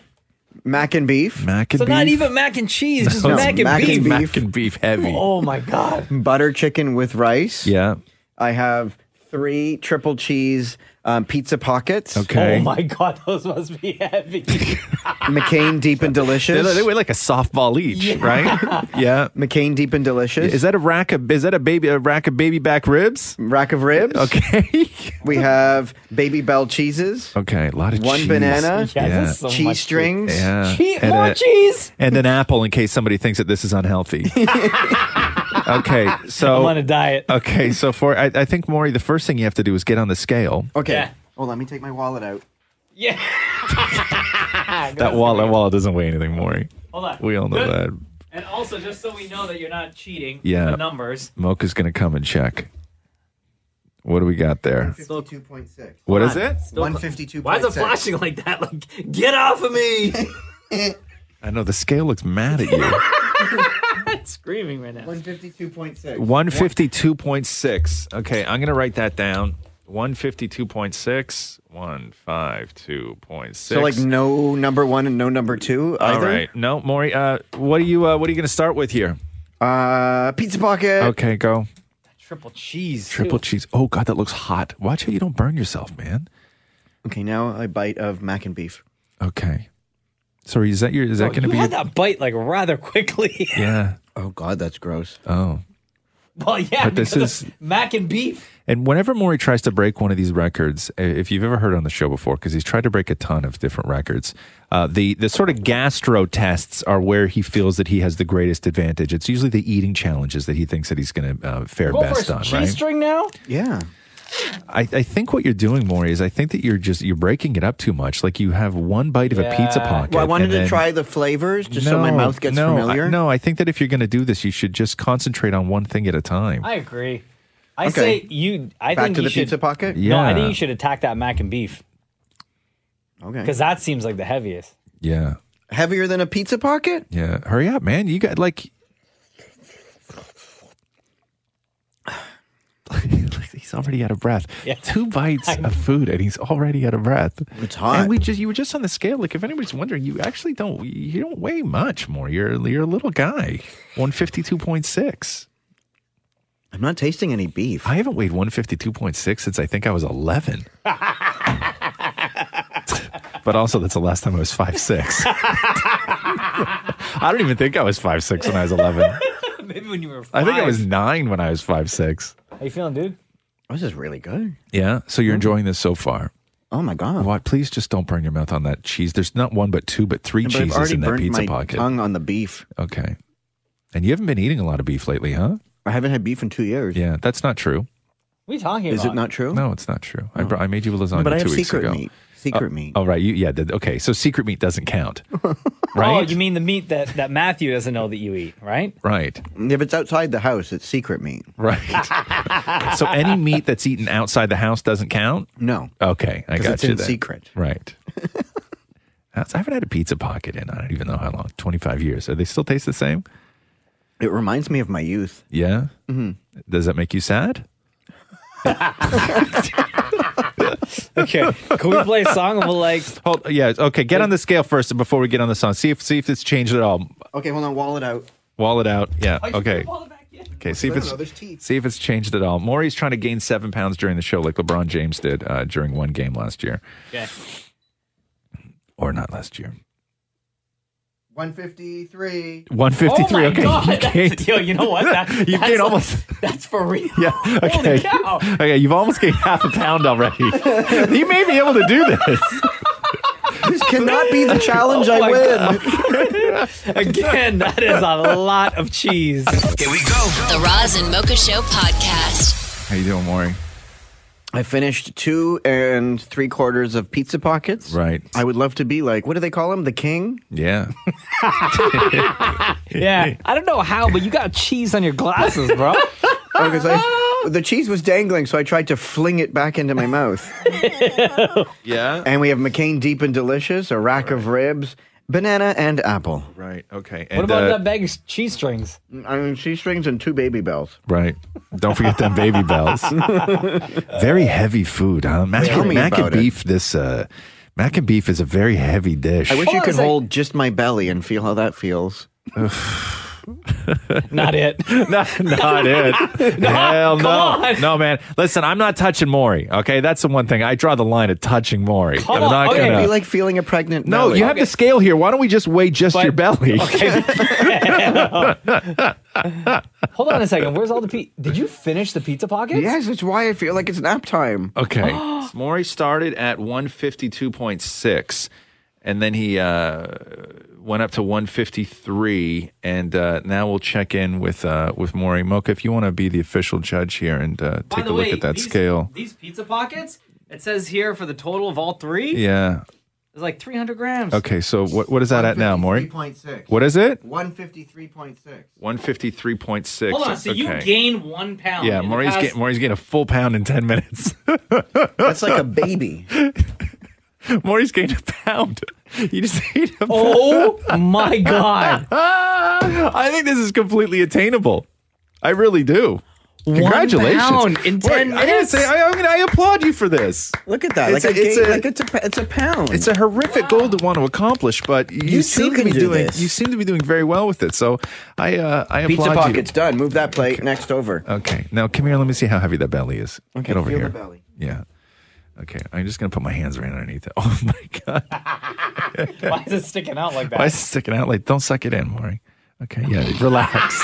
[SPEAKER 8] mac and beef.
[SPEAKER 1] Mac and
[SPEAKER 16] So not even mac and cheese, just
[SPEAKER 8] No,
[SPEAKER 16] mac, and, beef.
[SPEAKER 1] mac and beef heavy.
[SPEAKER 16] Oh my god.
[SPEAKER 8] butter chicken with rice.
[SPEAKER 1] Yeah.
[SPEAKER 8] I have three triple cheese um, pizza pockets.
[SPEAKER 1] Okay.
[SPEAKER 16] Oh my god, those must be heavy.
[SPEAKER 8] McCain Deep and
[SPEAKER 1] They,
[SPEAKER 8] Delicious.
[SPEAKER 1] they weigh like a softball each,
[SPEAKER 8] Yeah.
[SPEAKER 1] right? Yeah.
[SPEAKER 8] McCain Deep and Delicious.
[SPEAKER 1] Is that a rack of is that a baby a rack of baby back ribs?
[SPEAKER 8] Rack of ribs.
[SPEAKER 1] Okay.
[SPEAKER 8] we have baby bell cheeses.
[SPEAKER 1] Okay, a lot of
[SPEAKER 8] One
[SPEAKER 1] cheese.
[SPEAKER 8] banana,
[SPEAKER 1] Yeah.
[SPEAKER 8] cheese strings,
[SPEAKER 1] Yeah.
[SPEAKER 16] Cheese,
[SPEAKER 1] And
[SPEAKER 16] more
[SPEAKER 1] a-
[SPEAKER 16] cheese.
[SPEAKER 1] and an apple in case somebody thinks that this is unhealthy. okay, so
[SPEAKER 16] I'm on a diet.
[SPEAKER 1] Okay, so for I, I think Maury, the first thing you have to do is get on the scale.
[SPEAKER 16] Oh,
[SPEAKER 8] Okay. Well, let me take my wallet out.
[SPEAKER 16] Yeah.
[SPEAKER 1] That wall, that wall doesn't weigh anything, Maury.
[SPEAKER 16] Hold on.
[SPEAKER 1] We all know that.
[SPEAKER 16] And also, just so we know that you're not cheating
[SPEAKER 1] Yeah.
[SPEAKER 16] the numbers.
[SPEAKER 1] Mocha's gonna come and check. What do we got there?
[SPEAKER 8] Still 2.6.
[SPEAKER 1] What is it?
[SPEAKER 16] Still-
[SPEAKER 8] 152.6.
[SPEAKER 16] Why is it flashing like that? Like, get off of me!
[SPEAKER 1] I know the scale looks mad at you.
[SPEAKER 16] it's screaming right now.
[SPEAKER 8] 152.6.
[SPEAKER 1] 152.6. Okay, I'm going to write that down. 152.6. 152.6.
[SPEAKER 8] So like no number one and no number two
[SPEAKER 1] All
[SPEAKER 8] either.
[SPEAKER 1] right. No, Maury, uh, what are you uh, what are you going to start with here?
[SPEAKER 8] Uh, pizza pocket.
[SPEAKER 1] Okay, go.
[SPEAKER 16] Triple cheese.
[SPEAKER 1] Triple cheese. Oh god, that looks hot. Watch how you don't burn yourself, man.
[SPEAKER 8] Okay, now a bite of mac and beef.
[SPEAKER 1] Okay. Sorry, is that your is that
[SPEAKER 16] Oh,
[SPEAKER 1] going to
[SPEAKER 16] you
[SPEAKER 1] be
[SPEAKER 16] had
[SPEAKER 1] your-
[SPEAKER 16] that bite like rather quickly.
[SPEAKER 1] Yeah.
[SPEAKER 8] Oh god, that's gross.
[SPEAKER 1] Oh.
[SPEAKER 16] well, yeah.
[SPEAKER 1] But this
[SPEAKER 16] because
[SPEAKER 1] is-
[SPEAKER 16] of mac and beef.
[SPEAKER 1] And whenever Maury tries to break one of these records, uh, if you've ever heard on the show before, because he's tried to break a ton of different records, uh, the the sort of gastro tests are where he feels that he has the greatest advantage. It's usually the eating challenges that he thinks that he's going to uh, fare
[SPEAKER 16] Go
[SPEAKER 1] best
[SPEAKER 16] for a
[SPEAKER 1] on,
[SPEAKER 16] cheese
[SPEAKER 1] right?
[SPEAKER 16] string now.
[SPEAKER 8] Yeah.
[SPEAKER 1] I, I think what you're doing, Maury, is I think that you're just you're breaking it up too much. Like you have one bite of a pizza pocket.
[SPEAKER 8] Well, I wanted
[SPEAKER 1] and
[SPEAKER 8] to
[SPEAKER 1] then-
[SPEAKER 8] try the flavors just so my
[SPEAKER 1] No,
[SPEAKER 8] mouth gets
[SPEAKER 1] no,
[SPEAKER 8] familiar.
[SPEAKER 1] I, no, I think that if you're going to do this, you should just concentrate on one thing at a time.
[SPEAKER 16] I agree. I
[SPEAKER 8] Okay.
[SPEAKER 16] say you. I
[SPEAKER 8] Back
[SPEAKER 16] think
[SPEAKER 8] to
[SPEAKER 16] you
[SPEAKER 8] the
[SPEAKER 16] should,
[SPEAKER 8] pizza pocket?
[SPEAKER 16] No, I think
[SPEAKER 1] Yeah.
[SPEAKER 16] you should attack that mac and beef
[SPEAKER 8] Okay.
[SPEAKER 16] because that seems like the heaviest.
[SPEAKER 1] Yeah,
[SPEAKER 8] Heavier than a pizza pocket?
[SPEAKER 1] yeah. Hurry up, man! You got like he's already out of breath. Two bites of food and he's already out of breath.
[SPEAKER 8] It's
[SPEAKER 1] And we just you were just on the scale. Like if anybody's wondering, you actually don't you don't weigh much more. You're you're a little guy. One fifty two point six.
[SPEAKER 8] I'm not tasting any beef.
[SPEAKER 1] I haven't weighed one fifty two point six since I think I was eleven. but also that's the last time I was five six. I don't even think I was five six when I was eleven.
[SPEAKER 16] Maybe when you were.
[SPEAKER 1] I think I
[SPEAKER 16] five.
[SPEAKER 1] was nine when I was five six.
[SPEAKER 16] How you feeling, dude?
[SPEAKER 8] This is really good.
[SPEAKER 1] Yeah. So you're enjoying this so far.
[SPEAKER 8] Oh my god.
[SPEAKER 1] Why, please just don't burn your mouth on that cheese. There's not one, but two, but three
[SPEAKER 8] But I've
[SPEAKER 1] cheeses
[SPEAKER 8] already
[SPEAKER 1] in that
[SPEAKER 8] burnt
[SPEAKER 1] pizza
[SPEAKER 8] my
[SPEAKER 1] pocket.
[SPEAKER 8] tongue on the beef.
[SPEAKER 1] Okay. And you haven't been eating a lot of beef lately, huh?
[SPEAKER 8] I haven't had beef in two years.
[SPEAKER 1] Yeah, that's not true.
[SPEAKER 16] What are you talking
[SPEAKER 8] Is
[SPEAKER 16] about?
[SPEAKER 8] it not true?
[SPEAKER 1] No, it's not true. I, br- I made you a lasagna
[SPEAKER 8] Oh. but I
[SPEAKER 1] two
[SPEAKER 8] have
[SPEAKER 1] weeks
[SPEAKER 8] secret
[SPEAKER 1] ago.
[SPEAKER 8] meat. Secret
[SPEAKER 1] Uh,
[SPEAKER 8] meat.
[SPEAKER 1] Oh, right. You, yeah. th- okay. So secret meat doesn't count.
[SPEAKER 16] Oh,
[SPEAKER 1] right?
[SPEAKER 16] you mean the meat that, that Matthew doesn't know that you eat, right?
[SPEAKER 1] right.
[SPEAKER 8] If it's outside the house, it's secret meat.
[SPEAKER 1] Right. so any meat that's eaten outside the house doesn't count?
[SPEAKER 8] No.
[SPEAKER 1] Okay. I
[SPEAKER 8] 'Cause
[SPEAKER 1] got
[SPEAKER 8] it's
[SPEAKER 1] you.
[SPEAKER 8] in
[SPEAKER 1] then.
[SPEAKER 8] secret.
[SPEAKER 1] Right. That's- I haven't had a pizza pocket in I don't even know how long. 25 years. Are they still taste the same?
[SPEAKER 8] It reminds me of my youth.
[SPEAKER 1] Yeah.
[SPEAKER 8] Mhm.
[SPEAKER 1] Does that make you sad?
[SPEAKER 16] Okay. Can we play a song of like
[SPEAKER 1] Hold, yeah. Okay. Get on the scale first before we get on the song. See if see if it's changed at all.
[SPEAKER 8] Okay, hold on. Wallet out.
[SPEAKER 1] Wall it out. Yeah.
[SPEAKER 16] Oh,
[SPEAKER 8] I should
[SPEAKER 1] Okay.
[SPEAKER 8] wall
[SPEAKER 1] Okay. See if
[SPEAKER 8] I don't know, there's
[SPEAKER 1] it's
[SPEAKER 8] teeth.
[SPEAKER 1] see if it's changed at all. Maury's trying to gain seven pounds during the show, like LeBron James did uh, during one game last year,
[SPEAKER 16] Okay.
[SPEAKER 1] or not last year.
[SPEAKER 8] 153.
[SPEAKER 1] One fifty
[SPEAKER 16] Oh
[SPEAKER 1] three.
[SPEAKER 16] my
[SPEAKER 1] okay.
[SPEAKER 16] God.
[SPEAKER 1] You gained,
[SPEAKER 16] Yo, you know what? That,
[SPEAKER 1] you
[SPEAKER 16] that's
[SPEAKER 1] gained
[SPEAKER 16] a-
[SPEAKER 1] almost.
[SPEAKER 16] That's for real.
[SPEAKER 1] Yeah.
[SPEAKER 16] Holy
[SPEAKER 1] Okay.
[SPEAKER 16] cow.
[SPEAKER 1] Okay. You've almost gained half a pound already. you may be able to do this.
[SPEAKER 8] This cannot be the challenge
[SPEAKER 16] Oh
[SPEAKER 8] I
[SPEAKER 16] my
[SPEAKER 8] win.
[SPEAKER 16] Again, that is a lot of cheese.
[SPEAKER 11] The Roz and Mocha Show podcast.
[SPEAKER 1] How you doing, Maury?
[SPEAKER 8] I finished two and three quarters of pizza pockets.
[SPEAKER 1] Right.
[SPEAKER 8] I would love to be like, what do they call him? The king?
[SPEAKER 1] Yeah.
[SPEAKER 16] yeah. I don't know how, but you got cheese on your glasses, bro.
[SPEAKER 8] Oh, 'cause I- the cheese was dangling, so I tried to fling it back into my mouth.
[SPEAKER 1] yeah.
[SPEAKER 8] And we have McCain Deep and Delicious, a rack of ribs, banana, and apple.
[SPEAKER 1] Right. uh, Okay.
[SPEAKER 16] what about that bag of cheese strings?
[SPEAKER 8] I mean, cheese strings and two baby bells.
[SPEAKER 1] Right. Don't forget them baby bells. very heavy food, huh? Mac,
[SPEAKER 8] Tell me
[SPEAKER 1] mac and
[SPEAKER 8] about it.
[SPEAKER 1] beef. This uh, mac and beef is a very heavy dish.
[SPEAKER 8] I wish you could hold just my belly and feel how that feels.
[SPEAKER 16] Not it.
[SPEAKER 1] not, not it. Hell no. No, man. Listen, I'm not touching Maury. Okay. That's the one thing. I draw the line at touching Maury. I'm not
[SPEAKER 8] It'd
[SPEAKER 1] gonna.
[SPEAKER 8] be like feeling a pregnant
[SPEAKER 1] no,
[SPEAKER 8] belly.
[SPEAKER 1] you have the scale here. Why don't we just weigh just your belly?
[SPEAKER 16] Hold on a second. Where's all the pizza? Did you finish the pizza pockets?
[SPEAKER 8] Yes, that's why I feel like it's nap time.
[SPEAKER 1] Okay. Maury started at 152.6 and then he uh, went up to 153 and uh, now we'll check in with uh, with Maury Mocha if you want to be the official judge here and uh,
[SPEAKER 6] By
[SPEAKER 1] take a
[SPEAKER 6] the
[SPEAKER 1] look
[SPEAKER 6] way,
[SPEAKER 1] at that
[SPEAKER 6] these-
[SPEAKER 1] scale.
[SPEAKER 6] These pizza pockets. It says here for the total of all three.
[SPEAKER 1] Yeah.
[SPEAKER 6] It's like 300 grams.
[SPEAKER 1] Okay, so what what is that at now, Maury?
[SPEAKER 8] 153.6.
[SPEAKER 1] What is it?
[SPEAKER 8] 153.6.
[SPEAKER 1] 153.6.
[SPEAKER 6] Hold on. So you
[SPEAKER 1] Okay.
[SPEAKER 6] gained one pound.
[SPEAKER 1] Yeah,
[SPEAKER 6] in the
[SPEAKER 1] Maury's
[SPEAKER 6] past-
[SPEAKER 1] getting Maury's getting a full pound in 10 minutes.
[SPEAKER 8] That's like a baby.
[SPEAKER 1] Maury's gained a pound. You just ate a pound.
[SPEAKER 16] Oh my God.
[SPEAKER 1] I think this is completely attainable. I really do. Congratulations.
[SPEAKER 16] pound in 10
[SPEAKER 1] I gotta
[SPEAKER 16] minutes?
[SPEAKER 1] say, I, I, mean, I applaud you for this.
[SPEAKER 8] Look at that.
[SPEAKER 1] It's
[SPEAKER 8] like,
[SPEAKER 1] a-
[SPEAKER 8] a,
[SPEAKER 1] it's
[SPEAKER 8] ga-
[SPEAKER 1] a-
[SPEAKER 8] like it's, a, pa- it's a pound.
[SPEAKER 1] It's a horrific goal to want to accomplish, but you,
[SPEAKER 8] You
[SPEAKER 1] seem
[SPEAKER 8] too
[SPEAKER 1] to be
[SPEAKER 8] can do
[SPEAKER 1] doing
[SPEAKER 8] this.
[SPEAKER 1] you seem to be doing very well with it. So I uh, I
[SPEAKER 8] Pizza
[SPEAKER 1] applaud
[SPEAKER 8] pockets done. Move that plate. Next over.
[SPEAKER 1] you. Okay, now come here. Let me see how heavy that belly is.
[SPEAKER 8] Okay,
[SPEAKER 1] Get over
[SPEAKER 8] feel
[SPEAKER 1] here.
[SPEAKER 8] the belly.
[SPEAKER 1] Yeah. Okay, I'm just gonna put my hands right underneath it. Oh my god,
[SPEAKER 16] Why is it sticking out like that?
[SPEAKER 1] why is it sticking out? Like, don't suck it in, Maury. Okay, yeah, relax.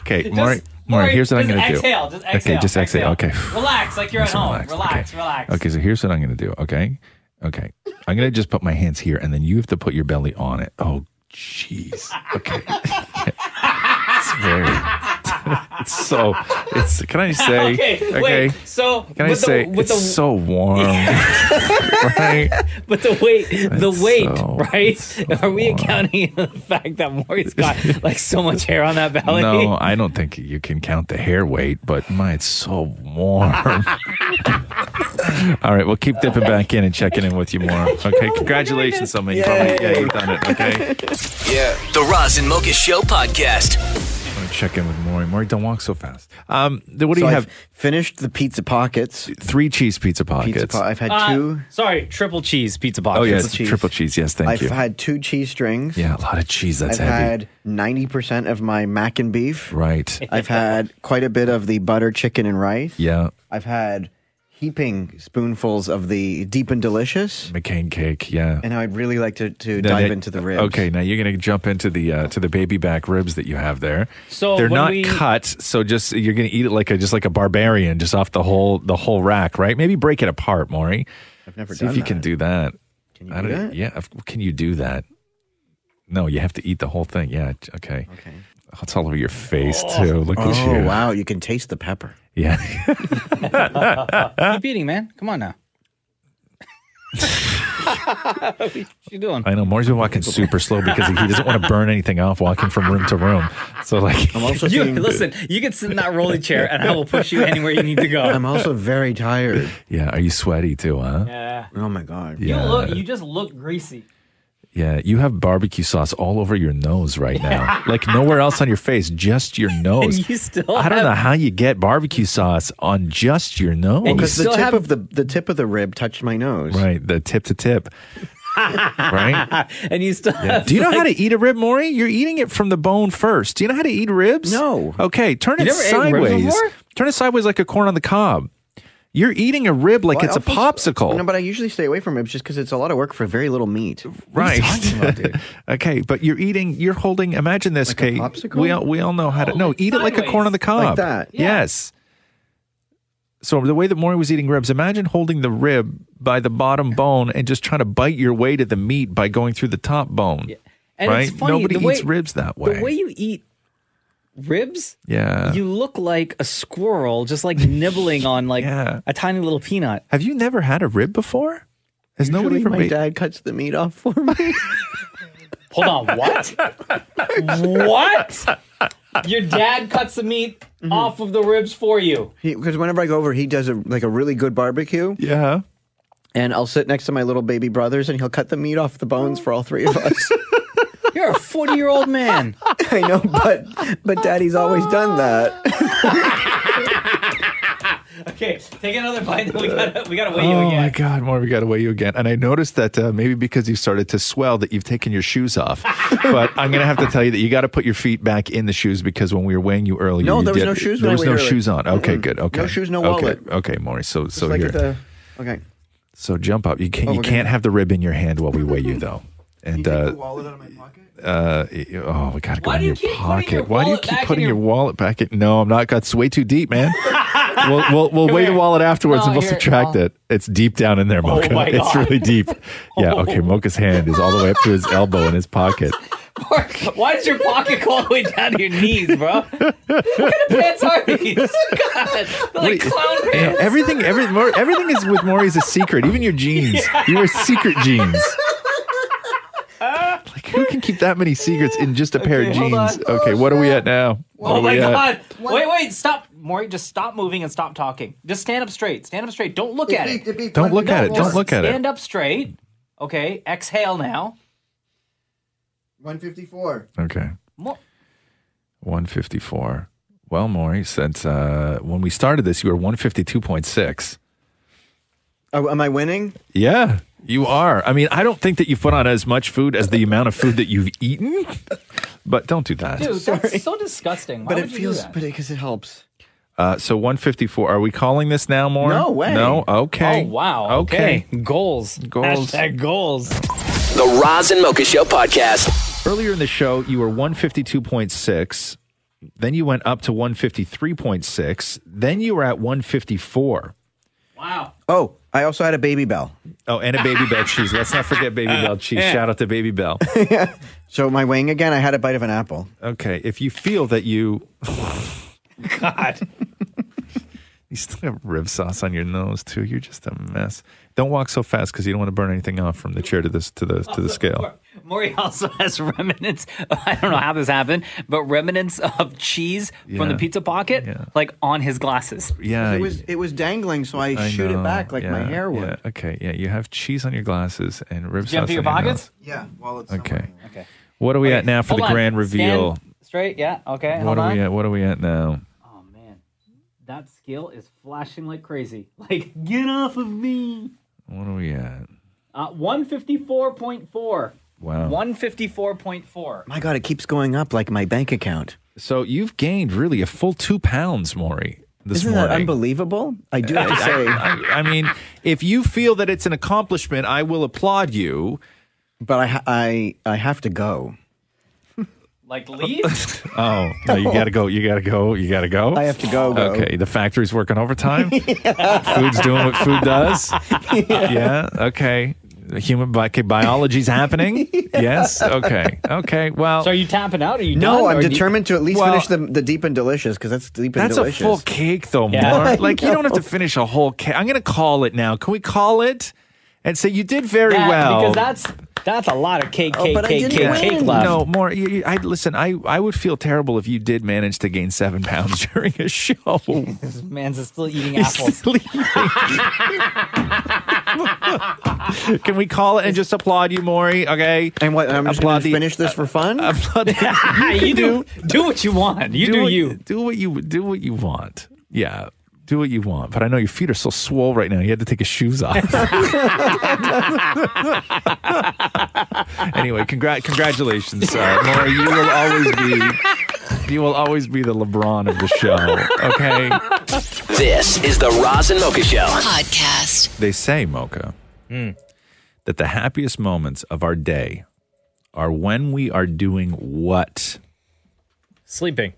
[SPEAKER 1] Okay,
[SPEAKER 16] Just-
[SPEAKER 1] Maury, Maury, here's what I'm
[SPEAKER 16] just
[SPEAKER 1] gonna
[SPEAKER 16] exhale,
[SPEAKER 1] do.
[SPEAKER 16] just exhale,
[SPEAKER 1] Okay, just exhale.
[SPEAKER 16] exhale.
[SPEAKER 1] Okay.
[SPEAKER 16] Relax, like you're at
[SPEAKER 1] Just
[SPEAKER 16] home.
[SPEAKER 1] relax,
[SPEAKER 16] Relax,
[SPEAKER 1] okay.
[SPEAKER 16] relax.
[SPEAKER 1] Okay, so here's what I'm gonna do. Okay, okay, I'm gonna just put my hands here, and then you have to put your belly on it. Oh, jeez. Okay. it's very. It's so. It's. Can I say?
[SPEAKER 16] okay, Wait, so
[SPEAKER 1] Can I
[SPEAKER 16] with the,
[SPEAKER 1] say
[SPEAKER 16] with
[SPEAKER 1] it's
[SPEAKER 16] the
[SPEAKER 1] so warm? right?
[SPEAKER 16] but the weight, the weight,
[SPEAKER 1] so-
[SPEAKER 16] right? Are we accounting for the fact that Maury's got like so much hair on that belly?
[SPEAKER 1] No, I don't think you can count the hair weight, but my, it's so warm. All right, we'll keep dipping back in and checking in with you more. Okay, congratulations, something. You probably- Yeah, you've done it. Okay,
[SPEAKER 5] Yeah. The Roz and Mocha Show podcast.
[SPEAKER 1] I'm gonna check in with Maury. Maury, don't walk so fast. Um, th- what do
[SPEAKER 8] So
[SPEAKER 1] you
[SPEAKER 8] I've
[SPEAKER 1] have?
[SPEAKER 8] Finished the pizza pockets.
[SPEAKER 1] Three cheese pizza pockets.
[SPEAKER 8] Pizza po- I've had
[SPEAKER 6] Uh,
[SPEAKER 8] two.
[SPEAKER 6] Sorry, triple cheese pizza box.
[SPEAKER 1] oh yes,
[SPEAKER 8] triple cheese.
[SPEAKER 1] triple cheese. Yes, thank
[SPEAKER 8] I've
[SPEAKER 1] you.
[SPEAKER 8] had two cheese strings.
[SPEAKER 1] yeah, a lot of cheese. That's
[SPEAKER 8] I've
[SPEAKER 1] heavy.
[SPEAKER 8] had 90% of my mac and beef.
[SPEAKER 1] right.
[SPEAKER 8] I've had quite a bit of the butter chicken and rice.
[SPEAKER 1] Yeah,
[SPEAKER 8] I've had heaping spoonfuls of the deep and delicious.
[SPEAKER 1] McCain cake. Yeah.
[SPEAKER 8] And I'd really like to, to
[SPEAKER 1] Now
[SPEAKER 8] dive
[SPEAKER 1] that-
[SPEAKER 8] into the ribs.
[SPEAKER 1] Okay, now you're gonna jump into the uh, to the baby back ribs that you have there.
[SPEAKER 6] So
[SPEAKER 1] they're
[SPEAKER 6] when
[SPEAKER 1] not
[SPEAKER 6] we-
[SPEAKER 1] cut, so just you're gonna eat it like a just like a barbarian, just off the whole the whole rack, right? Maybe break it apart, Maury.
[SPEAKER 8] I've never
[SPEAKER 1] See
[SPEAKER 8] done
[SPEAKER 1] if you
[SPEAKER 8] that.
[SPEAKER 1] can do that. Can
[SPEAKER 8] you do that?
[SPEAKER 1] Yeah, of- can you do that? No, you have to eat the whole thing. Yeah. j- Okay. Okay. It's all over your face too. Look at
[SPEAKER 8] Oh,
[SPEAKER 1] you.
[SPEAKER 8] wow. You can taste the pepper.
[SPEAKER 1] Yeah.
[SPEAKER 6] Keep eating, man. Come on now. what are you doing?
[SPEAKER 1] I know. Maury's been walking super slow because he doesn't want to burn anything off walking from room to room. So like,
[SPEAKER 8] I'm also
[SPEAKER 6] You,
[SPEAKER 8] feeling-
[SPEAKER 6] listen, you can sit in that rolling chair and I will push you anywhere you need to go.
[SPEAKER 8] I'm also very tired.
[SPEAKER 1] yeah. Are you sweaty too? Huh?
[SPEAKER 6] Yeah.
[SPEAKER 8] Oh, my God.
[SPEAKER 1] Yeah.
[SPEAKER 16] You look, you just look greasy.
[SPEAKER 1] Yeah, you have barbecue sauce all over your nose right now. like nowhere else on your face, just your nose.
[SPEAKER 6] And you still
[SPEAKER 1] I don't
[SPEAKER 6] have-
[SPEAKER 1] know how you get barbecue sauce on just your nose.
[SPEAKER 6] And you
[SPEAKER 8] Because the
[SPEAKER 6] still
[SPEAKER 8] tip
[SPEAKER 6] have-
[SPEAKER 8] of the the tip of the rib touched my nose.
[SPEAKER 1] right, the tip to tip. right?
[SPEAKER 6] and you still have
[SPEAKER 1] Do you know how to eat a rib, Maury? You're eating it from the bone first. Do you know how to eat ribs?
[SPEAKER 8] No.
[SPEAKER 1] Okay, turn
[SPEAKER 6] You
[SPEAKER 1] it
[SPEAKER 6] never ate ribs
[SPEAKER 1] sideways.
[SPEAKER 6] before?
[SPEAKER 1] Turn it sideways like a corn on the cob. You're eating a rib like
[SPEAKER 8] Well, I
[SPEAKER 1] it's a
[SPEAKER 8] also-
[SPEAKER 1] popsicle.
[SPEAKER 8] No, but I usually stay away from ribs just because it's a lot of work for very little meat.
[SPEAKER 1] Right. okay, but you're eating. You're holding. Imagine this,
[SPEAKER 8] Like a
[SPEAKER 1] Kate.
[SPEAKER 8] popsicle?
[SPEAKER 1] We all, we all know how to. No, eat it like a corn on the cob.
[SPEAKER 8] Like that.
[SPEAKER 1] Yes. So the way that Maury was eating ribs, imagine holding the rib by the bottom bone and just trying to bite your way to the meat by going through the top bone.
[SPEAKER 6] And
[SPEAKER 1] right?
[SPEAKER 6] it's funny,
[SPEAKER 1] Nobody
[SPEAKER 6] the way-
[SPEAKER 1] eats ribs that
[SPEAKER 6] The way you eat ribs?
[SPEAKER 1] Yeah.
[SPEAKER 6] You look like a squirrel, just like nibbling on like a tiny little peanut.
[SPEAKER 1] Have you never had a rib before? Has nobody
[SPEAKER 6] Usually
[SPEAKER 1] ever
[SPEAKER 6] my
[SPEAKER 1] made?
[SPEAKER 27] Dad cuts the meat off for me.
[SPEAKER 6] Hold on, what? what? Your dad cuts the meat off of the ribs for you.
[SPEAKER 8] Because whenever I go over, Mm-hmm. he does a, like a really good barbecue.
[SPEAKER 1] Yeah.
[SPEAKER 8] And I'll sit next to my little baby brothers, and he'll cut the meat off the bones for all three of us.
[SPEAKER 6] You're a forty-year-old man.
[SPEAKER 8] I know, but but Daddy's always done that.
[SPEAKER 6] Okay, take another bite. We gotta, we gotta weigh you
[SPEAKER 1] Oh
[SPEAKER 6] again.
[SPEAKER 1] my God, More, we got to weigh you again. And I noticed that uh, maybe because you started to swell, that you've taken your shoes off. but I'm going to have to tell you that you got to put your feet back in the shoes because when we were weighing you earlier,
[SPEAKER 8] No,
[SPEAKER 1] you
[SPEAKER 8] there was no shoes
[SPEAKER 1] There
[SPEAKER 8] when I
[SPEAKER 1] was
[SPEAKER 8] weighed
[SPEAKER 1] no
[SPEAKER 8] earlier.
[SPEAKER 1] shoes on. Okay,
[SPEAKER 8] Mm-mm.
[SPEAKER 1] good. Okay,
[SPEAKER 8] No shoes, no
[SPEAKER 1] okay.
[SPEAKER 8] wallet.
[SPEAKER 1] Okay, Maury. So, so
[SPEAKER 8] like
[SPEAKER 1] here.
[SPEAKER 8] at the, okay.
[SPEAKER 1] So jump up. You can't.
[SPEAKER 8] Oh,
[SPEAKER 1] you
[SPEAKER 8] okay.
[SPEAKER 1] can't have the rib in your hand while we weigh you, though. And uh, uh, y- oh, we gotta go in your pocket. Why do you keep putting your wallet back in? No, I'm not. That's way too deep, man. we'll we'll, we'll weigh the wallet afterwards
[SPEAKER 6] No,
[SPEAKER 1] and we'll
[SPEAKER 6] Oh, here,
[SPEAKER 1] subtract
[SPEAKER 6] no.
[SPEAKER 1] it. It's deep down in there,
[SPEAKER 6] Oh
[SPEAKER 1] Mocha.
[SPEAKER 6] my
[SPEAKER 1] it's
[SPEAKER 6] God.
[SPEAKER 1] really deep. Yeah. Okay. Mocha's hand is all the way up to his elbow in his pocket. Oh.
[SPEAKER 6] Why does your pocket go all the way down to your knees, bro? What kind of pants are these? God, they're like clown
[SPEAKER 1] You know,
[SPEAKER 6] pants.
[SPEAKER 1] everything, every, Maury- everything is with Maury is a secret. Even your jeans. You wear secret jeans. Like who can keep that many secrets in just a pair of
[SPEAKER 6] Okay, hold
[SPEAKER 1] jeans?
[SPEAKER 6] on.
[SPEAKER 1] Okay, what are we at now? What
[SPEAKER 6] Oh
[SPEAKER 1] are
[SPEAKER 6] my
[SPEAKER 1] we at?
[SPEAKER 6] god! Wait, wait, stop, Maury. Just stop moving and stop talking. Just stand up straight. Stand up straight. Don't look at it.
[SPEAKER 1] Don't look at it. Don't look at it.
[SPEAKER 6] Stand up straight. Okay. Exhale now.
[SPEAKER 22] 154.
[SPEAKER 1] Okay.
[SPEAKER 6] Mo-
[SPEAKER 1] 154. Well, Maury, since uh, when we started this, you were 152.6.
[SPEAKER 8] Are- Oh, am I winning?
[SPEAKER 1] Yeah, you are. I mean, I don't think that you've put on as much food as the amount of food that you've eaten, but don't do that.
[SPEAKER 6] Dude, that's so disgusting. Why
[SPEAKER 8] but
[SPEAKER 6] would
[SPEAKER 8] it
[SPEAKER 6] you do
[SPEAKER 8] feels,
[SPEAKER 6] that?
[SPEAKER 8] but because it, helps.
[SPEAKER 1] Uh, so 154. Are we calling this now, Maury?
[SPEAKER 6] No way.
[SPEAKER 1] No? Okay.
[SPEAKER 6] Oh, wow. Goals.
[SPEAKER 1] Goals.
[SPEAKER 6] Hashtag goals.
[SPEAKER 5] The Roz and Mocha Show podcast.
[SPEAKER 1] Earlier in the show, you were 152.6. Then you went up to 153.6. Then you were at 154.
[SPEAKER 8] Oh, I also had a baby bell.
[SPEAKER 1] Oh, and a Baby Bell cheese. Let's not forget Baby
[SPEAKER 6] Uh,
[SPEAKER 1] Bell cheese.
[SPEAKER 8] yeah.
[SPEAKER 1] Shout out to Baby Bell.
[SPEAKER 8] So my wing again. I had a bite of an apple.
[SPEAKER 1] Okay, if you feel that you, God, you still have rib sauce on your nose too. You're just a mess. Don't walk so fast because you don't want to burn anything off from the chair to this to the to the scale.
[SPEAKER 6] Maury also has remnants. I don't know how this happened, but remnants of cheese from
[SPEAKER 1] Yeah.
[SPEAKER 6] the pizza pocket, like on his glasses.
[SPEAKER 1] Yeah,
[SPEAKER 8] it was it was dangling, so I,
[SPEAKER 1] I
[SPEAKER 8] shoot
[SPEAKER 1] know,
[SPEAKER 8] it back like my
[SPEAKER 1] yeah,
[SPEAKER 8] hair would.
[SPEAKER 1] yeah, Okay, yeah, you have cheese on your glasses and rib
[SPEAKER 6] Did you
[SPEAKER 1] sauce.
[SPEAKER 6] empty your
[SPEAKER 1] on
[SPEAKER 6] pockets?
[SPEAKER 8] Yeah. Well,
[SPEAKER 1] nose. Okay,
[SPEAKER 6] Okay.
[SPEAKER 1] what are we at now for
[SPEAKER 6] Hold
[SPEAKER 1] the
[SPEAKER 6] on.
[SPEAKER 1] grand reveal?
[SPEAKER 6] Stand straight. Yeah. Okay.
[SPEAKER 1] what
[SPEAKER 6] hold
[SPEAKER 1] are
[SPEAKER 6] on.
[SPEAKER 1] we at? What are we at now?
[SPEAKER 6] That skill is flashing like crazy. Like, get off of me.
[SPEAKER 1] What are we at?
[SPEAKER 6] Uh, 154.4.
[SPEAKER 1] Wow.
[SPEAKER 6] 154.4.
[SPEAKER 8] My God, it keeps going up like my bank account.
[SPEAKER 1] So you've gained really a full two pounds, Maury. This
[SPEAKER 8] Isn't
[SPEAKER 1] morning.
[SPEAKER 8] that unbelievable? I do have to say.
[SPEAKER 1] I, I mean, if you feel that it's an accomplishment, I will applaud you.
[SPEAKER 8] But I, ha- I, I have to go.
[SPEAKER 6] Like, leave?
[SPEAKER 1] Oh, no, you gotta go. You gotta go. You gotta go. I have
[SPEAKER 8] to go. go.
[SPEAKER 1] Okay, the factory's working overtime. Food's doing what food does. Yeah. Okay. Human bi- okay, biology's happening. Yes. Okay. Okay. Well.
[SPEAKER 6] so are you tapping out? Or are you done?
[SPEAKER 8] No, I'm
[SPEAKER 6] Or do you-
[SPEAKER 8] determined to at least
[SPEAKER 1] Well-
[SPEAKER 8] finish the, the deep and delicious because that's deep and
[SPEAKER 1] That's
[SPEAKER 8] delicious.
[SPEAKER 1] a full cake, though,
[SPEAKER 8] Yeah. I
[SPEAKER 1] Mark. Like you don't have
[SPEAKER 8] know.
[SPEAKER 1] to finish a whole cake. I'm gonna call it now. Can we call it and say you did very
[SPEAKER 6] That-
[SPEAKER 1] well?
[SPEAKER 6] Because that's that's a lot of cake,
[SPEAKER 8] Oh,
[SPEAKER 6] cake, cake, cake, cake left.
[SPEAKER 1] No, more. You, you- I listen. I I would feel terrible if you did manage to gain seven pounds during a show.
[SPEAKER 6] This man's is still eating
[SPEAKER 1] He's
[SPEAKER 6] apples.
[SPEAKER 1] still Can we call it and just applaud you, Maury? Okay.
[SPEAKER 8] And what? I'm just
[SPEAKER 1] applaud
[SPEAKER 8] going to finish this for fun.
[SPEAKER 1] you
[SPEAKER 6] you
[SPEAKER 1] can
[SPEAKER 6] do do what you want. You do,
[SPEAKER 1] what,
[SPEAKER 6] you.
[SPEAKER 1] Do what you do what you want. Yeah. Do what you want, but I know your feet are so swole right now. You had to take your shoes off. anyway, congrat, congratulations, uh, Maury. You will always be, you will always be the LeBron of the show. Okay.
[SPEAKER 5] This is the Roz and Mocha Show.
[SPEAKER 11] Podcast.
[SPEAKER 1] They say, Mocha,
[SPEAKER 6] Hmm.
[SPEAKER 1] that the happiest moments of our day are when we are doing what?
[SPEAKER 6] Sleeping.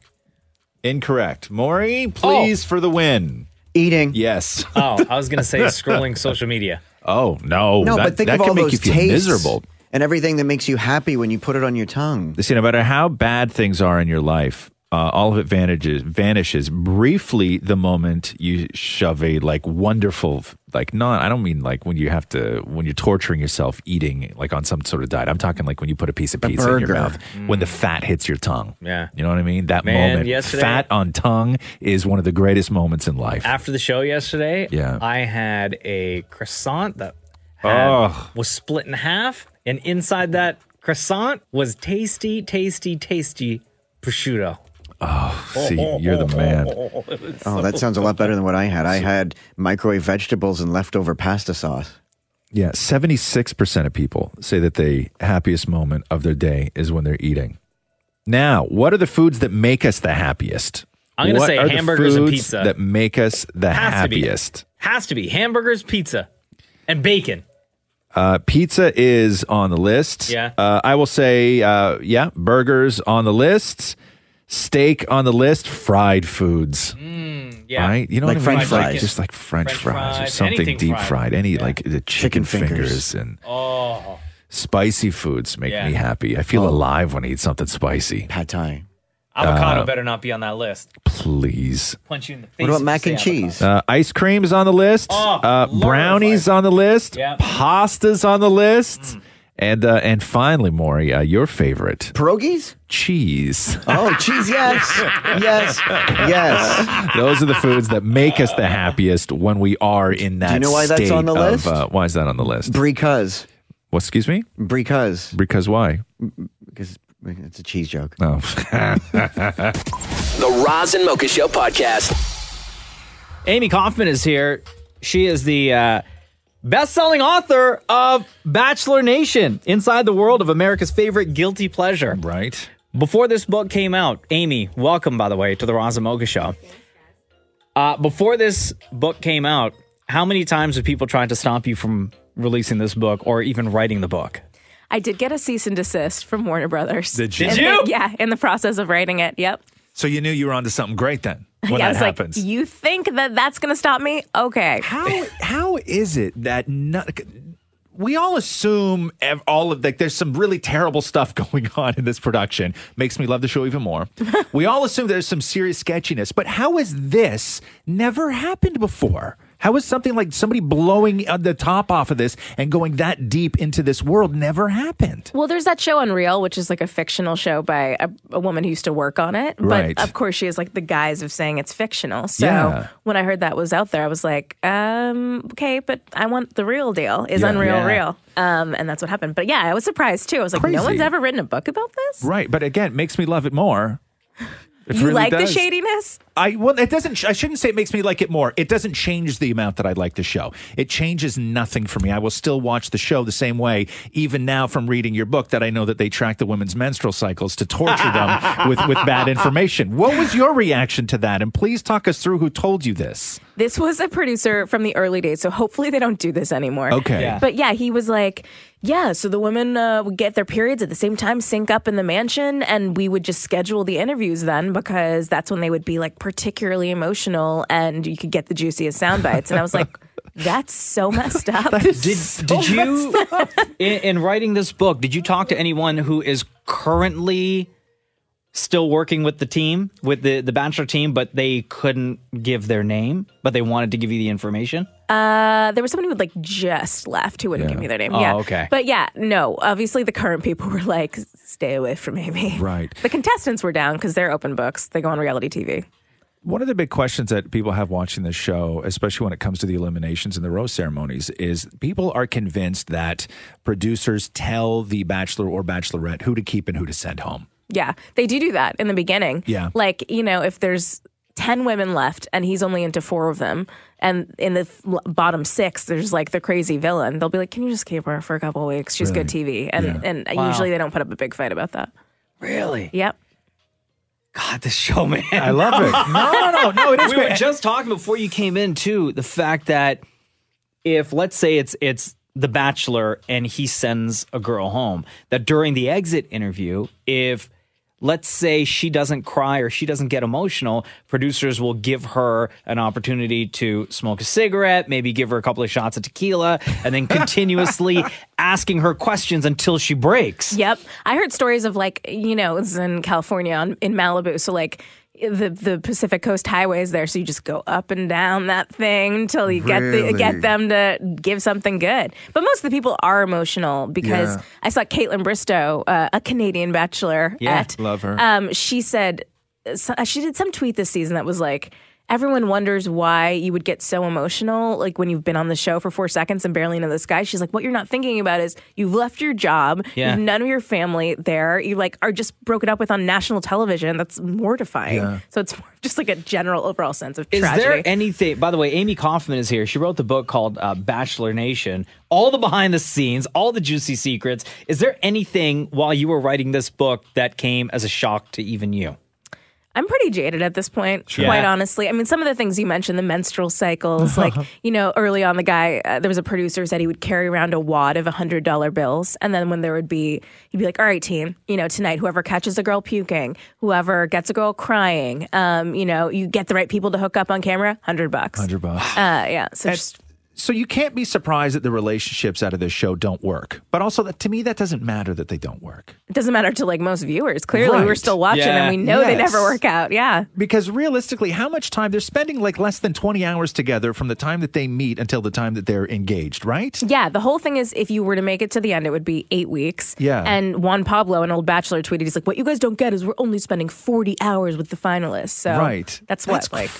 [SPEAKER 1] Incorrect. Maury, please for the win.
[SPEAKER 8] Eating.
[SPEAKER 1] Yes.
[SPEAKER 6] Oh, I was gonna say scrolling social media.
[SPEAKER 1] Oh no.
[SPEAKER 8] no,
[SPEAKER 1] that,
[SPEAKER 8] but think
[SPEAKER 1] that
[SPEAKER 8] of
[SPEAKER 1] can
[SPEAKER 8] all
[SPEAKER 1] make
[SPEAKER 8] those
[SPEAKER 1] you feel
[SPEAKER 8] tastes
[SPEAKER 1] miserable.
[SPEAKER 8] and everything that makes you happy when you put it on your tongue.
[SPEAKER 1] Listen, no matter how bad things are in your life, Uh, all of it vanishes, vanishes briefly the moment you shove a like wonderful, like not. I don't mean like when you have to when you're torturing yourself eating like on some sort of diet. I'm talking like when you put a piece of
[SPEAKER 6] A
[SPEAKER 1] pizza in your
[SPEAKER 6] burger.
[SPEAKER 1] mouth when the fat hits your tongue.
[SPEAKER 6] Yeah.
[SPEAKER 1] You know what I mean? That
[SPEAKER 6] Man,
[SPEAKER 1] moment,
[SPEAKER 6] yesterday-
[SPEAKER 1] fat on tongue, is one of the greatest moments in life.
[SPEAKER 6] After the show yesterday,
[SPEAKER 1] Yeah.
[SPEAKER 6] I had a croissant that had-
[SPEAKER 1] Ugh.
[SPEAKER 6] was split in half, and inside that croissant was tasty, tasty, tasty prosciutto.
[SPEAKER 1] Oh, see, you're the man.
[SPEAKER 22] Oh, that sounds a lot better than what I had. I had microwave vegetables and leftover pasta sauce.
[SPEAKER 1] Yeah, 76% of people say that the happiest moment of their day is when they're eating. Now, what are the foods that make us the happiest?
[SPEAKER 6] I'm gonna
[SPEAKER 1] What
[SPEAKER 6] say
[SPEAKER 1] are the
[SPEAKER 6] hamburgers and
[SPEAKER 1] foods
[SPEAKER 6] pizza.
[SPEAKER 1] That make us the
[SPEAKER 6] Has to be.
[SPEAKER 1] happiest.
[SPEAKER 6] Has to be hamburgers, pizza, and bacon.
[SPEAKER 1] Uh, pizza is on the list.
[SPEAKER 6] Yeah.
[SPEAKER 1] Uh, I will say, uh, yeah, burgers on the list, steak on the list, fried foods.
[SPEAKER 6] Mm, yeah.
[SPEAKER 1] Right? You know
[SPEAKER 6] Like
[SPEAKER 1] what I mean?
[SPEAKER 6] french fries.
[SPEAKER 1] Just like French,
[SPEAKER 6] French
[SPEAKER 1] fries, or
[SPEAKER 6] fries,
[SPEAKER 1] something
[SPEAKER 6] anything
[SPEAKER 1] deep fried.
[SPEAKER 6] fried.
[SPEAKER 1] Any like the chicken, fingers. and
[SPEAKER 6] Oh,
[SPEAKER 1] spicy foods make
[SPEAKER 6] Yeah.
[SPEAKER 1] me happy. I feel alive when I eat something spicy. Pad thai.
[SPEAKER 6] avocado better not be on that list.
[SPEAKER 1] Uh, Please.
[SPEAKER 6] Punch you in the face.
[SPEAKER 1] What
[SPEAKER 6] if you say avocado.
[SPEAKER 1] Uh, ice cream is on the list.
[SPEAKER 29] Oh,
[SPEAKER 1] uh, brownies on the list. Pastas on the list.
[SPEAKER 29] Mm.
[SPEAKER 1] And uh, and finally, Maury, uh, your favorite pierogies, cheese.
[SPEAKER 22] Oh, cheese, yes. yes. Yes.
[SPEAKER 1] Those are the foods that make us the happiest when we are in that.
[SPEAKER 22] you know why that's
[SPEAKER 1] state
[SPEAKER 22] on the
[SPEAKER 1] of,
[SPEAKER 22] list?
[SPEAKER 1] uh, why is that on the list?
[SPEAKER 22] Because.
[SPEAKER 1] Well, excuse me.
[SPEAKER 22] Because.
[SPEAKER 1] Because why?
[SPEAKER 22] Because it's a cheese joke.
[SPEAKER 1] Oh.
[SPEAKER 5] The Roz and Mocha Show podcast.
[SPEAKER 6] Amy Kaufman is here. She is the uh, best-selling author of Bachelor Nation: Inside the World of America's Favorite Guilty Pleasure.
[SPEAKER 1] Right.
[SPEAKER 6] Before this book came out, Amy, welcome by the way to the Raza Mocha Show. Uh, before this book came out, how many times have people tried to stop you from releasing this book or even writing the book?
[SPEAKER 29] I did get a cease and desist from Warner Brothers.
[SPEAKER 1] Did you?
[SPEAKER 29] In
[SPEAKER 1] Did you?
[SPEAKER 29] the- yeah, in the process of writing it. Yep.
[SPEAKER 1] So you knew you were onto something great then when
[SPEAKER 29] yeah, I
[SPEAKER 1] that
[SPEAKER 29] was
[SPEAKER 1] happens.
[SPEAKER 29] like, you think that that's going to stop me? Okay.
[SPEAKER 1] How how is it that no, we all assume ev- all of like there's some really terrible stuff going on in this production makes me love the show even more. we all assume there's some serious sketchiness, but how has this never happened before? How is something like somebody blowing uh, the top off of this and going that deep into this world never happened?
[SPEAKER 29] Well, there's that show Unreal, which is like a fictional show by a, a woman who used to work on it.
[SPEAKER 1] Right.
[SPEAKER 29] But of course, she has like the guise of saying it's fictional. So
[SPEAKER 1] Yeah.
[SPEAKER 29] when I heard that was out there, I was like, um, okay, but I want the real deal. Is
[SPEAKER 1] Yeah.
[SPEAKER 29] Unreal
[SPEAKER 1] Yeah.
[SPEAKER 29] real? Um, and that's what happened. But yeah, I was surprised too. I was like, no
[SPEAKER 1] Crazy.
[SPEAKER 29] one's ever written a book about this.
[SPEAKER 1] Right, but again, makes me love it more. It
[SPEAKER 29] you
[SPEAKER 1] really
[SPEAKER 29] like
[SPEAKER 1] does.
[SPEAKER 29] the shadiness?
[SPEAKER 1] I well, it doesn't. sh- I shouldn't say it makes me like it more. It doesn't change the amount that I like the show. It changes nothing for me. I will still watch the show the same way, even now from reading your book that I know that they track the women's menstrual cycles to torture them with with bad information. What was your reaction to that? And please talk us through who told you this.
[SPEAKER 29] This was a producer from the early days, so hopefully they don't do this anymore.
[SPEAKER 1] Okay. Yeah.
[SPEAKER 29] But yeah, he was like, yeah, so the women uh, would get their periods at the same time, sync up in the mansion, and we would just schedule the interviews then because that's when they would be like particularly emotional and you could get the juiciest sound bites. And I was like, that's so messed up.
[SPEAKER 6] Did, did you, in, in writing this book, did you talk to anyone who is currently still working with the team, with the, the Bachelor team, but they couldn't give their name, but they wanted to give you the information?
[SPEAKER 29] Uh, there was someone who had like just left who wouldn't give me their name.
[SPEAKER 6] Oh,
[SPEAKER 29] yeah.
[SPEAKER 6] okay.
[SPEAKER 29] But yeah, no. Obviously, the current people were like, "Stay away from Amy."
[SPEAKER 1] Right.
[SPEAKER 29] The contestants were down because they're open books. They go on reality TV.
[SPEAKER 1] One of the big questions that people have watching this show, especially when it comes to the eliminations and the rose ceremonies, is people are convinced that producers tell the bachelor or bachelorette who to keep and who to send home.
[SPEAKER 29] Yeah, they do do that in the beginning.
[SPEAKER 1] Yeah.
[SPEAKER 29] Like you know, if there's ten women left and he's only into four of them, and in the f- bottom six, there's like the crazy villain. They'll be like, "Can you just keep her for a couple of weeks? She's good TV." And
[SPEAKER 6] Yeah.
[SPEAKER 29] and
[SPEAKER 6] Wow.
[SPEAKER 29] usually they don't put up a big fight about that.
[SPEAKER 6] Really?
[SPEAKER 29] Yep.
[SPEAKER 6] God, this show, man.
[SPEAKER 1] I love it. No, no, no, no, it is
[SPEAKER 6] we were
[SPEAKER 1] great.
[SPEAKER 6] just talking before you came in too. The fact that if let's say it's it's the Bachelor and he sends a girl home, that during the exit interview, if let's say she doesn't cry or she doesn't get emotional, producers will give her an opportunity to smoke a cigarette, maybe give her a couple of shots of tequila, and then continuously asking her questions until she breaks.
[SPEAKER 29] Yep. I heard stories of like, you know, it's in California on, in Malibu. So like the the Pacific Coast Highway is there, so you just go up and down that thing until you get
[SPEAKER 2] Really?
[SPEAKER 29] the, get them to give something good. But most of the people are emotional because
[SPEAKER 2] Yeah.
[SPEAKER 29] I saw Caitlin Bristow, uh, a Canadian bachelor,
[SPEAKER 2] Yeah,
[SPEAKER 29] at
[SPEAKER 2] love her.
[SPEAKER 29] Um, she said so, she did some tweet this season that was like. Everyone wonders why you would get so emotional, like when you've been on the show for four seconds and barely know this guy. She's like, "What you're not thinking about is you've left your job,
[SPEAKER 6] Yeah.
[SPEAKER 29] you've none of your family there, you like are just broken up with on national television. That's mortifying."
[SPEAKER 6] Yeah.
[SPEAKER 29] So it's more of just like a general overall sense of
[SPEAKER 6] Is
[SPEAKER 29] tragedy.
[SPEAKER 6] there anything? By the way, Amy Kaufman is here. She wrote the book called uh, Bachelor Nation. All the behind the scenes, all the juicy secrets. Is there anything while you were writing this book that came as a shock to even you?
[SPEAKER 29] I'm pretty jaded at this point,
[SPEAKER 6] Sure.
[SPEAKER 29] quite
[SPEAKER 6] Yeah.
[SPEAKER 29] honestly. I mean, some of the things you mentioned, the menstrual cycles, like, you know, early on, the guy, uh, there was a producer said he would carry around a wad of $100 bills. And then when there would be, he'd be like, all right, team, you know, tonight, whoever catches a girl puking, whoever gets a girl crying, um, you know, you get the right people to hook up on camera, 100 bucks.
[SPEAKER 1] 100 bucks.
[SPEAKER 29] Uh, yeah. So just
[SPEAKER 1] So you can't be surprised that the relationships out of this show don't work. But also, that, to me, that doesn't matter that they don't work.
[SPEAKER 29] it doesn't matter to like most viewers. Clearly,
[SPEAKER 1] Right.
[SPEAKER 29] we're still watching
[SPEAKER 1] Yeah.
[SPEAKER 29] and we know they
[SPEAKER 1] Yes.
[SPEAKER 29] never work out. Yeah.
[SPEAKER 1] Because realistically, how much time they're spending like less than 20 hours together from the time that they meet until the time that they're engaged, right?
[SPEAKER 29] Yeah, the whole thing is if you were to make it to the end, it would be eight weeks.
[SPEAKER 1] Yeah.
[SPEAKER 29] And Juan Pablo, an old bachelor, tweeted, he's like, What you guys don't get is we're only spending 40 hours with the finalists. So
[SPEAKER 6] Right.
[SPEAKER 29] that's what,
[SPEAKER 6] That's
[SPEAKER 29] like,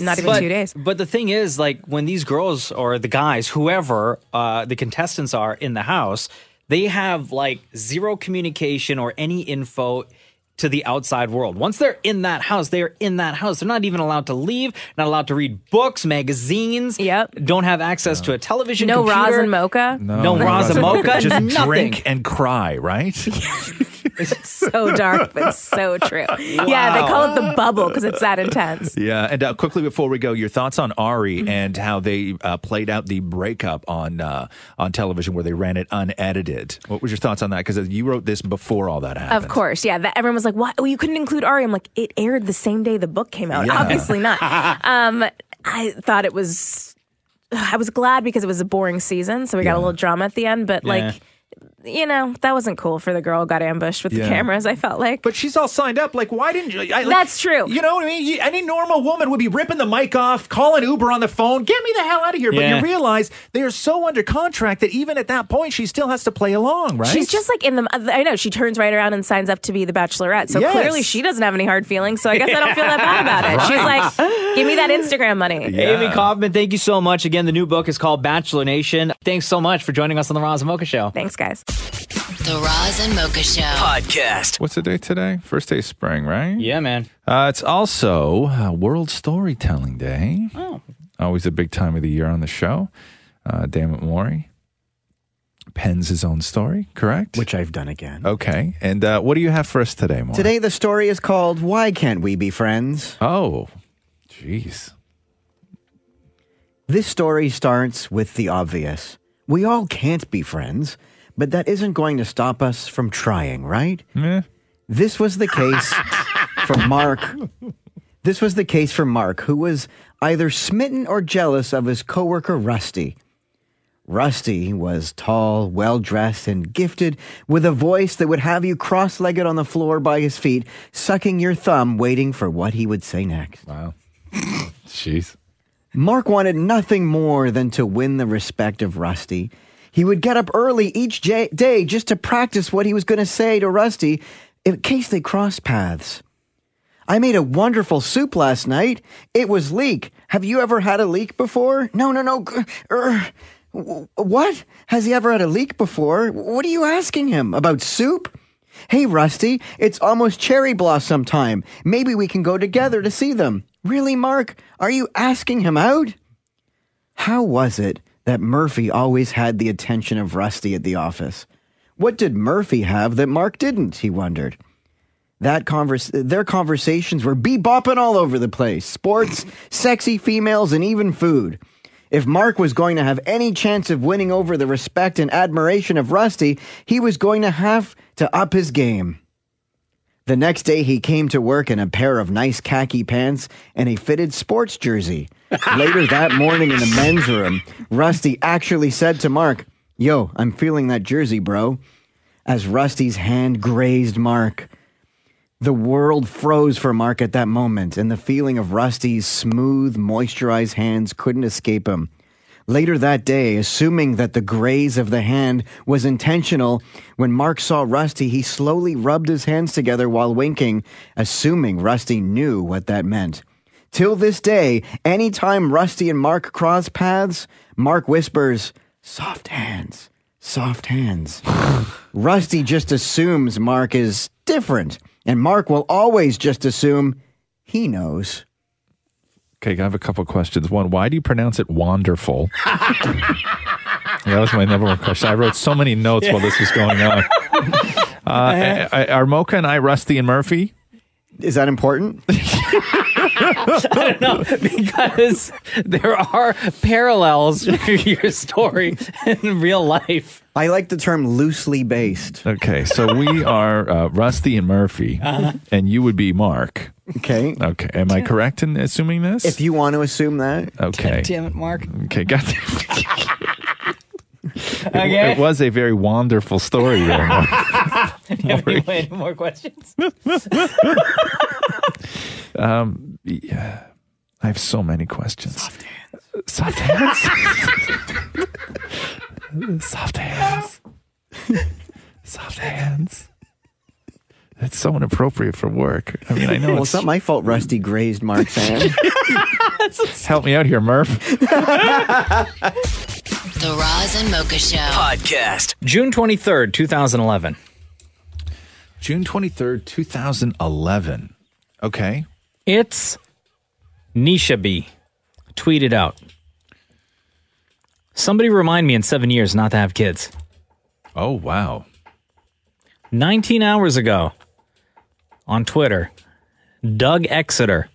[SPEAKER 29] not even
[SPEAKER 6] But-
[SPEAKER 29] two days.
[SPEAKER 6] But the thing is, like when these girls or the guys, whoever uh, the contestants are in the house, they have like zero communication or any info to the outside world. Once they're in that house, they're in that house. They're not even allowed to leave, not allowed to read books, magazines. Yep. Don't have access to a television.
[SPEAKER 29] No
[SPEAKER 6] computer.
[SPEAKER 29] Roz and Mocha.
[SPEAKER 6] No, Roz and Mocha.
[SPEAKER 1] Oh, Just
[SPEAKER 6] nothing.
[SPEAKER 1] drink and cry, right?
[SPEAKER 29] so dark, but so true. Yeah, they call it the bubble because it's that intense.
[SPEAKER 1] Yeah, and uh, quickly before we go, your thoughts on
[SPEAKER 29] Mm-hmm.
[SPEAKER 1] Ari and how they uh, played out the breakup on uh, on television, where they ran it unedited. What was your thoughts on that? Because you wrote this before all that happened.
[SPEAKER 29] Of course, yeah. That everyone was like, "Why? Well, you couldn't include Ari." I'm like, "It aired the same day the book came out.
[SPEAKER 1] Yeah.
[SPEAKER 29] Obviously not." um, I thought it was. I was glad because it was a boring season, so we got a little drama at the end. But like, you know, that wasn't cool for the girl who got ambushed with
[SPEAKER 1] Yeah.
[SPEAKER 29] the cameras. I felt like,
[SPEAKER 1] but she's all signed up. Like, why didn't you? I, like,
[SPEAKER 29] That's true.
[SPEAKER 1] You know what I mean? You- any normal woman would be ripping the mic off, calling Uber on the phone, get me the hell out of here.
[SPEAKER 29] Yeah.
[SPEAKER 1] But you realize they are so under contract that even at that point, she still has to play along, right?
[SPEAKER 29] She's just like in the. I know she turns right around and signs up to be the Bachelorette. So
[SPEAKER 1] Yes.
[SPEAKER 29] clearly she doesn't have any hard feelings. So I guess I don't feel that bad about it. She's like, give me that Instagram money.
[SPEAKER 6] Amy Kaufman, thank you so much. Again, the new book is called Bachelor Nation. Thanks so much for joining us on the Roz and Mocha Show.
[SPEAKER 29] Thanks, guys.
[SPEAKER 11] The Roz and Mocha Show podcast.
[SPEAKER 1] What's the day today? First day of spring, right?
[SPEAKER 6] Yeah, man.
[SPEAKER 1] Uh, it's also uh, World Storytelling Day. Oh. Always a big time of the year on the show. Uh, Damn it, Maury pens his own story, correct? Which
[SPEAKER 8] I've done again.
[SPEAKER 1] Okay. And uh, what do you have for us today, Maury?
[SPEAKER 8] Today, the story is called Why Can't We Be Friends?
[SPEAKER 1] Oh, jeez.
[SPEAKER 8] This story starts with the obvious. We all can't be friends, but that isn't going to stop us from trying, right?
[SPEAKER 1] Eh.
[SPEAKER 8] This was the case for Mark. This was the case for Mark, who was either smitten or jealous of his coworker Rusty. Rusty was tall, well dressed, and gifted with a voice that would have you cross legged on the floor by his feet, sucking your thumb, waiting for what he would say next.
[SPEAKER 1] Wow. Jeez.
[SPEAKER 8] Mark wanted nothing more than to win the respect of Rusty. He would get up early each j- day just to practice what he was going to say to Rusty in case they crossed paths. I made a wonderful soup last night. It was leek. Have you ever had a leek before? No, no, no. G- er, w- what? Has he ever had a leek before? What are you asking him? About soup? Hey, Rusty, it's almost cherry blossom time. Maybe we can go together to see them. Really, Mark? Are you asking him out? How was it that Murphy always had the attention of Rusty at the office? What did Murphy have that Mark didn't? He wondered. That converse, their conversations were bebopping all over the place sports, sexy females, and even food. If Mark was going to have any chance of winning over the respect and admiration of Rusty, he was going to have to up his game. The next day, he came to work in a pair of nice khaki pants and a fitted sports jersey. Later that morning in the men's room, Rusty actually said to Mark, Yo, I'm feeling that jersey, bro. As Rusty's hand grazed Mark, the world froze for Mark at that moment, and the feeling of Rusty's smooth, moisturized hands couldn't escape him. Later that day, assuming that the graze of the hand was intentional, when Mark saw Rusty, he slowly rubbed his hands together while winking, assuming Rusty knew what that meant. Till this day, anytime Rusty and Mark cross paths, Mark whispers, Soft hands, soft hands. Rusty just assumes Mark is different, and Mark will always just assume he knows.
[SPEAKER 1] Okay, I have a couple questions. One, why do you pronounce it wonderful? that was my number one question. I wrote so many notes while this was going on. Uh, I- I- are Mocha and I Rusty and Murphy?
[SPEAKER 8] Is that important?
[SPEAKER 6] I don't know because there are parallels for your story in real life.
[SPEAKER 8] I like the term loosely based.
[SPEAKER 1] Okay, so we are uh, Rusty and Murphy,
[SPEAKER 8] Uh-huh.
[SPEAKER 1] and you would be Mark.
[SPEAKER 8] Okay.
[SPEAKER 1] Okay. Am I correct in assuming this?
[SPEAKER 8] If you want to assume that.
[SPEAKER 1] Okay.
[SPEAKER 6] Damn it, Mark.
[SPEAKER 1] Okay, got it.
[SPEAKER 6] Okay.
[SPEAKER 1] It was a very wonderful story there. Mark.
[SPEAKER 6] Do you have any, any more questions?
[SPEAKER 1] Um, yeah. I have so many questions. Soft hands. Soft hands. Soft hands. Soft hands. That's so inappropriate for work. I mean, I know.
[SPEAKER 8] Well,
[SPEAKER 1] it's-
[SPEAKER 8] it's not my fault Rusty grazed Mark's hand.
[SPEAKER 1] Help me out here, Murph.
[SPEAKER 11] The Roz and Mocha Show podcast.
[SPEAKER 6] June 23rd, 2011.
[SPEAKER 1] June 23rd, 2011. Okay.
[SPEAKER 6] It's Nisha B tweeted out. Somebody remind me in seven years not to have kids.
[SPEAKER 1] Oh, wow.
[SPEAKER 6] 19 hours ago on Twitter, Doug Exeter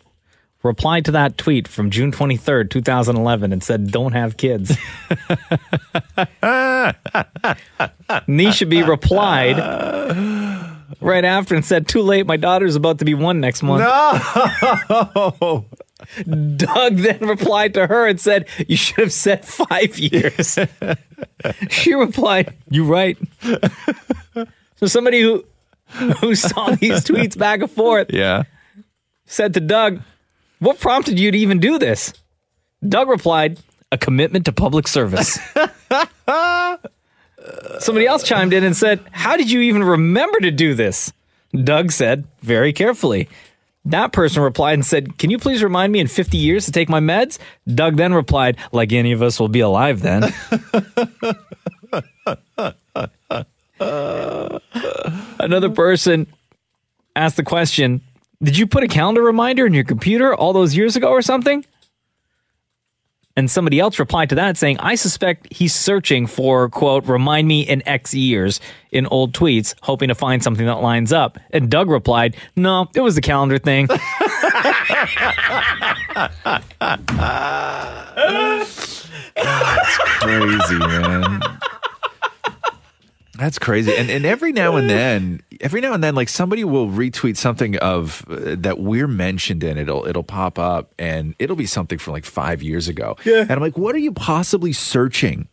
[SPEAKER 6] replied to that tweet from June 23rd, 2011, and said, Don't have kids. Nisha B replied right after and said, Too late. My daughter's about to be one next month.
[SPEAKER 1] No.
[SPEAKER 6] Doug then replied to her and said, You should have said five years. she replied, You right. so somebody who who saw these tweets back and forth
[SPEAKER 1] Yeah.
[SPEAKER 6] said to Doug, What prompted you to even do this? Doug replied, A commitment to public service. Somebody else chimed in and said, How did you even remember to do this? Doug said, Very carefully. That person replied and said, Can you please remind me in 50 years to take my meds? Doug then replied, Like any of us will be alive then. Another person asked the question Did you put a calendar reminder in your computer all those years ago or something? And somebody else replied to that saying, I suspect he's searching for, quote, remind me in X years in old tweets, hoping to find something that lines up. And Doug replied, No, it was the calendar thing.
[SPEAKER 1] crazy, man. That's crazy. And and every now and then, every now and then, like somebody will retweet something of uh, that we're mentioned in. It'll it'll pop up and it'll be something from like five years ago. Yeah. And I'm like, what are you possibly searching?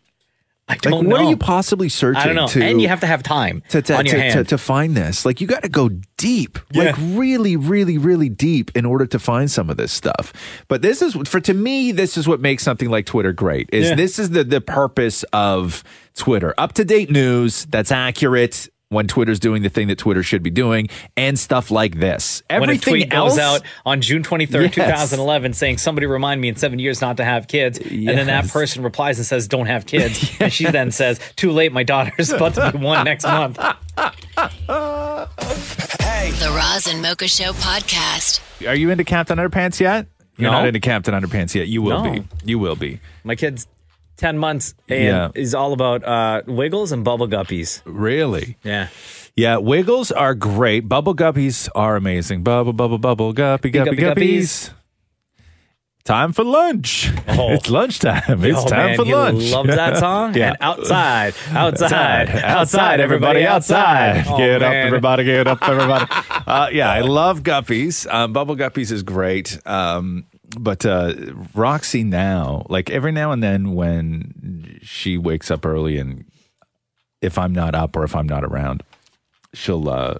[SPEAKER 6] I
[SPEAKER 1] like,
[SPEAKER 6] don't
[SPEAKER 1] What
[SPEAKER 6] know.
[SPEAKER 1] are you possibly searching?
[SPEAKER 6] I don't know.
[SPEAKER 1] To,
[SPEAKER 6] and you have to have time
[SPEAKER 1] to to,
[SPEAKER 6] on your
[SPEAKER 1] to,
[SPEAKER 6] hand.
[SPEAKER 1] to, to find this. Like you got to go deep, like really, really, really deep in order to find some of this stuff. But this is for to me, this is what makes something like Twitter great. Is
[SPEAKER 30] Yeah.
[SPEAKER 1] this is the the purpose of Twitter? Up to date news that's accurate. When Twitter's doing the thing that Twitter should be doing, and stuff like this,
[SPEAKER 6] when a
[SPEAKER 1] everything
[SPEAKER 6] tweet
[SPEAKER 1] else
[SPEAKER 6] goes out on June 23rd,
[SPEAKER 1] Yes.
[SPEAKER 6] 2011, saying, Somebody remind me in seven years not to have kids. And then that
[SPEAKER 1] Yes.
[SPEAKER 6] person replies and says, Don't have kids. And she then says, Too late. My daughter's about to be one next month.
[SPEAKER 11] The Roz and Mocha Show podcast.
[SPEAKER 1] Are you into Captain Underpants yet? You're
[SPEAKER 6] No.
[SPEAKER 1] not into Captain Underpants yet. You will
[SPEAKER 6] No.
[SPEAKER 1] be. You will be.
[SPEAKER 6] My kid's 10 months and
[SPEAKER 1] Yeah.
[SPEAKER 6] is all about uh, wiggles and bubble guppies.
[SPEAKER 1] Really?
[SPEAKER 6] Yeah.
[SPEAKER 1] Yeah, wiggles are great. Bubble guppies are amazing. Bubble, bubble, bubble, guppy, guppy,
[SPEAKER 6] Guppy, guppies.
[SPEAKER 1] guppies. Time for lunch. It's lunchtime. It's
[SPEAKER 6] Oh,
[SPEAKER 1] time
[SPEAKER 6] man,
[SPEAKER 1] for
[SPEAKER 6] he
[SPEAKER 1] lunch.
[SPEAKER 6] loved that song.
[SPEAKER 1] Yeah.
[SPEAKER 6] And outside, outside,
[SPEAKER 1] outside, everybody, outside.
[SPEAKER 6] Oh,
[SPEAKER 1] get
[SPEAKER 6] man.
[SPEAKER 1] up, everybody, get up, everybody. uh, yeah, I love Guppies. Um, Bubble Guppies is great. Um, but uh, Roxy now, like every now and then when she wakes up early and if I'm not up or if I'm not around, she'll uh,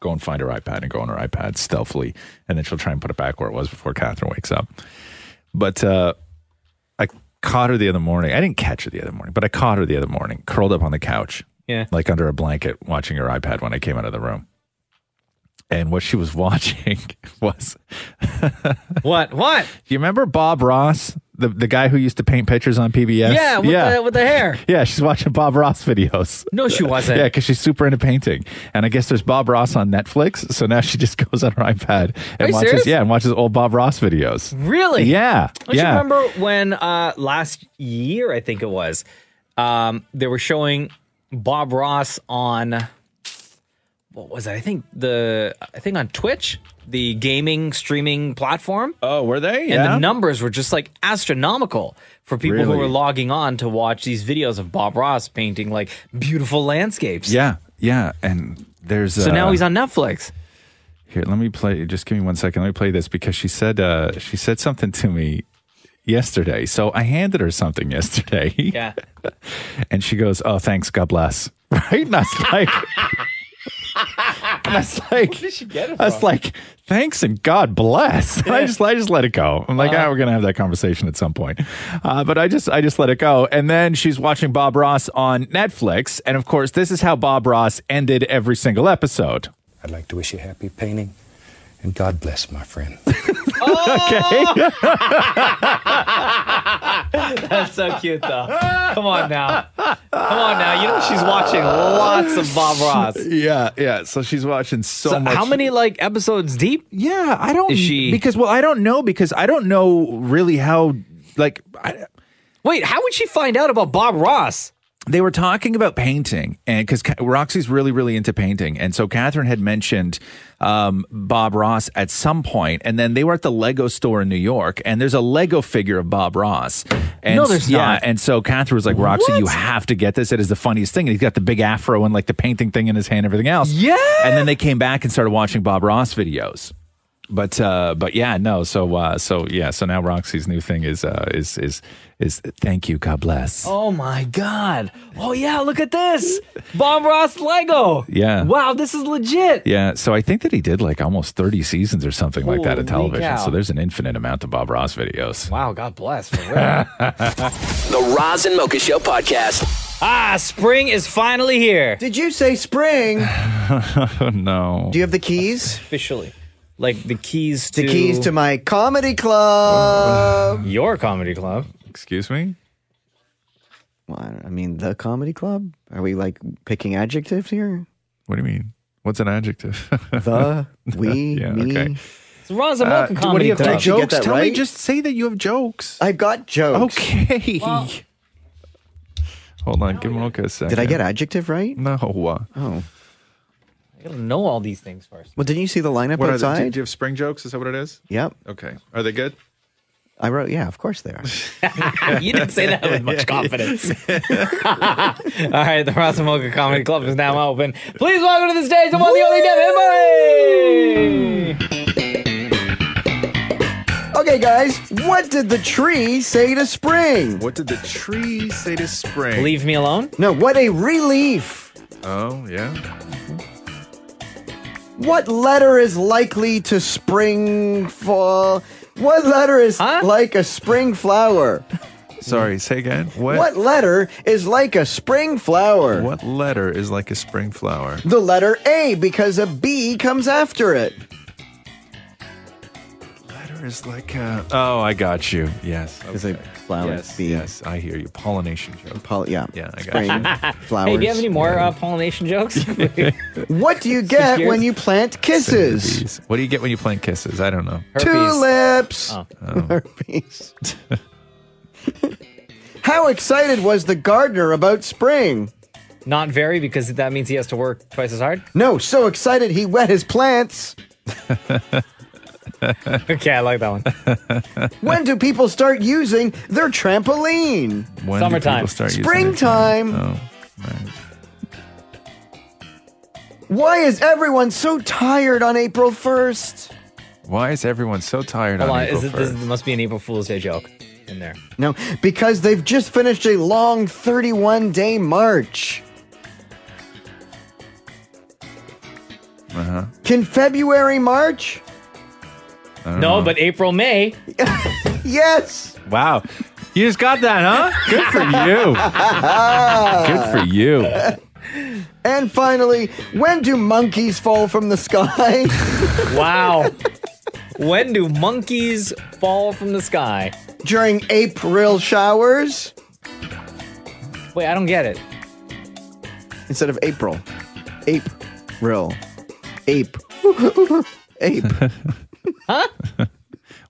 [SPEAKER 1] go and find her iPad and go on her iPad stealthily. And then she'll try and put it back where it was before Catherine wakes up. But uh, I caught her the other morning. I didn't catch her the other morning, but I caught her the other morning, curled up on the couch,
[SPEAKER 6] Yeah.
[SPEAKER 1] like under a blanket, watching her iPad when I came out of the room. And what she was watching was
[SPEAKER 6] what? What?
[SPEAKER 1] Do you remember Bob Ross, the the guy who used to paint pictures on PBS?
[SPEAKER 6] Yeah, with, The, with the hair.
[SPEAKER 1] Yeah, she's watching Bob Ross videos.
[SPEAKER 6] No, she wasn't.
[SPEAKER 1] yeah, because she's super into painting, and I guess there's Bob Ross on Netflix, so now she just goes on her iPad
[SPEAKER 6] Are
[SPEAKER 1] and
[SPEAKER 6] you
[SPEAKER 1] watches.
[SPEAKER 6] serious?
[SPEAKER 1] Yeah, and watches old Bob Ross videos.
[SPEAKER 6] Really?
[SPEAKER 1] Yeah.
[SPEAKER 6] Don't
[SPEAKER 1] yeah.
[SPEAKER 6] you remember when uh, last year, I think it was, um, they were showing Bob Ross on what was it? I think the I think on Twitch, the gaming streaming platform.
[SPEAKER 1] Oh, were they?
[SPEAKER 6] And
[SPEAKER 1] Yeah.
[SPEAKER 6] the numbers were just like astronomical for people
[SPEAKER 1] Really?
[SPEAKER 6] who were logging on to watch these videos of Bob Ross painting like beautiful landscapes.
[SPEAKER 1] Yeah, yeah, and there's
[SPEAKER 6] So now
[SPEAKER 1] uh,
[SPEAKER 6] he's on Netflix.
[SPEAKER 1] Here, let me play. Just give me one second. Let me play this because she said uh, she said something to me yesterday. So I handed her something yesterday.
[SPEAKER 6] Yeah.
[SPEAKER 1] and she goes, "Oh, thanks. God bless." Right? And I was like, and I was like,
[SPEAKER 6] Where did she get it
[SPEAKER 1] I was
[SPEAKER 6] from?
[SPEAKER 1] like, "Thanks and God bless." And I just I just let it go. I'm
[SPEAKER 6] Uh-huh.
[SPEAKER 1] like, "Ah, we're gonna have that conversation at some point," uh, but I just I just let it go. And then she's watching Bob Ross on Netflix, and of course, this is how Bob Ross ended every single episode.
[SPEAKER 15] I'd like to wish you happy painting and God bless, my friend.
[SPEAKER 1] okay.
[SPEAKER 6] That's so cute, though. Come on now. Come on now. You know she's watching lots of Bob Ross.
[SPEAKER 1] Yeah, yeah. So she's watching so, much.
[SPEAKER 6] How many like episodes deep?
[SPEAKER 1] Yeah, I don't.
[SPEAKER 6] Is she?
[SPEAKER 1] because well, I don't know because I don't know really how like. I,
[SPEAKER 6] Wait, how would she find out about Bob Ross?
[SPEAKER 1] They were talking about painting, and because Roxy's really, really into painting, and so Catherine had mentioned um, Bob Ross at some point, and then they were at the Lego store in New York, and there's a Lego figure of Bob Ross. And
[SPEAKER 6] No, there's
[SPEAKER 1] yeah,
[SPEAKER 6] not.
[SPEAKER 1] And so Catherine was like, "Roxy,
[SPEAKER 6] What?
[SPEAKER 1] you have to get this. It is the funniest thing." And he's got the big afro and like the painting thing in his hand, and everything else. Yeah. And then they came back and started watching Bob Ross videos. But uh, but yeah, no. So uh, so yeah. So now Roxy's new thing is uh, is is is thank you, God bless.
[SPEAKER 6] Oh my God. Oh yeah, look at this. Bob Ross Lego.
[SPEAKER 1] Yeah.
[SPEAKER 6] Wow, this is legit.
[SPEAKER 1] Yeah, so I think that he did like almost 30 seasons or something like that of
[SPEAKER 6] Holy
[SPEAKER 1] television.
[SPEAKER 6] cow.
[SPEAKER 1] So there's an infinite amount of Bob Ross videos.
[SPEAKER 6] Wow, God bless. For real.
[SPEAKER 5] The Roz and Mocha Show podcast.
[SPEAKER 6] ah, spring is finally here.
[SPEAKER 8] Did you say spring?
[SPEAKER 1] no.
[SPEAKER 8] Do you have the keys?
[SPEAKER 6] Officially. Like the keys to
[SPEAKER 8] The keys to my comedy club.
[SPEAKER 6] your comedy club.
[SPEAKER 1] Excuse me?
[SPEAKER 8] Well, I- I mean, the comedy club? Are we like picking adjectives here?
[SPEAKER 1] What do you mean? What's an adjective?
[SPEAKER 8] The, we,
[SPEAKER 1] Yeah,
[SPEAKER 8] me.
[SPEAKER 1] okay.
[SPEAKER 6] It's Roz and
[SPEAKER 1] Uh,
[SPEAKER 6] Mocha
[SPEAKER 1] what do
[SPEAKER 6] comedy
[SPEAKER 1] you have
[SPEAKER 6] club.
[SPEAKER 1] to jokes?
[SPEAKER 8] that
[SPEAKER 1] Tell me,
[SPEAKER 8] right?
[SPEAKER 1] just say that you have jokes.
[SPEAKER 8] I've got jokes.
[SPEAKER 1] Okay. Hold on, give Mocha a second.
[SPEAKER 8] Did I get adjective right?
[SPEAKER 1] No. What
[SPEAKER 8] Oh.
[SPEAKER 6] I gotta know all these things first.
[SPEAKER 8] Well, didn't you see the lineup
[SPEAKER 1] are they? Do you-
[SPEAKER 8] outside?
[SPEAKER 1] do you have spring jokes? Is that what it is?
[SPEAKER 8] Yep.
[SPEAKER 1] Okay. Are they good?
[SPEAKER 8] I wrote, yeah, of course they are.
[SPEAKER 6] you didn't say that with much confidence. All right, the Ross and Mocha Comedy Club is now open. Please welcome to the stage the one, the only Devin Everybody!
[SPEAKER 8] okay, guys, what did the tree say to spring?
[SPEAKER 1] What did the tree say to spring?
[SPEAKER 6] Leave me alone.
[SPEAKER 8] No, what a relief.
[SPEAKER 1] Oh, yeah.
[SPEAKER 8] What letter is likely to spring fall? What letter is like a spring flower?
[SPEAKER 1] Sorry, say again. What?
[SPEAKER 8] What letter is like a spring flower?
[SPEAKER 1] What letter is like a spring flower?
[SPEAKER 8] The letter A because a B comes after it.
[SPEAKER 1] Letter is like a. Oh, I got you. Yes.
[SPEAKER 8] It's a flower
[SPEAKER 1] Yes,
[SPEAKER 8] bee.
[SPEAKER 1] yes, I hear you. Pollination joke.
[SPEAKER 8] Pol- yeah.
[SPEAKER 1] Yeah, I
[SPEAKER 8] Spring
[SPEAKER 1] got
[SPEAKER 8] flowers.
[SPEAKER 6] Hey, do you have any more uh, pollination jokes?
[SPEAKER 8] what do you get
[SPEAKER 6] yours?
[SPEAKER 8] when you plant
[SPEAKER 1] you.
[SPEAKER 8] kisses?
[SPEAKER 1] Bees. What do you get when you plant kisses? I don't know.
[SPEAKER 8] Tulips.
[SPEAKER 6] Oh.
[SPEAKER 8] Herpes. How excited was the gardener about spring?
[SPEAKER 6] Not very, because that means he has to work twice as hard.
[SPEAKER 8] No, so excited he wet his plants.
[SPEAKER 6] okay, I like that one.
[SPEAKER 8] When do people start using their trampoline?
[SPEAKER 6] When do Summertime. people start using their Oh,
[SPEAKER 8] Springtime. Why is everyone so tired on April 1st?
[SPEAKER 1] Why is everyone so tired
[SPEAKER 6] Hold
[SPEAKER 1] on
[SPEAKER 6] on,
[SPEAKER 1] April
[SPEAKER 6] is it, this
[SPEAKER 1] 1st?
[SPEAKER 6] must be an April Fool's Day joke in there.
[SPEAKER 8] No, because they've just finished a long 31 day march.
[SPEAKER 1] Uh-huh.
[SPEAKER 8] Can February march?
[SPEAKER 6] No, but April, May.
[SPEAKER 8] Yes.
[SPEAKER 1] Wow. You just got that, huh? Good for you. Good for you.
[SPEAKER 8] And finally, when do monkeys fall from the sky?
[SPEAKER 6] wow. When do monkeys fall from the sky?
[SPEAKER 8] During April showers?
[SPEAKER 6] Wait, I don't get it.
[SPEAKER 8] Instead of April. Ape. Rill. Ape. Ape.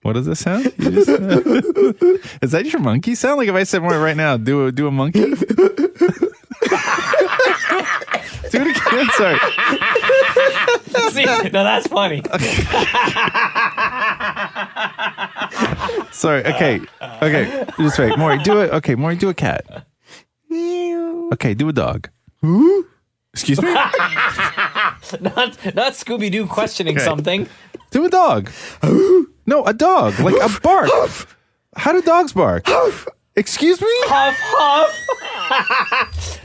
[SPEAKER 1] What does this sound? You just- is that your monkey sound? Like if I said more right now, do a do a monkey. do it again. Sorry.
[SPEAKER 6] See, no, that's funny.
[SPEAKER 1] Sorry. Okay. Okay. Just wait. Maury, do it. Okay, Maury, do a cat. Okay, do a dog. Who? Excuse me?
[SPEAKER 6] not not Scooby Doo questioning
[SPEAKER 1] Okay.
[SPEAKER 6] something.
[SPEAKER 1] Do a dog. no, a dog. Like a bark. How do dogs bark? Excuse me?
[SPEAKER 6] Huff huff.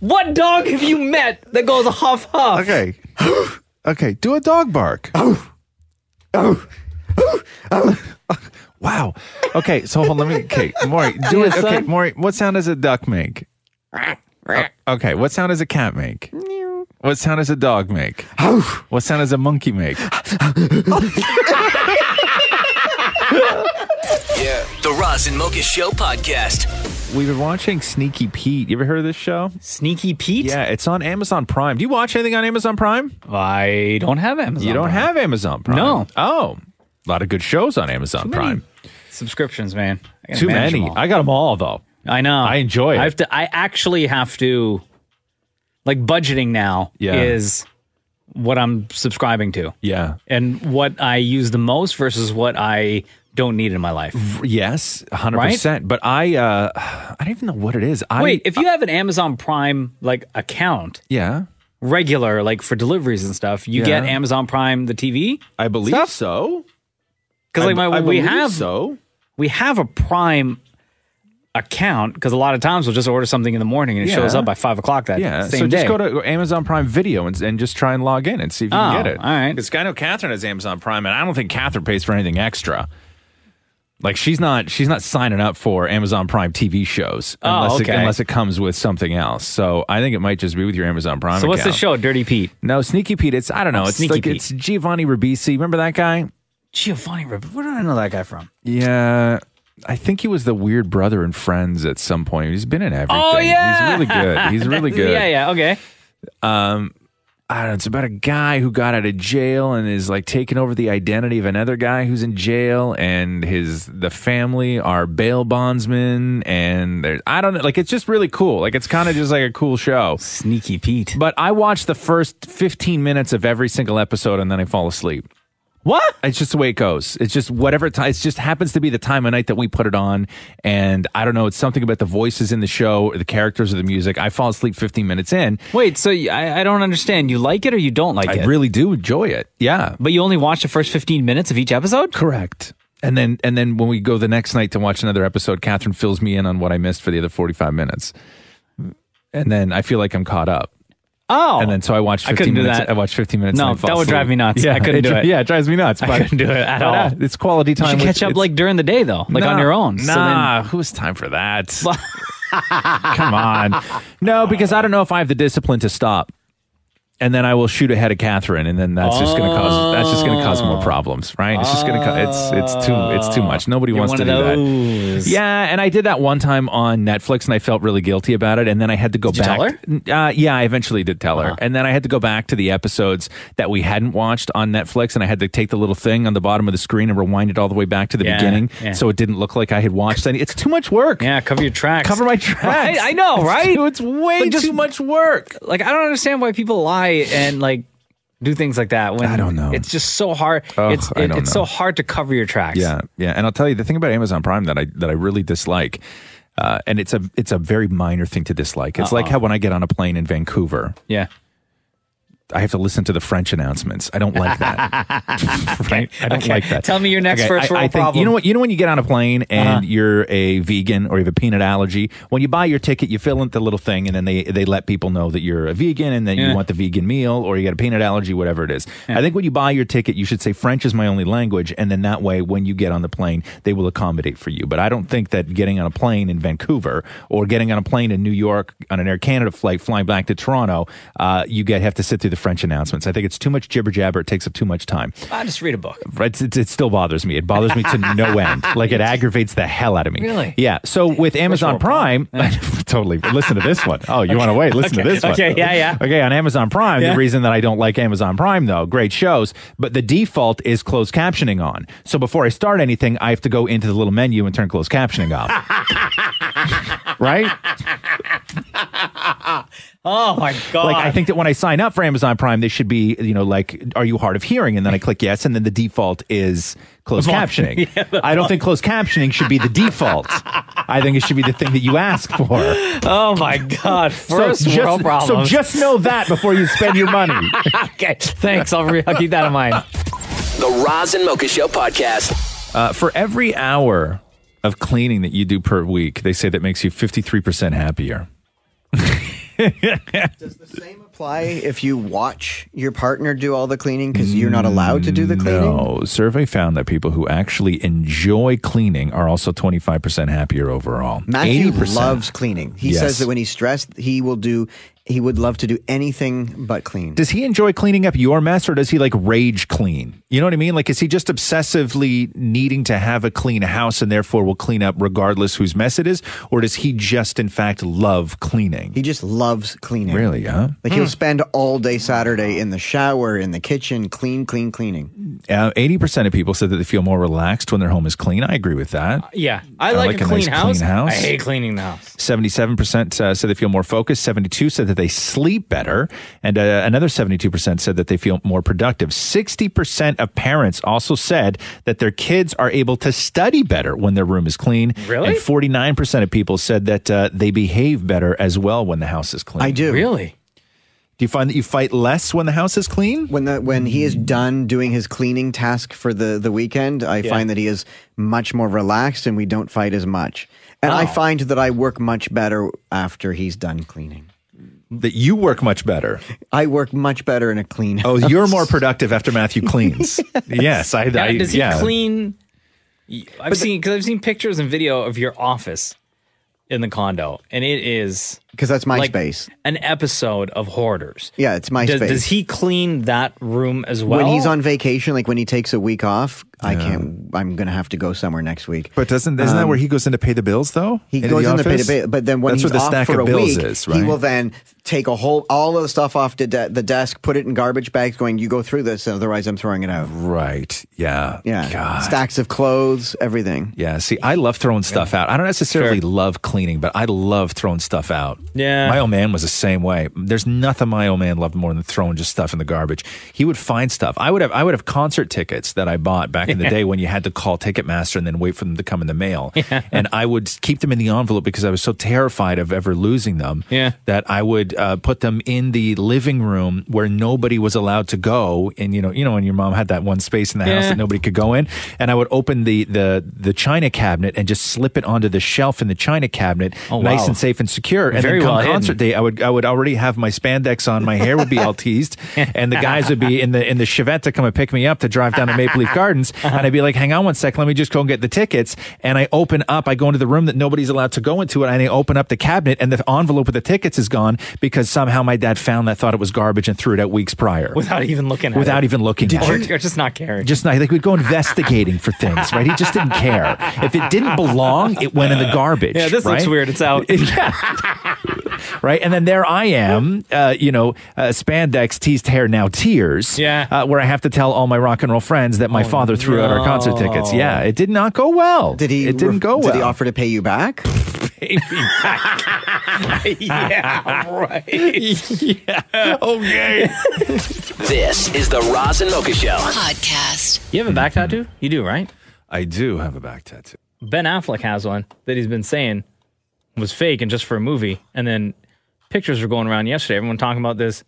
[SPEAKER 6] what dog have you met that goes huff huff?
[SPEAKER 1] Okay. okay, do a dog bark. wow. Okay, so hold on. Let me. Okay, Maury, do
[SPEAKER 6] Yeah,
[SPEAKER 1] it. Okay,
[SPEAKER 6] son.
[SPEAKER 1] Maury, what sound does a duck make? O- Okay, what sound does a cat make? What sound does a dog make? What sound does a monkey make?
[SPEAKER 5] Yeah. The Roz and Mocha Show podcast.
[SPEAKER 1] We've been watching Sneaky Pete. You ever heard of this show?
[SPEAKER 6] Sneaky Pete?
[SPEAKER 1] Yeah, it's on Amazon Prime. Do you watch anything on Amazon Prime?
[SPEAKER 6] I don't have Amazon
[SPEAKER 1] You don't
[SPEAKER 6] Prime.
[SPEAKER 1] have Amazon Prime? No. Oh, a lot of good shows on Amazon
[SPEAKER 6] many
[SPEAKER 1] Prime.
[SPEAKER 6] Subscriptions, man. I gotta
[SPEAKER 1] Too
[SPEAKER 6] manage them
[SPEAKER 1] many.
[SPEAKER 6] all.
[SPEAKER 1] I got them all, though.
[SPEAKER 6] I know. I
[SPEAKER 1] enjoy it.
[SPEAKER 6] I have to. I actually have to. Like budgeting now
[SPEAKER 1] Yeah.
[SPEAKER 6] is what I'm subscribing to.
[SPEAKER 1] Yeah.
[SPEAKER 6] And what I use the most versus what I don't need in my life.
[SPEAKER 1] Yes, 100%. But I uh I don't even know what it is. I
[SPEAKER 6] Wait, if you have an Amazon Prime like account,
[SPEAKER 1] Yeah.
[SPEAKER 6] regular like for deliveries and stuff, you get
[SPEAKER 1] Yeah.
[SPEAKER 6] Amazon Prime the TV.
[SPEAKER 1] I believe so.
[SPEAKER 6] Because
[SPEAKER 1] I-
[SPEAKER 6] like my
[SPEAKER 1] I
[SPEAKER 6] we
[SPEAKER 1] believe
[SPEAKER 6] have
[SPEAKER 1] so
[SPEAKER 6] we have a Prime account because a lot of times we'll just order something in the morning and it
[SPEAKER 1] Yeah.
[SPEAKER 6] shows up by five o'clock that
[SPEAKER 1] Yeah,
[SPEAKER 6] same
[SPEAKER 1] so
[SPEAKER 6] day.
[SPEAKER 1] just go to Amazon Prime Video and, and just try and log in and see if you
[SPEAKER 6] Oh,
[SPEAKER 1] can get it. All right. Because I know Catherine has Amazon Prime, and I don't think Catherine pays for anything extra. Like she's not she's not signing up for Amazon Prime TV shows
[SPEAKER 6] Oh,
[SPEAKER 1] unless
[SPEAKER 6] okay.
[SPEAKER 1] it, unless it comes with something else. So I think it might just be with your Amazon Prime.
[SPEAKER 6] so what's the
[SPEAKER 1] account.
[SPEAKER 6] show? Dirty Pete.
[SPEAKER 1] No, Sneaky Pete. It's I don't know.
[SPEAKER 6] Oh,
[SPEAKER 1] it's
[SPEAKER 6] Sneaky
[SPEAKER 1] like
[SPEAKER 6] Pete.
[SPEAKER 1] it's Giovanni Ribisi. Remember that guy?
[SPEAKER 6] Giovanni Ribisi. Where did I know that guy from?
[SPEAKER 1] Yeah, I think he was the weird brother in Friends at some point. He's been in everything.
[SPEAKER 6] Oh yeah,
[SPEAKER 1] he's really good. He's really good.
[SPEAKER 6] yeah, yeah. Okay.
[SPEAKER 1] Um, I don't know. It's about a guy who got out of jail and is like taking over the identity of another guy who's in jail, and his the family are bail bondsmen, and there's I don't know. Like it's just really cool. Like it's kind of just like a cool show.
[SPEAKER 6] Sneaky Pete.
[SPEAKER 1] But I watch the first fifteen minutes of every single episode, and then I fall asleep.
[SPEAKER 6] What?
[SPEAKER 1] It's just the way it goes. It's just whatever time. It just happens to be the time of night that we put it on, and I don't know. It's something about the voices in the show, or the characters, or the music. I fall asleep 15 minutes in.
[SPEAKER 6] Wait, so you- I, I don't understand. You like it or you don't like
[SPEAKER 1] I
[SPEAKER 6] it?
[SPEAKER 1] really do enjoy it. Yeah.
[SPEAKER 6] But you only watch the first 15 minutes of each episode?
[SPEAKER 1] Correct. And then and then when we go the next night to watch another episode, Catherine fills me in on what I missed for the other 45 minutes, and then I feel like I'm caught up.
[SPEAKER 6] Oh,
[SPEAKER 1] and then so I watched
[SPEAKER 6] I
[SPEAKER 1] 15
[SPEAKER 6] couldn't do
[SPEAKER 1] minutes.
[SPEAKER 6] that.
[SPEAKER 1] I watched 15 minutes.
[SPEAKER 6] No,
[SPEAKER 1] and I fall
[SPEAKER 6] that would
[SPEAKER 1] asleep.
[SPEAKER 6] drive me nuts.
[SPEAKER 1] Yeah,
[SPEAKER 6] I couldn't do
[SPEAKER 1] dri-
[SPEAKER 6] it.
[SPEAKER 1] Yeah, it drives me nuts.
[SPEAKER 6] I
[SPEAKER 1] but-
[SPEAKER 6] couldn't do it at
[SPEAKER 1] but, uh,
[SPEAKER 6] all.
[SPEAKER 1] It's quality time.
[SPEAKER 6] You should
[SPEAKER 1] with-
[SPEAKER 6] catch up
[SPEAKER 1] it's-
[SPEAKER 6] like during the day though, like on
[SPEAKER 1] Nah,
[SPEAKER 6] your own. So
[SPEAKER 1] Nah,
[SPEAKER 6] then-
[SPEAKER 1] who's time for that? Come on. No, because I don't know if I have the discipline to stop. And then I will shoot ahead of Catherine, and then that's just going to cause that's just going to cause
[SPEAKER 6] Oh.
[SPEAKER 1] more problems, right? It's just going to it's it's too it's too much. Nobody
[SPEAKER 6] You're
[SPEAKER 1] wants
[SPEAKER 6] one
[SPEAKER 1] to
[SPEAKER 6] of
[SPEAKER 1] do
[SPEAKER 6] those.
[SPEAKER 1] that. Yeah, and I did that one time on Netflix, and I felt really guilty about it. And then I had to go
[SPEAKER 6] Did you
[SPEAKER 1] back.
[SPEAKER 6] tell
[SPEAKER 1] Uh, yeah, I eventually did tell her, and then I had to go back to the episodes that we hadn't watched on Netflix, and I had to take the little thing on the bottom of the screen and rewind it all the way back to the
[SPEAKER 6] Yeah,
[SPEAKER 1] beginning,
[SPEAKER 6] yeah.
[SPEAKER 1] so it didn't look like I had watched any. It's too much work.
[SPEAKER 6] Yeah, cover your tracks.
[SPEAKER 1] Cover my tracks.
[SPEAKER 6] Right, I know,
[SPEAKER 1] It's
[SPEAKER 6] right?
[SPEAKER 1] too- It's, way
[SPEAKER 6] Like, just-
[SPEAKER 1] too much work.
[SPEAKER 6] like I don't understand why people lie and like do things like that when I don't know. It's just so hard.
[SPEAKER 1] Oh,
[SPEAKER 6] it's
[SPEAKER 1] I
[SPEAKER 6] it-
[SPEAKER 1] don't
[SPEAKER 6] it's
[SPEAKER 1] know.
[SPEAKER 6] so hard to cover your tracks.
[SPEAKER 1] Yeah, yeah. And I'll tell you the thing about Amazon Prime that I that I really dislike, uh, and it's a it's a very minor thing to dislike. It's like
[SPEAKER 6] Uh-oh.
[SPEAKER 1] how when I get on a plane in Vancouver,
[SPEAKER 6] Yeah.
[SPEAKER 1] I have to listen to the French announcements. I don't like that. right? I don't
[SPEAKER 6] Okay.
[SPEAKER 1] like that.
[SPEAKER 6] Tell me your next first
[SPEAKER 1] I, I
[SPEAKER 6] world
[SPEAKER 1] think,
[SPEAKER 6] problem.
[SPEAKER 1] You know what? You know when you get on a plane and
[SPEAKER 6] Uh-huh.
[SPEAKER 1] you're a vegan or you have a peanut allergy. When you buy your ticket, you fill in the little thing, and then they they let people know that you're a vegan, and then
[SPEAKER 6] Yeah.
[SPEAKER 1] you want the vegan meal or you got a peanut allergy, whatever it is. I think when you buy your ticket, you should say French is my only language, and then that way, when you get on the plane, they will accommodate for you. But I don't think that getting on a plane in Vancouver or getting on a plane in New York on an Air Canada flight flying back to Toronto, uh, you get have to sit through the French announcements. I think it's too much jibber jabber. It takes up too much time.
[SPEAKER 6] I just read a book.
[SPEAKER 1] It's, it's, it still bothers me. It bothers me to no end. Like it aggravates the hell out of me.
[SPEAKER 6] Really?
[SPEAKER 1] Yeah. So with Amazon
[SPEAKER 6] world
[SPEAKER 1] Prime, totally. Listen to this one. Oh, you want to wait? Listen
[SPEAKER 6] Okay.
[SPEAKER 1] to this one.
[SPEAKER 6] Okay, yeah, yeah.
[SPEAKER 1] Okay, on Amazon Prime,
[SPEAKER 6] Yeah.
[SPEAKER 1] the reason that I don't like Amazon Prime though, great shows, but the default is closed captioning on. So before I start anything, I have to go into the little menu and turn closed captioning off. right?
[SPEAKER 6] Oh my god!
[SPEAKER 1] Like I think that when I sign up for Amazon Prime, they should be, you know, like, are you hard of hearing? And then I click yes, and then the default is closed
[SPEAKER 6] Volume.
[SPEAKER 1] captioning.
[SPEAKER 6] Yeah, the
[SPEAKER 1] I don't think closed captioning should be the default. I think it should be the thing that you ask for.
[SPEAKER 6] Oh my god! First
[SPEAKER 1] just,
[SPEAKER 6] world
[SPEAKER 1] So
[SPEAKER 6] problem.
[SPEAKER 1] just know that before you spend your money.
[SPEAKER 6] okay. Thanks. I'll, re- I'll keep that in mind.
[SPEAKER 5] The Roz and Mocha Show podcast.
[SPEAKER 1] Uh, for every hour of cleaning that you do per week, they say that makes you 53% happier.
[SPEAKER 8] Apply if you watch your partner do all the cleaning because you're not allowed to do the cleaning.
[SPEAKER 1] No, survey found that people who actually enjoy cleaning are also 25% happier overall.
[SPEAKER 8] Matthew
[SPEAKER 1] 80%.
[SPEAKER 8] loves cleaning. He
[SPEAKER 1] Yes.
[SPEAKER 8] says that when he's stressed, he will do. He would love to do anything but clean.
[SPEAKER 1] Does he enjoy cleaning up your mess or does he like rage clean? You know what I mean? Like, is he just obsessively needing to have a clean house and therefore will clean up regardless whose mess it is? Or does he just, in fact, love cleaning?
[SPEAKER 8] He just loves cleaning.
[SPEAKER 1] Really, huh? Hmm.
[SPEAKER 8] Like he'll spend all day Saturday in the shower, in the kitchen, clean, clean, cleaning.
[SPEAKER 1] Uh, 80% of people said that they feel more relaxed when their home is clean. I agree with that.
[SPEAKER 6] Yeah, I, like, a, clean,
[SPEAKER 1] nice
[SPEAKER 6] house.
[SPEAKER 1] clean house.
[SPEAKER 6] I hate cleaning the house.
[SPEAKER 1] 77% uh, said they feel more focused. 72 said that they sleep better. And uh, another 72% said that they feel more productive. 60% of parents also said that their kids are able to study better when their room is clean.
[SPEAKER 8] Really?
[SPEAKER 1] And 49% of people said that uh, they behave better as well when the house is clean.
[SPEAKER 8] I do. Really?
[SPEAKER 1] Do you find that you fight less when the house is clean?
[SPEAKER 8] When the when he is done doing his cleaning task for the the weekend, I
[SPEAKER 1] Yeah.
[SPEAKER 8] find that he is much more relaxed and we don't fight as much. And I
[SPEAKER 1] Oh.
[SPEAKER 8] find that I work much better after he's done cleaning.
[SPEAKER 1] That you work much better.
[SPEAKER 8] I work much better in a clean
[SPEAKER 1] Oh,
[SPEAKER 8] house.
[SPEAKER 1] you're more productive after Matthew cleans. yes. I,
[SPEAKER 6] Now,
[SPEAKER 1] I
[SPEAKER 6] does he
[SPEAKER 1] yeah.
[SPEAKER 6] clean? I've seen because I've seen pictures and video of your office in the condo, and it is
[SPEAKER 8] because that's my
[SPEAKER 6] like
[SPEAKER 8] space.
[SPEAKER 6] An episode of Hoarders.
[SPEAKER 8] Yeah, it's my
[SPEAKER 6] does,
[SPEAKER 8] space.
[SPEAKER 6] Does he clean that room as well?
[SPEAKER 8] when he's on vacation, like when he takes a week off, I can't. I'm gonna have to go somewhere next week.
[SPEAKER 1] But doesn't isn't that
[SPEAKER 8] Um,
[SPEAKER 1] where he goes in to pay the bills though?
[SPEAKER 8] He
[SPEAKER 1] Into
[SPEAKER 8] goes in the pay to
[SPEAKER 1] office?
[SPEAKER 8] pay, but then when
[SPEAKER 1] That's
[SPEAKER 8] he's
[SPEAKER 1] where the
[SPEAKER 8] off
[SPEAKER 1] stack
[SPEAKER 8] for
[SPEAKER 1] of
[SPEAKER 8] a
[SPEAKER 1] bills
[SPEAKER 8] week,
[SPEAKER 1] is, right?
[SPEAKER 8] he will then take a whole all of the stuff off to de- the desk, put it in garbage bags, going, "You go through this, otherwise I'm throwing it out."
[SPEAKER 1] Right. Yeah.
[SPEAKER 8] Yeah. Stacks of clothes, everything.
[SPEAKER 1] Yeah. See, I love throwing stuff out. I don't necessarily love cleaning, but I love throwing stuff out.
[SPEAKER 6] Yeah.
[SPEAKER 1] My old man was the same way. There's nothing my old man loved more than throwing just stuff in the garbage. He would find stuff. I would have I would have concert tickets that I bought back in the
[SPEAKER 6] Yeah.
[SPEAKER 1] day when you had to call Ticketmaster and then wait for them to come in the mail. And I would keep them in the envelope because I was so terrified of ever losing them.
[SPEAKER 6] Yeah.
[SPEAKER 1] that I would uh, put them in the living room where nobody was allowed to go, and you know, you know, and your mom had that one space in the house
[SPEAKER 6] Yeah.
[SPEAKER 1] that nobody could go in, and I would open the the the china cabinet and just slip it onto the shelf in the china cabinet,
[SPEAKER 6] Oh,
[SPEAKER 1] nice
[SPEAKER 6] wow.
[SPEAKER 1] and safe and secure, and
[SPEAKER 6] Very
[SPEAKER 1] then come
[SPEAKER 6] well hidden.
[SPEAKER 1] concert day, I would I would already have my spandex on, my hair would be all teased, and the guys would be in the in the Chevette to come and pick me up to drive down to Maple Leaf Gardens, and I'd be like, hang on one sec, let me just go and get the tickets, and I open up, I go into the room that nobody's allowed to go into, and I open up the cabinet, and the envelope with the tickets is gone because somehow my dad found that, thought it was garbage, and threw it out weeks prior
[SPEAKER 6] without even looking at
[SPEAKER 1] Without
[SPEAKER 6] it.
[SPEAKER 1] even looking at
[SPEAKER 6] or,
[SPEAKER 1] it.
[SPEAKER 6] or just not caring.
[SPEAKER 1] just not like we'd go investigating for things, right? He just didn't care. If it didn't belong, it went in the garbage.
[SPEAKER 6] Yeah, this looks
[SPEAKER 1] right?
[SPEAKER 6] weird. It's out.
[SPEAKER 1] right? And then there I am, uh, you know, uh, spandex, teased hair, now tears.
[SPEAKER 6] Yeah. Oh,
[SPEAKER 1] Uh, where I have to tell all my rock and roll friends that my father threw out our concert tickets. Yeah, it did not go well. Did he? It didn't go well.
[SPEAKER 8] Did he offer to pay you back?
[SPEAKER 6] baby back.
[SPEAKER 5] Yeah,
[SPEAKER 6] right. yeah. Okay.
[SPEAKER 5] This is the Roz and Mocha Show.
[SPEAKER 11] Podcast.
[SPEAKER 6] You have a back tattoo? You do, right?
[SPEAKER 1] I do have a back tattoo.
[SPEAKER 6] Ben Affleck has one that he's been saying was fake and just for a movie. And then pictures were going around yesterday. Everyone talking about this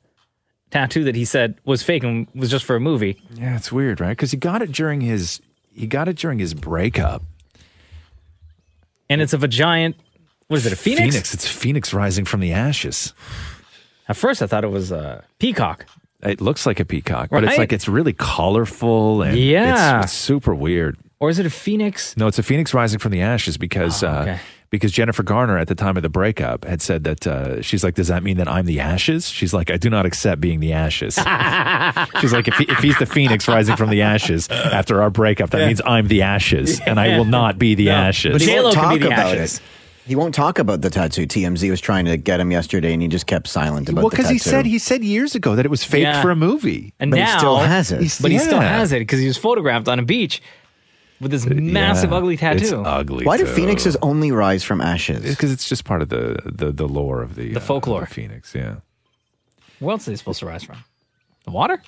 [SPEAKER 6] tattoo that he said was fake and was just for a movie.
[SPEAKER 1] Yeah, it's weird, right? Because he got it during his he got it during his breakup.
[SPEAKER 6] And it's of a giant. What is it? A phoenix?
[SPEAKER 1] Phoenix. It's Phoenix rising from the ashes.
[SPEAKER 6] At first, I thought it was uh, a peacock.
[SPEAKER 1] It looks like a peacock, but it's
[SPEAKER 6] Right.
[SPEAKER 1] like it's really colorful and it's-
[SPEAKER 6] Yeah.
[SPEAKER 1] it's, super weird.
[SPEAKER 6] Or is it a phoenix? Oh,
[SPEAKER 1] No, it's a phoenix rising from the ashes because uh, because Jennifer Garner at the time of the breakup had said that uh, she's like, does that mean that I'm the ashes? She's like, I do not accept being the ashes. she's like, if, he, if he's the phoenix rising from the ashes after our breakup, that means I'm the ashes and I will not be the ashes.
[SPEAKER 8] But he won't talk about it. He won't talk about the tattoo. TMZ was trying to get him yesterday, and he just kept silent about
[SPEAKER 1] Well,
[SPEAKER 8] the tattoo.
[SPEAKER 1] because he said he said years ago that it was faked
[SPEAKER 6] Yeah.
[SPEAKER 1] for a movie,
[SPEAKER 6] And now But he still
[SPEAKER 1] Yeah.
[SPEAKER 6] has it because he was photographed on a beach with this massive ugly tattoo.
[SPEAKER 8] Why do phoenixes only rise from ashes?
[SPEAKER 1] Because it's just part of the the, the lore of the, the folklore phoenix. Yeah,
[SPEAKER 6] Where else are they supposed to rise from? The water?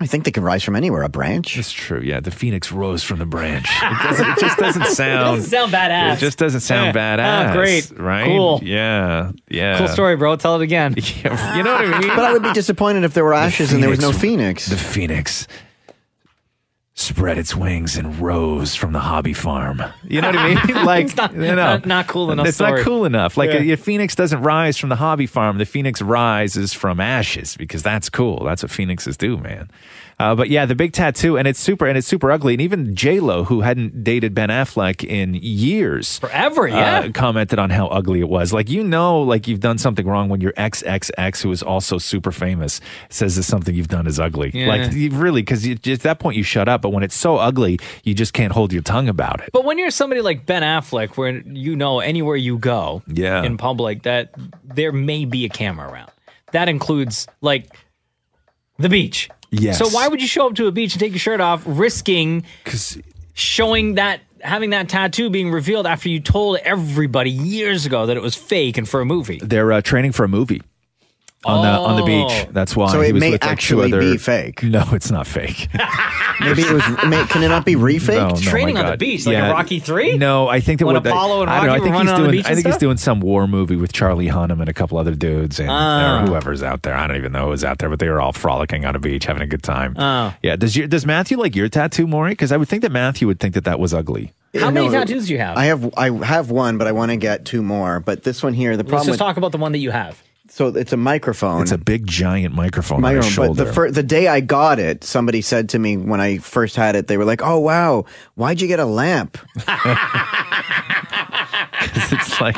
[SPEAKER 8] I think they can rise from anywhere. A branch.
[SPEAKER 1] That's true. Yeah, the phoenix rose from the branch. It, doesn't, it just doesn't sound.
[SPEAKER 6] Doesn't sound badass.
[SPEAKER 1] It just doesn't sound
[SPEAKER 6] Yeah.
[SPEAKER 1] badass.
[SPEAKER 6] Oh, great.
[SPEAKER 1] Right.
[SPEAKER 6] Cool.
[SPEAKER 1] Yeah. Yeah.
[SPEAKER 6] Cool story, bro. Tell it again.
[SPEAKER 1] you know what I mean?
[SPEAKER 8] But I would be disappointed if there were ashes and there was no
[SPEAKER 1] phoenix. The phoenix spread its wings and rose from the hobby farm. You know what I mean? Like,
[SPEAKER 6] It's not-
[SPEAKER 1] no,
[SPEAKER 6] not- not cool enough
[SPEAKER 1] It's
[SPEAKER 6] story.
[SPEAKER 1] not cool enough. Like
[SPEAKER 6] Yeah.
[SPEAKER 1] a, a phoenix doesn't rise from the hobby farm. The phoenix rises from ashes because that's cool. That's what phoenixes do, man. Uh, but yeah, the big tattoo, and it's super, and it's super ugly. And even J Lo, who hadn't dated Ben Affleck in years, uh,
[SPEAKER 6] forever, yeah.
[SPEAKER 1] commented on how ugly it was. Like you know, like you've done something wrong when your XXX, who is also super famous, says that something you've done is ugly.
[SPEAKER 6] Yeah.
[SPEAKER 1] Like you really, because at that point you shut up. But when it's so ugly, you just can't hold your tongue about it.
[SPEAKER 6] But when you're somebody like Ben Affleck, where you know anywhere you go
[SPEAKER 1] Yeah.
[SPEAKER 6] in public that there may be a camera around, that includes like the beach.
[SPEAKER 1] Yes.
[SPEAKER 6] So why would you show up to a beach and take your shirt off, risking showing that having that tattoo being revealed after you told everybody years ago that it was fake and for a movie?
[SPEAKER 1] They're uh, training for a movie on the on the beach.
[SPEAKER 6] Oh.
[SPEAKER 1] That's why.
[SPEAKER 8] So
[SPEAKER 1] he
[SPEAKER 8] it
[SPEAKER 1] was
[SPEAKER 8] may
[SPEAKER 1] with, like, two
[SPEAKER 8] actually
[SPEAKER 1] other-
[SPEAKER 8] be fake.
[SPEAKER 1] No, it's not fake.
[SPEAKER 8] Maybe it was. may- Can it not be refaked?
[SPEAKER 1] Oh, no, my God. Yeah.
[SPEAKER 6] Three?
[SPEAKER 1] No, I think that
[SPEAKER 6] When
[SPEAKER 1] what that-
[SPEAKER 6] Apollo and
[SPEAKER 1] I don't know,
[SPEAKER 6] Rocky were
[SPEAKER 1] I think
[SPEAKER 6] running
[SPEAKER 1] he's
[SPEAKER 6] on the
[SPEAKER 1] doing.
[SPEAKER 6] beach
[SPEAKER 1] I
[SPEAKER 6] and
[SPEAKER 1] think he's
[SPEAKER 6] stuff?
[SPEAKER 1] doing some war movie with Charlie Hunnam and a couple other dudes and
[SPEAKER 6] Ah.
[SPEAKER 1] or whoever's out there. I don't even know who's out there, but they were all frolicking on a beach, having a good time.
[SPEAKER 6] Oh.
[SPEAKER 1] Yeah. Does your does Matthew like your tattoo, Maury? Because I would think that Matthew would think that that was ugly.
[SPEAKER 6] How many
[SPEAKER 8] No,
[SPEAKER 6] tattoos do you have?
[SPEAKER 8] I have I have one, but I want to get two more. But this one here, the
[SPEAKER 6] Let's
[SPEAKER 8] problem
[SPEAKER 6] just
[SPEAKER 8] with
[SPEAKER 6] talk about the one that you have.
[SPEAKER 8] so it's a microphone.
[SPEAKER 1] It's a big giant microphone
[SPEAKER 8] my
[SPEAKER 1] on
[SPEAKER 8] own.
[SPEAKER 1] his
[SPEAKER 8] But
[SPEAKER 1] shoulder.
[SPEAKER 8] the fir- the day I got it, somebody said to me when I first had it, they were like, "Oh wow, why'd you get a lamp?"
[SPEAKER 1] it's like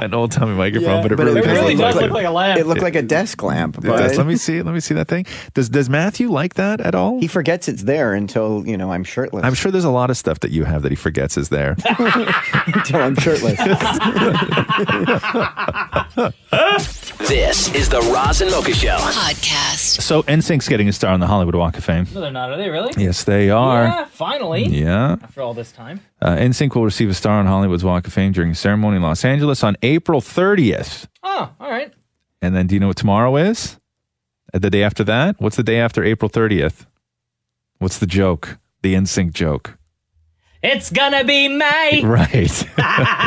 [SPEAKER 1] an old timey microphone, but it really, does look like,
[SPEAKER 8] It looked like a desk lamp.
[SPEAKER 1] It
[SPEAKER 8] but-
[SPEAKER 1] does. Let me see. Let me see that thing. Does does Matthew like that at all?
[SPEAKER 8] He forgets it's there until you know I'm shirtless.
[SPEAKER 1] I'm sure there's a lot of stuff that you have that he forgets is there.
[SPEAKER 8] until I'm shirtless.
[SPEAKER 5] This is the Roz and Mocha Show.
[SPEAKER 11] Podcast.
[SPEAKER 1] So NSYNC's getting a star on the Hollywood Walk of Fame.
[SPEAKER 6] No, they're not. Are they really?
[SPEAKER 1] Yes, they are.
[SPEAKER 6] Yeah, finally.
[SPEAKER 1] Yeah.
[SPEAKER 6] After all this time.
[SPEAKER 1] Uh, NSYNC will receive a star on Hollywood's Walk of Fame during a ceremony in Los Angeles on April 30th.
[SPEAKER 6] Oh, all right.
[SPEAKER 1] And then do you know what tomorrow is? Uh, The day after that? What's the day after April 30th? What's the joke? The NSYNC joke.
[SPEAKER 6] It's gonna be May.
[SPEAKER 1] Right.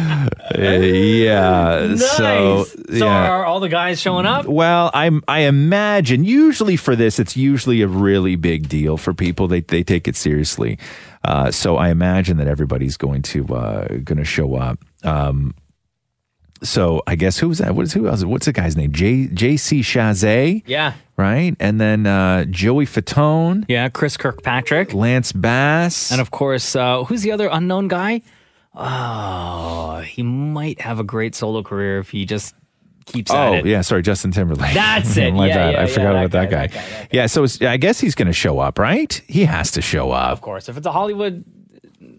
[SPEAKER 1] Uh, yeah.
[SPEAKER 6] Nice.
[SPEAKER 1] So, yeah.
[SPEAKER 6] are all the guys showing up?
[SPEAKER 1] Well, I I imagine usually for this, it's usually a really big deal for people. They they take it seriously, uh, so I imagine that everybody's going to uh, going to show up. Um, so I guess who's that? What is who else? What's the guy's name? J J C Chazet.
[SPEAKER 6] Yeah.
[SPEAKER 1] Right, and then uh, Joey Fatone.
[SPEAKER 6] Yeah, Chris Kirkpatrick,
[SPEAKER 1] Lance Bass,
[SPEAKER 6] and of course, uh, who's the other unknown guy? Oh, he might have a great solo career if he just keeps at
[SPEAKER 1] Oh
[SPEAKER 6] it.
[SPEAKER 1] yeah, sorry, Justin Timberlake.
[SPEAKER 6] That's it.
[SPEAKER 1] My
[SPEAKER 6] Yeah,
[SPEAKER 1] bad.
[SPEAKER 6] yeah,
[SPEAKER 1] I
[SPEAKER 6] yeah,
[SPEAKER 1] forgot
[SPEAKER 6] that
[SPEAKER 1] about that guy. Yeah, so it's, I guess he's going to show up, right? He has to show up.
[SPEAKER 6] Of course, if it's a Hollywood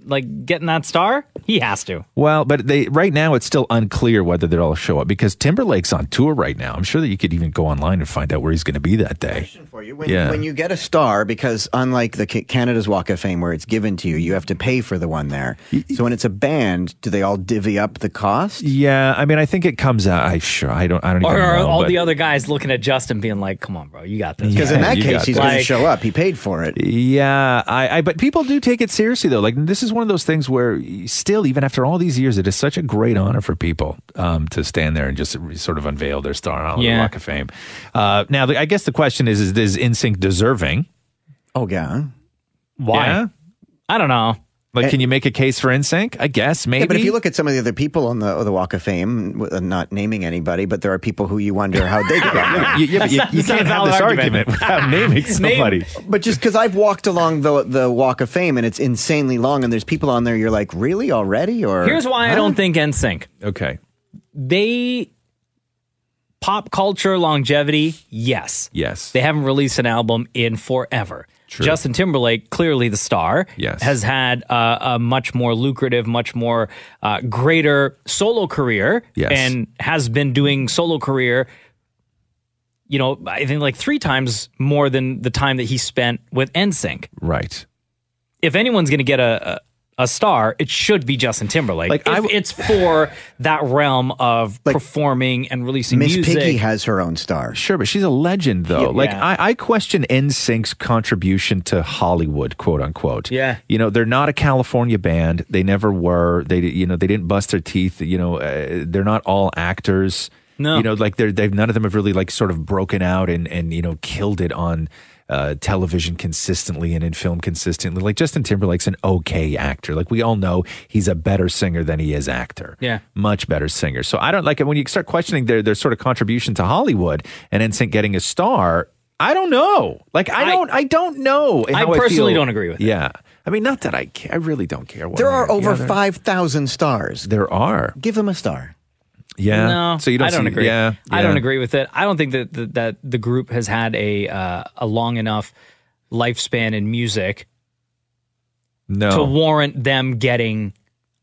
[SPEAKER 6] like getting that star? He has to.
[SPEAKER 1] Well, but they right now it's still unclear whether they'll all show up because Timberlake's on tour right now. I'm sure that you could even go online and find out where he's going to be that day.
[SPEAKER 22] for you when,
[SPEAKER 1] yeah.
[SPEAKER 22] when you get a star, because unlike the Ca- Canada's Walk of Fame where it's given to you, you have to pay for the one there. So when it's a band, do they all divvy up the cost?
[SPEAKER 1] yeah, I mean, I think it comes out. I sure I don't. I don't
[SPEAKER 6] Or
[SPEAKER 1] even
[SPEAKER 6] are
[SPEAKER 1] know.
[SPEAKER 6] all
[SPEAKER 1] but-
[SPEAKER 6] the other guys looking at Justin being like, come on, bro, you got this.
[SPEAKER 1] Yeah, you got this.
[SPEAKER 6] Like,
[SPEAKER 22] up. He paid for it.
[SPEAKER 1] Yeah, I, I. But people do take it seriously though. Like this is one of those things where, you still, even after all these years, it is such a great honor for people um, to stand there and just re- sort of unveil their star on the
[SPEAKER 6] Yeah.
[SPEAKER 1] Walk of Fame. Uh, now, the, I guess the question is: Is is NSYNC deserving?
[SPEAKER 22] Oh yeah. Eh.
[SPEAKER 6] Why? I don't know.
[SPEAKER 1] Like, can you make a case for NSYNC? I guess maybe.
[SPEAKER 22] Yeah, but if you look at some of the other people on the on the Walk of Fame, w- uh, not naming anybody, but there are people who you wonder how they got
[SPEAKER 1] Yeah,
[SPEAKER 22] there.
[SPEAKER 1] yeah, but you- That's not- you that's not can't a have valid this argument. argument without naming somebody.
[SPEAKER 22] But just because I've walked along the the Walk of Fame and it's insanely long, and there's people on there, you're like, really already? Or
[SPEAKER 6] Here's why I
[SPEAKER 22] Huh?
[SPEAKER 6] don't think NSYNC.
[SPEAKER 1] Okay.
[SPEAKER 6] They pop culture longevity, yes.
[SPEAKER 1] Yes.
[SPEAKER 6] They haven't released an album in forever. Justin Timberlake, clearly the star,
[SPEAKER 1] Yes.
[SPEAKER 6] has had uh, a much more lucrative, much more uh, greater solo career,
[SPEAKER 1] Yes.
[SPEAKER 6] and has been doing solo career. You know, I think like three times more than the time that he spent with NSYNC.
[SPEAKER 1] Right.
[SPEAKER 6] If anyone's going to get a, a a star, it should be Justin Timberlake.
[SPEAKER 1] Like,
[SPEAKER 6] if it's for that realm of performing and releasing
[SPEAKER 22] Miss
[SPEAKER 6] music.
[SPEAKER 22] Piggy has her own star.
[SPEAKER 1] Sure, but she's a legend, though.
[SPEAKER 6] Yeah.
[SPEAKER 1] like,
[SPEAKER 6] Yeah.
[SPEAKER 1] I, I question NSYNC's contribution to Hollywood, quote unquote.
[SPEAKER 6] Yeah.
[SPEAKER 1] You know, they're not a California band. They never were. They, di- you know, they didn't bust their teeth. You know, uh, they're not all actors.
[SPEAKER 6] No.
[SPEAKER 1] You know, like they're, they've none of them have really like sort of broken out and and you know killed it on. Uh, television consistently and in film consistently. Like Justin Timberlake's an okay actor. Like we all know he's a better singer than he is actor
[SPEAKER 6] yeah.
[SPEAKER 1] much better singer. So I don't like it when you start questioning their their sort of contribution to Hollywood and NSYNC getting a star. I don't know. Like I, don't. I don't know.
[SPEAKER 6] I
[SPEAKER 1] how
[SPEAKER 6] personally
[SPEAKER 1] feel.
[SPEAKER 6] don't agree with it.
[SPEAKER 1] Yeah, I mean, not that I care. I really don't care. What
[SPEAKER 22] There are over
[SPEAKER 1] five
[SPEAKER 22] thousand stars.
[SPEAKER 1] There are.
[SPEAKER 22] Give them a star.
[SPEAKER 1] Yeah.
[SPEAKER 6] No,
[SPEAKER 1] So you don't.
[SPEAKER 6] I don't
[SPEAKER 1] see-
[SPEAKER 6] agree.
[SPEAKER 1] Yeah,
[SPEAKER 6] I
[SPEAKER 1] yeah.
[SPEAKER 6] don't agree with it. I don't think that that, that the group has had a uh, a long enough lifespan in music
[SPEAKER 1] No.
[SPEAKER 6] to warrant them getting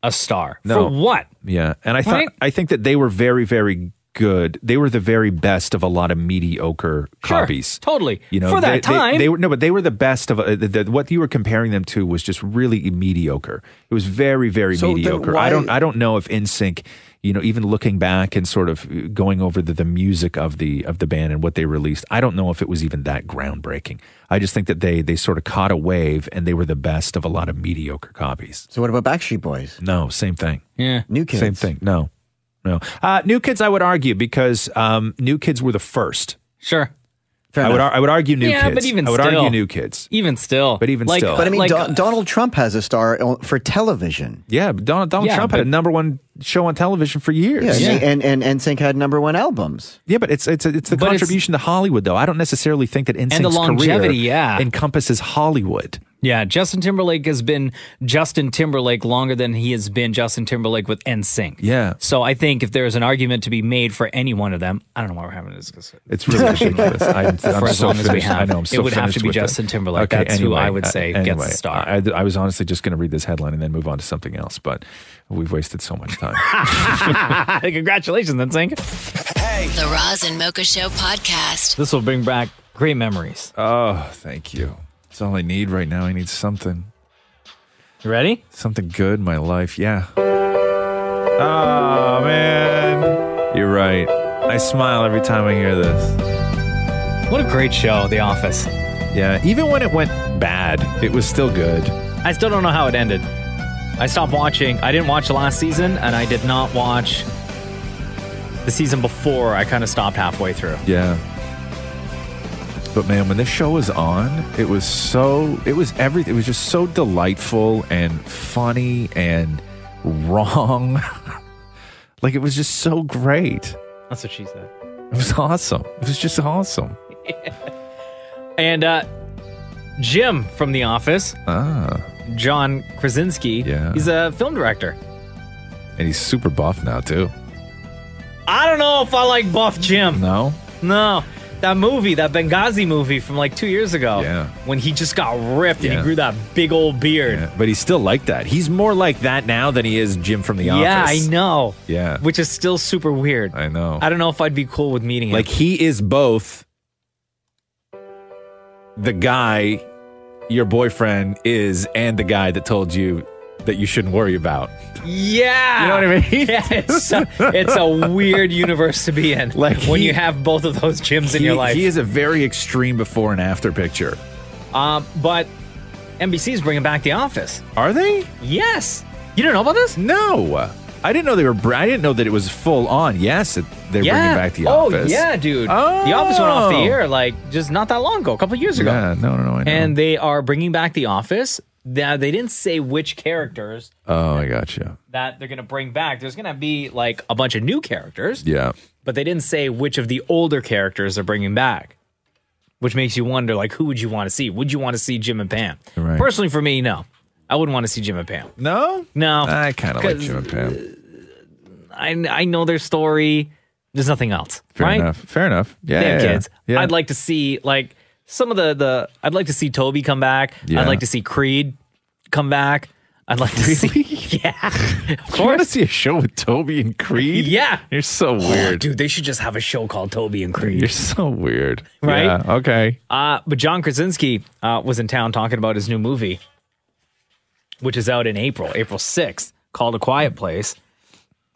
[SPEAKER 6] a star.
[SPEAKER 1] No.
[SPEAKER 6] For what?
[SPEAKER 1] Yeah, and I thought
[SPEAKER 6] Right?
[SPEAKER 1] I think that they were very very good. They were the very best of a lot of mediocre copies.
[SPEAKER 6] Totally.
[SPEAKER 1] You know,
[SPEAKER 6] for
[SPEAKER 1] they,
[SPEAKER 6] that
[SPEAKER 1] they-
[SPEAKER 6] time.
[SPEAKER 1] they, were no, but they were the best of uh, the, the, what you were comparing them to was just really mediocre. It was very, very
[SPEAKER 6] So then
[SPEAKER 1] mediocre. I
[SPEAKER 6] why-
[SPEAKER 1] don't, I don't know if InSync, you know, even looking back and sort of going over the, the music of the of the band and what they released, I don't know if it was even that groundbreaking. I just think that they they sort of caught a wave and they were the best of a lot of mediocre copies.
[SPEAKER 22] So what about Backstreet Boys?
[SPEAKER 1] No, same thing.
[SPEAKER 6] Yeah,
[SPEAKER 22] New Kids.
[SPEAKER 1] Same thing. No, no. Uh, new Kids, I would argue because um, New Kids were the first.
[SPEAKER 6] Sure.
[SPEAKER 1] I would, ar- I would argue New
[SPEAKER 6] yeah,
[SPEAKER 1] Kids.
[SPEAKER 6] but even
[SPEAKER 1] I would
[SPEAKER 6] still,
[SPEAKER 1] argue New Kids.
[SPEAKER 6] Even still,
[SPEAKER 1] But even
[SPEAKER 6] like,
[SPEAKER 1] still.
[SPEAKER 22] But I mean,
[SPEAKER 6] like,
[SPEAKER 22] Do- Donald Trump has a star o- for television.
[SPEAKER 1] Yeah, but Donald, Donald
[SPEAKER 22] Yeah,
[SPEAKER 1] Trump had
[SPEAKER 22] but-
[SPEAKER 1] a number one show on television for years.
[SPEAKER 22] Yeah, and and and NSYNC had number one albums.
[SPEAKER 1] Yeah, but it's it's it's the
[SPEAKER 22] But it's-
[SPEAKER 1] contribution to Hollywood, though. I don't necessarily think that NSYNC's
[SPEAKER 6] the longevity,
[SPEAKER 1] career
[SPEAKER 6] yeah.
[SPEAKER 1] encompasses Hollywood.
[SPEAKER 6] yeah, Justin Timberlake has been Justin Timberlake longer than he has been Justin Timberlake with NSYNC.
[SPEAKER 1] Yeah,
[SPEAKER 6] So I think if there is an argument to be made for any one of them, I don't know why we're having this discussion.
[SPEAKER 1] It's really ridiculous. I'm,
[SPEAKER 6] For
[SPEAKER 1] I'm
[SPEAKER 6] as
[SPEAKER 1] so
[SPEAKER 6] long as we
[SPEAKER 1] finished.
[SPEAKER 6] have,
[SPEAKER 1] I know. I'm so
[SPEAKER 6] it would have to
[SPEAKER 1] finished
[SPEAKER 6] be
[SPEAKER 1] with it.
[SPEAKER 6] Justin Timberlake. That's who I would
[SPEAKER 1] uh,
[SPEAKER 6] say
[SPEAKER 1] anyway,
[SPEAKER 6] gets the star.
[SPEAKER 1] I, I was honestly just going to read this headline and then move on to something else, but we've wasted so much time.
[SPEAKER 6] Congratulations, NSYNC.
[SPEAKER 11] The Roz and Mocha Show podcast.
[SPEAKER 6] This will bring back great memories.
[SPEAKER 1] Oh, thank you. It's all I need right now. I need something.
[SPEAKER 6] You ready?
[SPEAKER 1] Something good in my life. Yeah. Oh, man. You're right. I smile every time I hear this.
[SPEAKER 6] What a great show, The Office.
[SPEAKER 1] Yeah, even when it went bad, it was still good.
[SPEAKER 6] I still don't know how it ended. I stopped watching. I didn't watch the last season, and I did not watch the season before. I kind of stopped halfway through.
[SPEAKER 1] Yeah. But man, when this show was on, it was so it was everything. It was just so delightful and funny and wrong. like it was just so great.
[SPEAKER 6] That's what she said.
[SPEAKER 1] It was awesome. It was just awesome.
[SPEAKER 6] And uh, Jim from The Office,
[SPEAKER 1] Ah.
[SPEAKER 6] John Krasinski,
[SPEAKER 1] Yeah.
[SPEAKER 6] he's a film director.
[SPEAKER 1] And he's super buff now too.
[SPEAKER 6] I don't know if I like Buff Jim.
[SPEAKER 1] No.
[SPEAKER 6] No. that movie, that Benghazi movie from like two years ago,
[SPEAKER 1] Yeah.
[SPEAKER 6] when he just got ripped and
[SPEAKER 1] Yeah.
[SPEAKER 6] he grew that big old beard.
[SPEAKER 1] But he's still like that. He's more like that now than he is Jim from The Office.
[SPEAKER 6] Yeah, I know.
[SPEAKER 1] Yeah.
[SPEAKER 6] Which is still super weird.
[SPEAKER 1] I know.
[SPEAKER 6] I don't know if I'd be cool with meeting him.
[SPEAKER 1] Like he is both the guy your boyfriend is and the guy that told you that you shouldn't worry about.
[SPEAKER 6] yeah. You know what I mean? Yeah, it's a, it's a weird universe to be in. Like when
[SPEAKER 1] he-
[SPEAKER 6] you have both of those gyms in
[SPEAKER 1] He-
[SPEAKER 6] your life.
[SPEAKER 1] He is a very extreme before and after picture.
[SPEAKER 6] Um, but NBC's bringing back The Office.
[SPEAKER 1] Are they?
[SPEAKER 6] Yes. You didn't know about this?
[SPEAKER 1] No. I didn't know they were br- I didn't know that it was full on. Yes, it, they're bringing back the
[SPEAKER 6] oh,
[SPEAKER 1] office.
[SPEAKER 6] yeah, dude. The Office went off the
[SPEAKER 1] Oh.
[SPEAKER 6] air like just not that long ago, a couple years ago.
[SPEAKER 1] Yeah, no, no, no. I know.
[SPEAKER 6] And they are bringing back The Office. Now, they didn't say which characters
[SPEAKER 1] oh, I gotcha.
[SPEAKER 6] that they're going to bring back. There's going to be like a bunch of new characters,
[SPEAKER 1] Yeah.
[SPEAKER 6] but they didn't say which of the older characters they're bringing back, which makes you wonder like, who would you want to see? Would you want to see Jim and Pam?
[SPEAKER 1] Right.
[SPEAKER 6] Personally, for me, no. I wouldn't want to see Jim and Pam.
[SPEAKER 1] No?
[SPEAKER 6] No.
[SPEAKER 1] I kind of like
[SPEAKER 6] 'Cause
[SPEAKER 1] Jim and Pam.
[SPEAKER 6] I, I know their story. There's nothing else.
[SPEAKER 1] Fair
[SPEAKER 6] right?
[SPEAKER 1] enough. Fair enough. Yeah.
[SPEAKER 6] they have
[SPEAKER 1] yeah,
[SPEAKER 6] kids.
[SPEAKER 1] yeah.
[SPEAKER 6] I'd like to see like some of the the. I'd like to see Toby come back.
[SPEAKER 1] Yeah.
[SPEAKER 6] I'd like to see Creed come back. I'd like to see. Yeah, of
[SPEAKER 1] Do you want to see a show with Toby and Creed?
[SPEAKER 6] Yeah. Oh,
[SPEAKER 1] You're so weird.
[SPEAKER 6] dude. They should just have a show called Toby and Creed.
[SPEAKER 1] You're so weird.
[SPEAKER 6] Right?
[SPEAKER 1] Yeah, okay.
[SPEAKER 6] Uh, but John Krasinski uh, was in town talking about his new movie, which is out in April, April sixth, called A Quiet Place.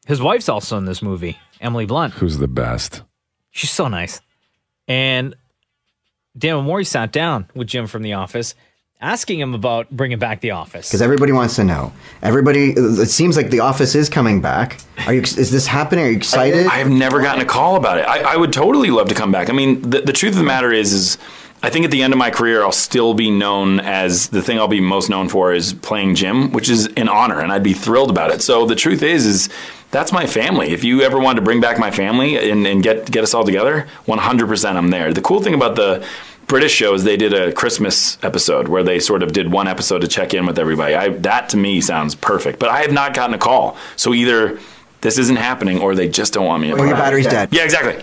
[SPEAKER 6] His wife's also in this movie, Emily Blunt.
[SPEAKER 1] Who's the best?
[SPEAKER 6] She's so nice. And Dan Mori sat down with Jim from The Office, asking him about bringing back The Office.
[SPEAKER 22] Because everybody wants to know. Everybody, it seems like The Office is coming back. Are you? Is this happening? Are you excited?
[SPEAKER 12] I have never gotten a call about it. I, I would totally love to come back. I mean, the, the truth of the matter is, is I think at the end of my career, I'll still be known as the thing I'll be most known for is playing Jim, which is an honor, and I'd be thrilled about it. So the truth is, is that's my family. If you ever wanted to bring back my family and, and get get us all together, 100% I'm there. The cool thing about the British shows, they did a Christmas episode where they sort of did one episode to check in with everybody. I, that to me sounds perfect, but I have not gotten a call. So either this isn't happening or they just don't want me.
[SPEAKER 22] Or your battery's dead.
[SPEAKER 12] Yeah, exactly.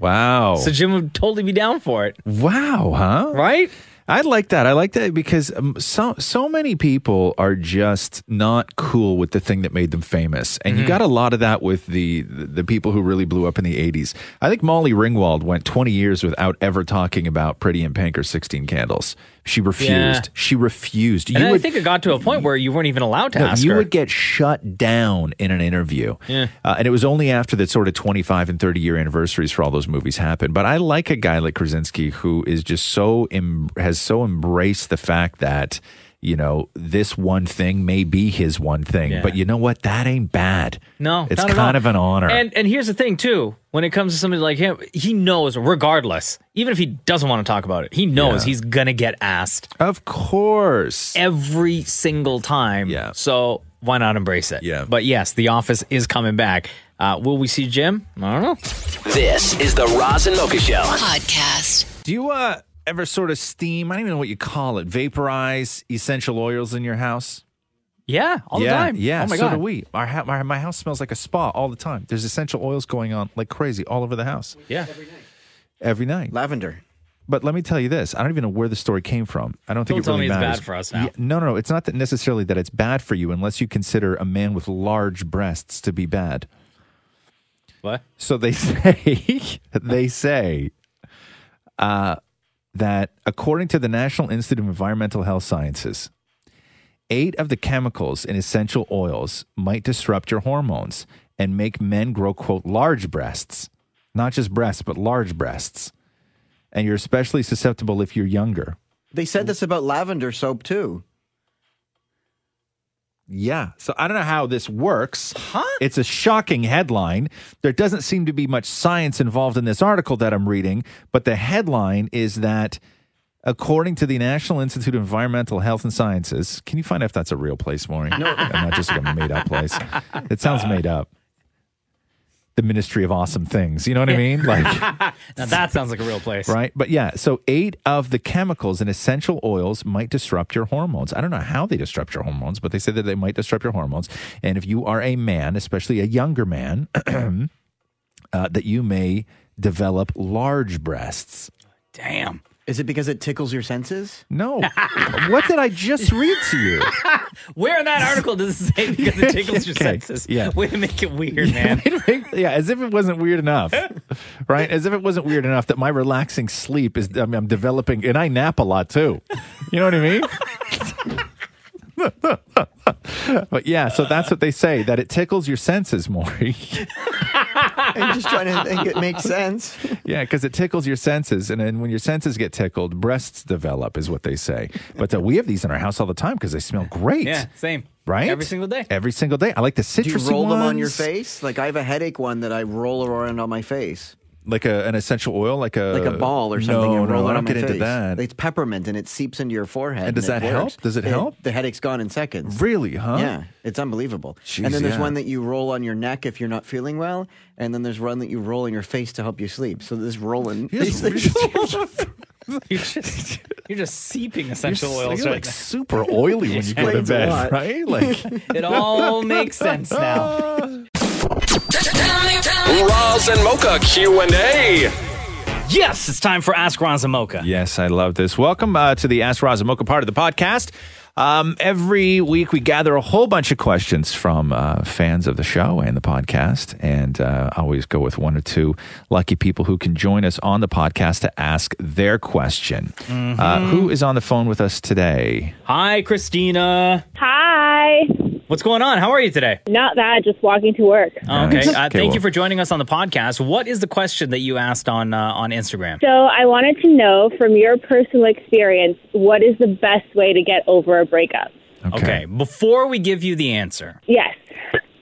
[SPEAKER 1] Wow.
[SPEAKER 6] So Jim would totally be down for it.
[SPEAKER 1] Wow, huh?
[SPEAKER 6] Right?
[SPEAKER 1] I like that. I like that because um, so so many people are just not cool with the thing that made them famous, and
[SPEAKER 6] Mm-hmm.
[SPEAKER 1] you got a lot of that with the the people who really blew up in the '80s. I think Molly Ringwald went 20 years without ever talking about Pretty in Pink or Sixteen Candles. She refused.
[SPEAKER 6] Yeah.
[SPEAKER 1] She refused.
[SPEAKER 6] And I think it got to a point where you weren't even allowed to
[SPEAKER 1] No,
[SPEAKER 6] ask
[SPEAKER 1] you
[SPEAKER 6] her.
[SPEAKER 1] would get shut down in an interview.
[SPEAKER 6] Yeah.
[SPEAKER 1] Uh, and it was only after that sort of 25 and 30 year anniversaries for all those movies happened. But I like a guy like Krasinski who is just so, em- has so embraced the fact that, you know, this one thing may be his one thing.
[SPEAKER 6] Yeah.
[SPEAKER 1] But you know what? That ain't bad.
[SPEAKER 6] No,
[SPEAKER 1] It's
[SPEAKER 6] not at all.
[SPEAKER 1] kind of an honor.
[SPEAKER 6] And and here's the thing too, when it comes to somebody like him, he knows regardless, even if he doesn't want to talk about it, he knows
[SPEAKER 1] Yeah.
[SPEAKER 6] he's gonna get asked.
[SPEAKER 1] Of course.
[SPEAKER 6] Every single time. Yeah. So why not embrace it? Yeah. But yes, the office is coming back. Uh, will we see Jim? I don't know.
[SPEAKER 5] This is the Roz and Mocha Show.
[SPEAKER 11] Podcast.
[SPEAKER 1] Do you uh, ever sort of steam, I don't even know what you call it, vaporize essential oils in your house?
[SPEAKER 6] Yeah, all
[SPEAKER 1] yeah,
[SPEAKER 6] the time.
[SPEAKER 1] Yeah,
[SPEAKER 6] Oh my
[SPEAKER 1] so
[SPEAKER 6] god.
[SPEAKER 1] do we. Our, ha- my, my house smells like a spa all the time. There's essential oils going on like crazy all over the house
[SPEAKER 6] Yeah.
[SPEAKER 1] every night.
[SPEAKER 22] Lavender.
[SPEAKER 1] But let me tell you this: I don't even know where the story came from. I don't think
[SPEAKER 6] Don't
[SPEAKER 1] it
[SPEAKER 6] tell
[SPEAKER 1] really
[SPEAKER 6] me it's
[SPEAKER 1] matters.
[SPEAKER 6] bad for us now.
[SPEAKER 1] Yeah, no, no, no. It's not that necessarily that it's bad for you, unless you consider a man with large breasts to be bad.
[SPEAKER 6] What?
[SPEAKER 1] So they say they say uh, that according to the National Institute of Environmental Health Sciences, eight of the chemicals in essential oils might disrupt your hormones and make men grow quote large breasts, not just breasts but large breasts, and you're especially susceptible if you're younger.
[SPEAKER 8] They said this about lavender soap too.
[SPEAKER 1] Yeah. So I don't know how this works. Huh? It's a shocking headline. There doesn't seem to be much science involved in this article that I'm reading, but the headline is that according to the National Institute of Environmental Health and Sciences, can you find out if that's a real place, Maury? No. not just like a made up place. It sounds made up. The Ministry of Awesome Things. You know what I mean? Like
[SPEAKER 6] now that sounds like a real place.
[SPEAKER 1] Right. But yeah, so eight of the chemicals in essential oils might disrupt your hormones. I don't know how they disrupt your hormones, but they say that they might disrupt your hormones. And if you are a man, especially a younger man, uh, that you may develop large breasts.
[SPEAKER 6] Damn.
[SPEAKER 14] Is it because it tickles your senses?
[SPEAKER 1] No. what did I just read to you?
[SPEAKER 6] Where in that article does it say because it tickles your
[SPEAKER 1] Okay,
[SPEAKER 6] senses?
[SPEAKER 1] yeah.
[SPEAKER 6] Way to make it weird, man.
[SPEAKER 1] yeah, as if it wasn't weird enough, right? As if it wasn't weird enough that my relaxing sleep is, I mean, I'm developing, and I nap a lot too. You know what I mean? but yeah, so that's what they say that it tickles your senses, Maury.
[SPEAKER 8] I'm just trying to think it makes sense.
[SPEAKER 1] yeah, because it tickles your senses, and then when your senses get tickled, breasts develop, is what they say. But uh, we have these in our house all the time because they smell great.
[SPEAKER 6] Yeah, same.
[SPEAKER 1] Right?
[SPEAKER 6] Every single day.
[SPEAKER 1] Every single day. I like the
[SPEAKER 8] Do
[SPEAKER 1] citrusy
[SPEAKER 8] you roll them on your
[SPEAKER 1] ones.
[SPEAKER 8] face? Like I have a headache one that I roll around on my face,
[SPEAKER 1] Like a, an essential oil, like a
[SPEAKER 8] like a ball or something.
[SPEAKER 1] Uh, No,
[SPEAKER 8] and roll
[SPEAKER 1] no,
[SPEAKER 8] it
[SPEAKER 1] I
[SPEAKER 8] on
[SPEAKER 1] don't
[SPEAKER 8] my
[SPEAKER 1] get into
[SPEAKER 8] face.
[SPEAKER 1] that.
[SPEAKER 8] It's peppermint and it seeps into your forehead.
[SPEAKER 1] And does
[SPEAKER 8] it
[SPEAKER 1] that help?
[SPEAKER 8] works.
[SPEAKER 1] Does it help?
[SPEAKER 8] The headache's gone in seconds.
[SPEAKER 1] Really, huh?
[SPEAKER 8] Yeah, it's unbelievable.
[SPEAKER 1] Jeez,
[SPEAKER 8] and then there's
[SPEAKER 1] yeah.
[SPEAKER 8] one that you roll on your neck if you're not feeling well, and then there's one that you roll on your face to help you sleep. So this rolling, these things-
[SPEAKER 6] You're just, you're just seeping essential
[SPEAKER 1] You're s-
[SPEAKER 6] oils
[SPEAKER 1] you're,
[SPEAKER 6] right
[SPEAKER 1] like
[SPEAKER 6] now.
[SPEAKER 1] super oily when you go to
[SPEAKER 6] Explains a
[SPEAKER 1] bed,
[SPEAKER 6] lot.
[SPEAKER 1] right? Like
[SPEAKER 6] it all makes sense now.
[SPEAKER 5] Roz and Mocha Q&A.
[SPEAKER 6] Yes, it's time for Ask Ron Zamoka.
[SPEAKER 1] Yes, I love this. Welcome uh, to the Ask Razamoka part of the podcast. Um, every week, we gather a whole bunch of questions from uh, fans of the show and the podcast, and uh, I always go with one or two lucky people who can join us on the podcast to ask their question.
[SPEAKER 6] Mm-hmm.
[SPEAKER 1] Uh, who is on the phone with us today?
[SPEAKER 6] Hi, Christina.
[SPEAKER 31] Hi.
[SPEAKER 6] What's going on? How are you today?
[SPEAKER 31] Not that, just walking to work.
[SPEAKER 6] Okay. Uh, thank
[SPEAKER 1] well-
[SPEAKER 6] you for joining us on the podcast. What is the question that you asked on uh, on Instagram?
[SPEAKER 31] So, I wanted to know from your personal experience what is the best way to get over a breakup?
[SPEAKER 1] Okay.
[SPEAKER 6] Before we give you the answer,
[SPEAKER 31] Yes,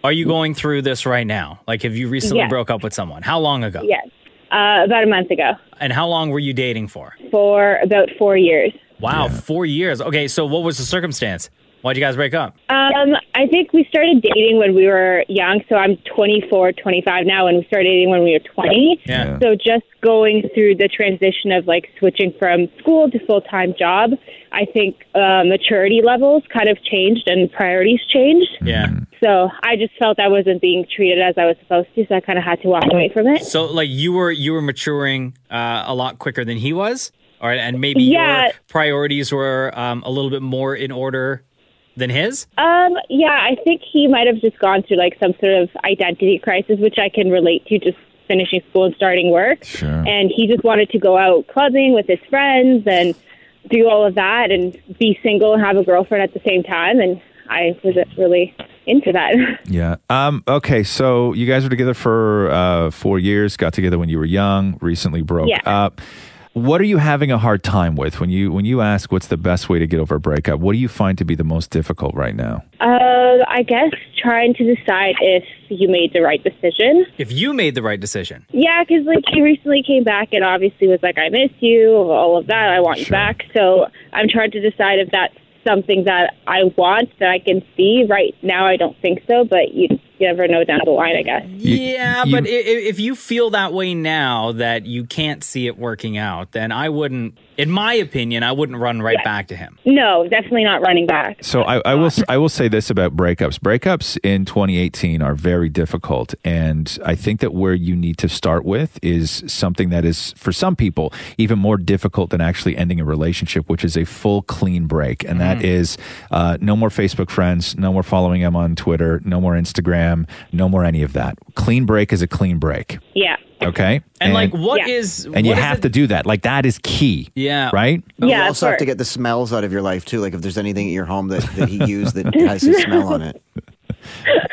[SPEAKER 6] are you going through this right now? Like, have you recently
[SPEAKER 31] Yes.
[SPEAKER 6] broke up with someone? How long ago?
[SPEAKER 31] yes. Uh, about a month ago
[SPEAKER 6] And how long were you dating for?
[SPEAKER 31] for about four years.
[SPEAKER 6] Wow, four years. Okay, so what was the circumstance? Why'd you guys break up?
[SPEAKER 31] Um, I think we started dating when we were young. So, I'm 24, 25 now, and we started dating when we were 20.
[SPEAKER 6] Yeah.
[SPEAKER 31] So, just going through the transition of like switching from school to full time job, I think uh, maturity levels kind of changed and priorities changed.
[SPEAKER 6] Yeah.
[SPEAKER 1] Mm-hmm.
[SPEAKER 31] So I just felt I wasn't being treated as I was supposed to, so I kind of had to walk away from it.
[SPEAKER 6] So like you were you were maturing uh, a lot quicker than he was, or and maybe
[SPEAKER 31] Yeah.
[SPEAKER 6] your priorities were um, a little bit more in order than his.
[SPEAKER 31] Um, yeah, I think he might have just gone through like some sort of identity crisis, which I can relate to just finishing school and starting work.
[SPEAKER 1] Sure.
[SPEAKER 31] And he just wanted to go out clubbing with his friends and do all of that and be single and have a girlfriend at the same time. And I wasn't really into that.
[SPEAKER 1] Yeah. Um, okay. So you guys were together for uh, four years. Got together when you were young. Recently broke
[SPEAKER 31] Yeah.
[SPEAKER 1] up. What are you having a hard time with when you when you ask what's the best way to get over a breakup? What do you find to be the most difficult right now?
[SPEAKER 31] Uh, I guess trying to decide if you made the right decision.
[SPEAKER 6] If you made the right decision,
[SPEAKER 31] Yeah, 'cause like he recently came back and obviously was like, "I miss you," all of that. I want you back. So I'm trying to decide if that's something that I want that I can see right now. I don't think so, but you, you never know down the line, I guess.
[SPEAKER 6] yeah. but i- i- if you feel that way now that you can't see it working out, then I wouldn't, in my opinion, I wouldn't run right back to him.
[SPEAKER 31] No, definitely not running back.
[SPEAKER 1] So I, I will s- I will say this about breakups. Breakups in 2018 are very difficult, and I think that where you need to start with is something that is for some people even more difficult than actually ending a relationship, which is a full clean break, and
[SPEAKER 6] Mm.
[SPEAKER 1] that is uh, no more Facebook friends, no more following them on Twitter, no more Instagram, no more any of that. Clean break is a clean break.
[SPEAKER 31] Yeah.
[SPEAKER 1] Okay,
[SPEAKER 6] And, like, what is
[SPEAKER 1] and you
[SPEAKER 6] what is
[SPEAKER 1] have
[SPEAKER 6] it-
[SPEAKER 1] to do that. Like that is key.
[SPEAKER 6] Yeah.
[SPEAKER 1] Right.
[SPEAKER 8] But you also have to get the smells out of your life too. Like if there's anything at your home that, that he used that has his smell on it.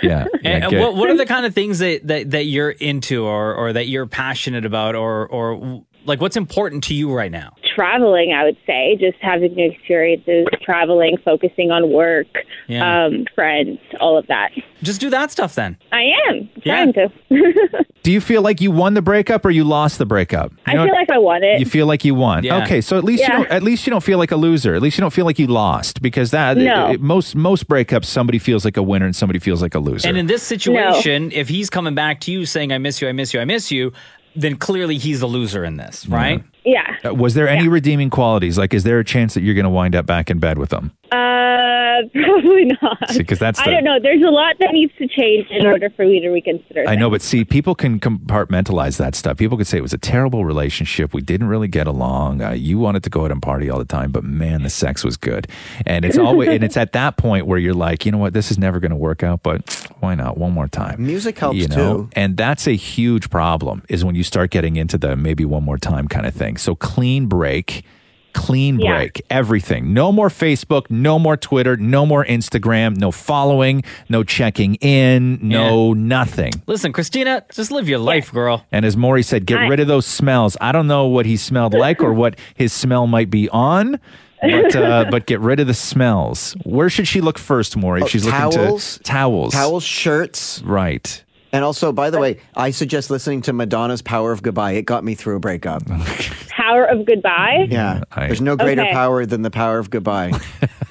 [SPEAKER 1] Yeah.
[SPEAKER 6] And, and
[SPEAKER 1] good.
[SPEAKER 6] what what are the kind of things that, that, that you're into or, or that you're passionate about or or like what's important to you right now?
[SPEAKER 31] Traveling, I would say, just having new experiences, traveling, focusing on work,
[SPEAKER 6] Yeah.
[SPEAKER 31] um, friends, all of that.
[SPEAKER 6] Just do that stuff then.
[SPEAKER 31] I am trying to.
[SPEAKER 1] Do you feel like you won the breakup or you lost the breakup? You
[SPEAKER 31] I
[SPEAKER 1] know-
[SPEAKER 31] feel like I want it.
[SPEAKER 1] you feel like you won.
[SPEAKER 31] Yeah.
[SPEAKER 1] Okay, so at least
[SPEAKER 31] Yeah.
[SPEAKER 1] you don't, at least you don't feel like a loser. At least you don't feel like you lost because that
[SPEAKER 31] No.
[SPEAKER 1] it- most most breakups somebody feels like a winner and somebody feels like a loser.
[SPEAKER 6] And in this situation, if he's coming back to you saying I miss you, I miss you, I miss you, then clearly he's the loser in this, right?
[SPEAKER 31] Yeah.
[SPEAKER 1] Uh, Was there any redeeming qualities? Like, is there a chance that you're going to wind up back in bed with them?
[SPEAKER 31] Uh, probably not.
[SPEAKER 1] See, 'cause that's
[SPEAKER 31] I
[SPEAKER 1] the-
[SPEAKER 31] don't know. There's a lot that needs to change in order for me to reconsider.
[SPEAKER 1] I know, but see, people can compartmentalize that stuff. People could say it was a terrible relationship. We didn't really get along. Uh, you wanted to go out and party all the time, but man, the sex was good. And it's always and it's at that point where you're like, you know what, this is never going to work out, but why not? One more time.
[SPEAKER 8] Music helps
[SPEAKER 1] you know?
[SPEAKER 8] too.
[SPEAKER 1] And that's a huge problem is when you start getting into the maybe one more time kind of thing. So clean break, clean
[SPEAKER 13] Yeah.
[SPEAKER 1] break, everything. No more Facebook, no more Twitter, no more Instagram, no following, no checking in, no nothing.
[SPEAKER 6] Listen, Christina, just live your life, girl.
[SPEAKER 1] And as Maury said, get
[SPEAKER 6] I-
[SPEAKER 1] rid of those smells. I don't know what he smelled like or what his smell might be on, but uh, but get rid of the smells. Where should she look first, Maury? If
[SPEAKER 8] Oh,
[SPEAKER 1] she's
[SPEAKER 8] towels?
[SPEAKER 1] looking to towels,
[SPEAKER 8] Towels, shirts.
[SPEAKER 1] right?
[SPEAKER 8] And also, by the way, I suggest listening to Madonna's Power of Goodbye. It got me through a breakup.
[SPEAKER 31] Power of goodbye.
[SPEAKER 8] yeah. There's no greater
[SPEAKER 31] Okay.
[SPEAKER 8] power than the power of goodbye.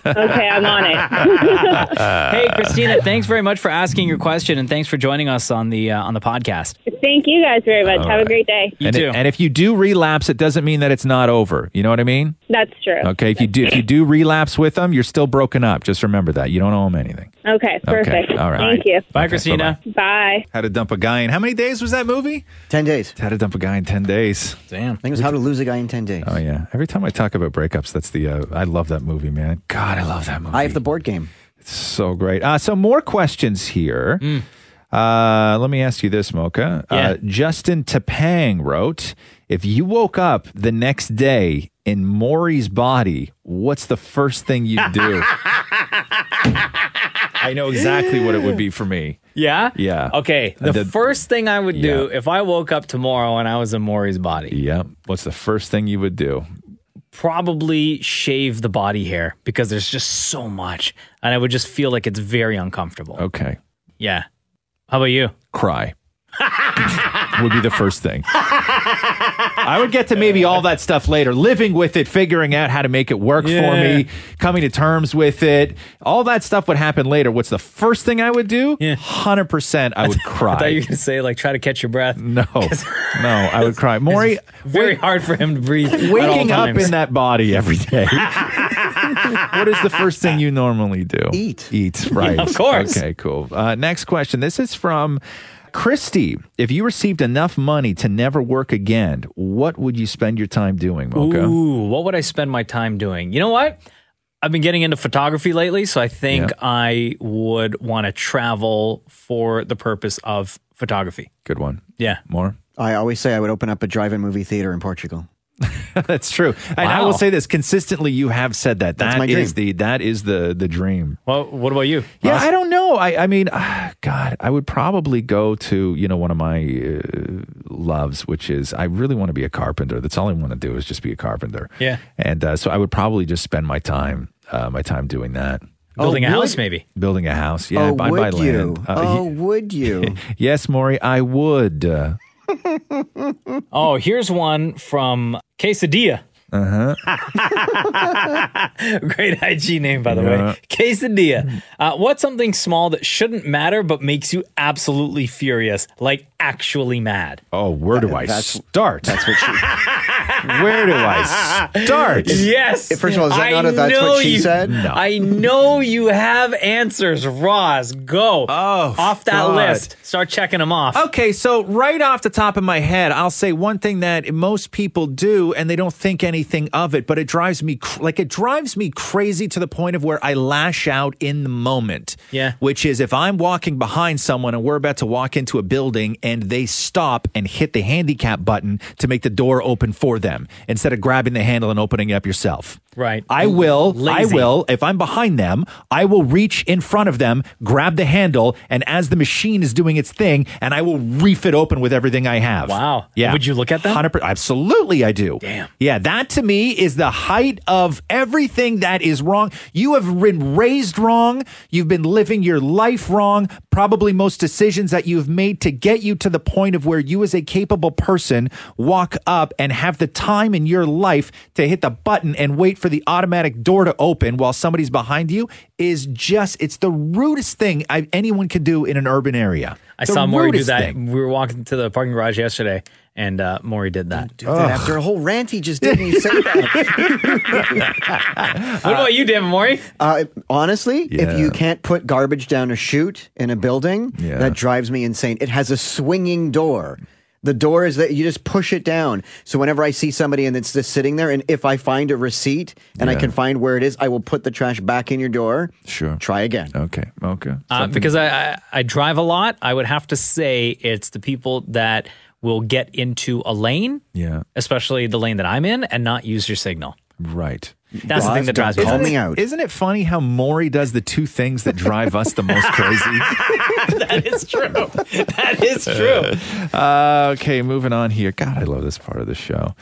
[SPEAKER 31] Okay, I'm on it.
[SPEAKER 6] hey, Christina, thanks very much for asking your question, and thanks for joining us on the uh, on the podcast.
[SPEAKER 31] Thank you guys very much.
[SPEAKER 1] All
[SPEAKER 31] Have a
[SPEAKER 1] right.
[SPEAKER 31] great day.
[SPEAKER 1] and, i- and if you do relapse, it doesn't mean that it's not over. You know what I mean?
[SPEAKER 31] That's true.
[SPEAKER 1] Okay. If you do if you do relapse with them, you're still broken up. Just remember that. You don't owe them anything.
[SPEAKER 31] Okay, perfect.
[SPEAKER 1] All right.
[SPEAKER 31] Thank you.
[SPEAKER 1] Bye, Okay, Christina.
[SPEAKER 31] Bye.
[SPEAKER 1] How to dump a guy in how many days was that movie?
[SPEAKER 8] Ten days.
[SPEAKER 1] How to dump a guy in ten days.
[SPEAKER 6] Damn. I
[SPEAKER 8] think it was How to Lose a Guy in Ten Days.
[SPEAKER 1] Oh yeah. Every time I talk about breakups, that's the uh, I love that movie, man. God, I love that movie.
[SPEAKER 8] I have the board game.
[SPEAKER 1] So great. Uh, so more questions here. Uh, let me ask you this, Mocha.
[SPEAKER 8] Yeah.
[SPEAKER 1] Uh, Justin Tapang wrote, "If you woke up the next day in Maury's body, what's the first thing you do?" I know exactly what it would be for me.
[SPEAKER 6] Yeah?
[SPEAKER 1] Yeah.
[SPEAKER 6] Okay. The,
[SPEAKER 1] The-
[SPEAKER 6] first thing I would do if I woke up tomorrow and I was in Maury's body.
[SPEAKER 1] Yeah. What's the first thing you would do?
[SPEAKER 6] Probably shave the body hair because there's just so much. And I would just feel like it's very uncomfortable.
[SPEAKER 1] Okay.
[SPEAKER 6] Yeah. How about you?
[SPEAKER 1] Cry. would be the first thing. I would get to maybe all that stuff later, living with it, figuring out how to make it work
[SPEAKER 6] Yeah.
[SPEAKER 1] for me, coming to terms with it. All that stuff would happen later. What's the first thing I would do? Yeah. 100% I would cry.
[SPEAKER 6] I thought you were going to say, like, try to catch your breath.
[SPEAKER 1] No. no, I would cry. Maury,
[SPEAKER 6] Very hard for him to breathe. at all
[SPEAKER 1] waking up
[SPEAKER 6] times.
[SPEAKER 1] in that body every day. what is the first thing you normally do? Eat. Eat, right.
[SPEAKER 6] Yeah, of course.
[SPEAKER 1] Okay, cool. Uh, next question. This is from Christy. If you received enough money to never work again, what would you spend your time doing, Mocha?
[SPEAKER 6] Ooh, what would I spend my time doing? You know what? I've been getting into photography lately, so I think I would want to travel for the purpose of photography.
[SPEAKER 1] Good one.
[SPEAKER 6] Yeah.
[SPEAKER 1] More?
[SPEAKER 8] I always say I would open up a drive in movie theater in Portugal.
[SPEAKER 1] That's true. And I
[SPEAKER 8] Wow.
[SPEAKER 1] will say this consistently. You have said that.
[SPEAKER 8] That's
[SPEAKER 1] That
[SPEAKER 8] my
[SPEAKER 1] is the that is the the dream.
[SPEAKER 6] Well, what about you?
[SPEAKER 1] Yeah, I don't know. I I mean, ah, God, I would probably go to you know one of my uh, loves, which is I really want to be a carpenter. That's all I want to do is just be a carpenter.
[SPEAKER 6] Yeah.
[SPEAKER 1] and uh, so I would probably just spend my time uh, my time doing that.
[SPEAKER 6] Building a house, maybe.
[SPEAKER 1] Building a house. Yeah,
[SPEAKER 8] oh,
[SPEAKER 1] buy,
[SPEAKER 8] would
[SPEAKER 1] buy
[SPEAKER 8] you?
[SPEAKER 1] land. Uh,
[SPEAKER 8] oh,
[SPEAKER 1] y-
[SPEAKER 8] would you?
[SPEAKER 1] yes, Maury, I would. Uh
[SPEAKER 6] Oh, here's one from Quesadilla.
[SPEAKER 1] huh.
[SPEAKER 6] Great IG name, by the
[SPEAKER 1] Yeah.
[SPEAKER 6] way. Quesadilla. Uh, what's something small that shouldn't matter but makes you absolutely furious, like actually mad?
[SPEAKER 1] Oh, where do I start? That's what she. Where do I start?
[SPEAKER 6] Yes.
[SPEAKER 1] First of all, is that
[SPEAKER 6] I
[SPEAKER 1] not a- that's what
[SPEAKER 6] know
[SPEAKER 1] she
[SPEAKER 6] you-
[SPEAKER 1] said? No.
[SPEAKER 6] I know you have answers, Roz. Go. Oh, off that
[SPEAKER 1] fraud.
[SPEAKER 6] list. Start checking them off.
[SPEAKER 1] Okay, so right off the top of my head, I'll say one thing that most people do and they don't think anything of it, but it drives me cr- like it drives me crazy to the point of where I lash out in the moment.
[SPEAKER 6] Yeah.
[SPEAKER 1] Which is if I'm walking behind someone and we're about to walk into a building and they stop and hit the handicap button to make the door open for them instead of grabbing the handle and opening it up yourself.
[SPEAKER 6] Right.
[SPEAKER 1] I will.
[SPEAKER 6] Lazy.
[SPEAKER 1] I will. If I'm behind them, I will reach in front of them, grab the handle, and as the machine is doing its thing, and I will reef it open with everything I have.
[SPEAKER 6] Wow.
[SPEAKER 1] Yeah.
[SPEAKER 6] Would you look at them?
[SPEAKER 1] 100%, absolutely, I do. Damn. Yeah, that to me is the height of everything that is wrong. You have been raised wrong. You've been living your life wrong. Probably most decisions that you've made to get you to the point of where you, as a capable person, walk up and have the time in your life to hit the button and wait for the automatic door to open while somebody's behind you is just, it's the rudest thing I, anyone could do in an urban area.
[SPEAKER 6] I
[SPEAKER 1] The
[SPEAKER 6] saw Maury do
[SPEAKER 1] rudest
[SPEAKER 6] that.
[SPEAKER 1] thing.
[SPEAKER 6] We were walking to the parking garage yesterday, and uh, Maury did that.
[SPEAKER 8] Do that after a whole rant he just did, and he said that.
[SPEAKER 6] what about you, David Maury?
[SPEAKER 8] Uh, honestly, if you
[SPEAKER 22] Yeah.
[SPEAKER 8] can't put garbage down a chute in a building,
[SPEAKER 22] Yeah.
[SPEAKER 8] that drives me insane. It has a swinging door. The door is that you just push it down. So whenever I see somebody and it's just sitting there, and if I find a receipt and I
[SPEAKER 1] Yeah.
[SPEAKER 8] can find where it is, I will put the trash back in your door.
[SPEAKER 1] Sure.
[SPEAKER 8] Try again.
[SPEAKER 1] Okay. Okay.
[SPEAKER 6] Uh, because I, I I drive a lot, I would have to say it's the people that will get into a lane,
[SPEAKER 1] Yeah.
[SPEAKER 6] especially the lane that I'm in, and not use your signal.
[SPEAKER 1] Right.
[SPEAKER 6] That's the thing that drives me
[SPEAKER 1] Isn't
[SPEAKER 6] home.
[SPEAKER 1] it- Isn't it funny how Maury does the two things that drive us the most crazy?
[SPEAKER 6] that is true. That is true.
[SPEAKER 1] Uh, okay, moving on here. God, I love this part of the show.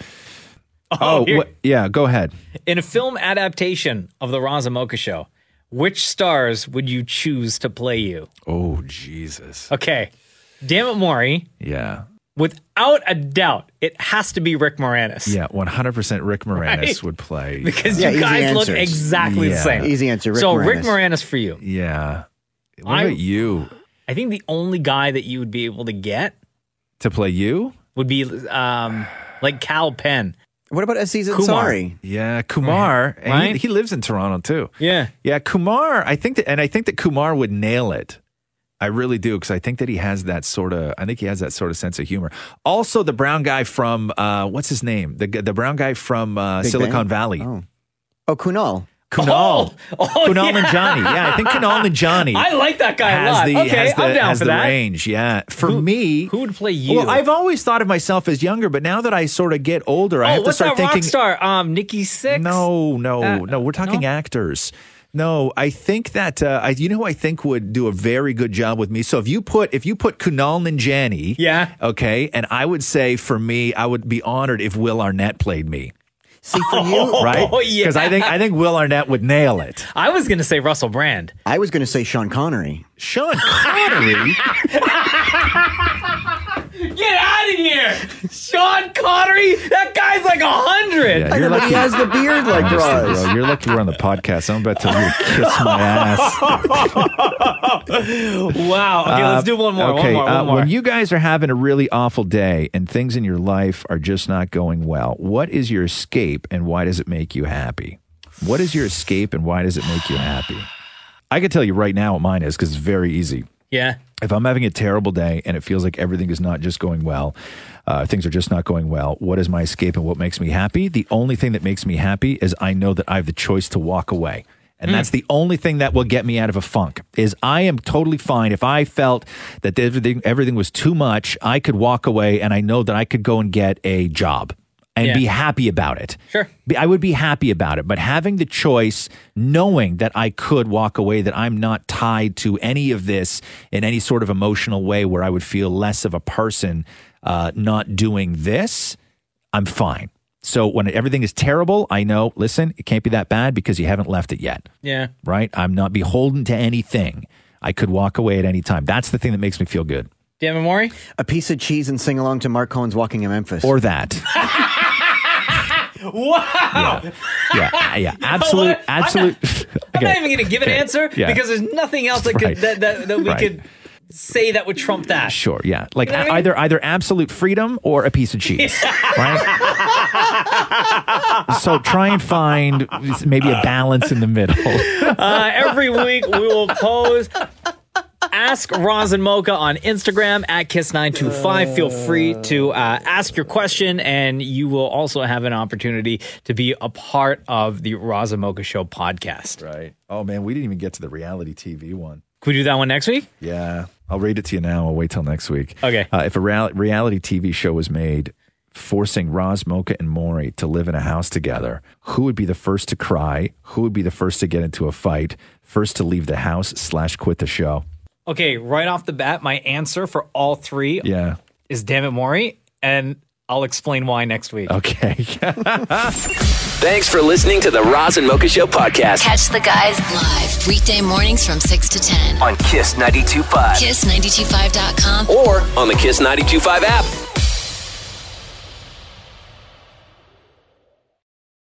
[SPEAKER 6] Oh, here-
[SPEAKER 1] wha- yeah, go ahead.
[SPEAKER 6] In a film adaptation of the Raza Mocha Show, which stars would you choose to play you?
[SPEAKER 1] Oh, Jesus.
[SPEAKER 6] Okay. Damn it, Maury.
[SPEAKER 1] Yeah.
[SPEAKER 6] Without a doubt, it has to be Rick Moranis.
[SPEAKER 1] Yeah, 100% Rick Moranis
[SPEAKER 6] Right?
[SPEAKER 1] would play.
[SPEAKER 6] Because you guys look exactly the
[SPEAKER 1] Yeah.
[SPEAKER 6] same. so Rick Moranis for you.
[SPEAKER 1] Yeah. What
[SPEAKER 6] I-
[SPEAKER 1] about you?
[SPEAKER 6] I think the only guy that you would be able to get
[SPEAKER 1] To play you?
[SPEAKER 6] would be um, like Cal Penn.
[SPEAKER 8] What about Aziz
[SPEAKER 6] Ansari?
[SPEAKER 1] Yeah, Kumar. And
[SPEAKER 6] Right?
[SPEAKER 1] He, he lives in Toronto too.
[SPEAKER 6] Yeah.
[SPEAKER 1] Yeah, Kumar, I think that and I think that Kumar would nail it. I really do because I think that he has that sort of I think he has that sort of sense of humor. Also the brown guy from uh what's his name? The g- the brown guy from uh,
[SPEAKER 8] Big Bang?
[SPEAKER 1] Silicon Valley.
[SPEAKER 8] Oh. Oh, Kunal.
[SPEAKER 1] Kunal. Kunal
[SPEAKER 8] yeah.
[SPEAKER 1] and Johnny. Yeah, I think Kunal and Johnny.
[SPEAKER 6] Oh. I like that guy a
[SPEAKER 1] has
[SPEAKER 6] lot.
[SPEAKER 1] The,
[SPEAKER 6] Okay,
[SPEAKER 1] has the,
[SPEAKER 6] I'm down
[SPEAKER 1] has
[SPEAKER 6] for
[SPEAKER 1] the
[SPEAKER 6] that.
[SPEAKER 1] range. Yeah. For me,
[SPEAKER 6] who would play you?
[SPEAKER 1] Well, I've always thought of myself as younger, but now that I sort of get older, I
[SPEAKER 6] oh,
[SPEAKER 1] have to
[SPEAKER 6] what's
[SPEAKER 1] start
[SPEAKER 6] that rock
[SPEAKER 1] thinking
[SPEAKER 6] star? Um, Nikki Six.
[SPEAKER 1] No, no,
[SPEAKER 6] Uh,
[SPEAKER 1] no. We're talking actors. No, I think that uh, I, you know who I think would do a very good job with me. So if you put if you put Kunal Nanjiani,
[SPEAKER 6] yeah,
[SPEAKER 1] okay, and I would say for me, I would be honored if Will Arnett played me.
[SPEAKER 8] See
[SPEAKER 6] for you-
[SPEAKER 1] right?
[SPEAKER 6] Oh, yeah.
[SPEAKER 1] I think I think Will Arnett would nail it.
[SPEAKER 6] I was going to say Russell Brand.
[SPEAKER 8] I was going to say Sean Connery.
[SPEAKER 1] Sean Connery?
[SPEAKER 6] Get out of here, Sean Connery. That guy's like a hundred.
[SPEAKER 1] Yeah, you're lucky.
[SPEAKER 8] beard
[SPEAKER 1] I'm just- bro, You're lucky we're on the podcast. I'm about to really kiss my ass.
[SPEAKER 6] wow. Okay, let's do one more.
[SPEAKER 1] Uh,
[SPEAKER 6] one
[SPEAKER 1] okay,
[SPEAKER 6] more. One
[SPEAKER 1] uh,
[SPEAKER 6] more.
[SPEAKER 1] When you guys are having a really awful day and things in your life are just not going well, what is your escape and why does it make you happy? What is your escape and why does it make you happy? I could tell you right now what mine is because it's very easy.
[SPEAKER 6] yeah.
[SPEAKER 1] If I'm having a terrible day and it feels like everything is not just going well, uh, things are just not going well, what is my escape and what makes me happy? The only thing that makes me happy is I know that I have the choice to walk away. And that's the only thing that will get me out of a funk is I am totally fine. If I felt that everything, everything was too much, I could walk away and I know that I could go and get a job and
[SPEAKER 6] Yeah.
[SPEAKER 1] be happy about it.
[SPEAKER 6] Sure.
[SPEAKER 1] Be- I would be happy about it, but having the choice, knowing that I could walk away, that I'm not tied to any of this in any sort of emotional way where I would feel less of a person uh, not doing this, I'm fine. So when everything is terrible, I know, listen, it can't be that bad because you haven't left it yet
[SPEAKER 6] Yeah.
[SPEAKER 1] right? I'm not beholden to anything. I could walk away at any time. That's the thing that makes me feel good.
[SPEAKER 6] Damn it, Maury.
[SPEAKER 8] A piece of cheese and sing along to Mark Cohen's Walking in Memphis.
[SPEAKER 1] Or that.
[SPEAKER 6] Wow.
[SPEAKER 1] Yeah, yeah,
[SPEAKER 6] know
[SPEAKER 1] absolute,
[SPEAKER 6] what? I'm not-
[SPEAKER 1] absolute.
[SPEAKER 6] I'm
[SPEAKER 1] Okay.
[SPEAKER 6] not even going to give an
[SPEAKER 1] Okay.
[SPEAKER 6] answer
[SPEAKER 1] Yeah.
[SPEAKER 6] because there's nothing else that could
[SPEAKER 1] Right.
[SPEAKER 6] that, that, that we
[SPEAKER 1] Right.
[SPEAKER 6] could say that would trump that.
[SPEAKER 1] Sure, yeah, like
[SPEAKER 6] You know what
[SPEAKER 1] a-
[SPEAKER 6] I mean?
[SPEAKER 1] either either absolute freedom or a piece of cheese, right? So try and find maybe a balance in the middle.
[SPEAKER 6] uh, every week we will pose ask Roz and Mocha on Instagram at Kiss925. Feel free to uh, ask your question, and you will also have an opportunity to be a part of the Roz and Mocha Show podcast.
[SPEAKER 1] Right. Oh man, we didn't even get to the reality TV one.
[SPEAKER 6] Can we do that one next week?
[SPEAKER 1] Yeah. I'll read it to you now. I'll wait till next week.
[SPEAKER 6] Okay.
[SPEAKER 1] Uh, if a real- reality TV show was made forcing Roz, Mocha, and Maury to live in a house together, who would be the first to cry? Who would be the first to get into a fight? First to leave the house slash quit the show?
[SPEAKER 6] Okay, right off the bat, my answer for all three
[SPEAKER 1] Yeah.
[SPEAKER 6] is damn it, Maury, and I'll explain why next week.
[SPEAKER 1] Okay.
[SPEAKER 5] Thanks for listening to the Roz and Mocha Show podcast
[SPEAKER 11] Catch the guys live weekday mornings from 6 to 10.
[SPEAKER 5] on Kiss 92.5
[SPEAKER 11] Kiss925.com
[SPEAKER 5] or on the Kiss 92.5 app.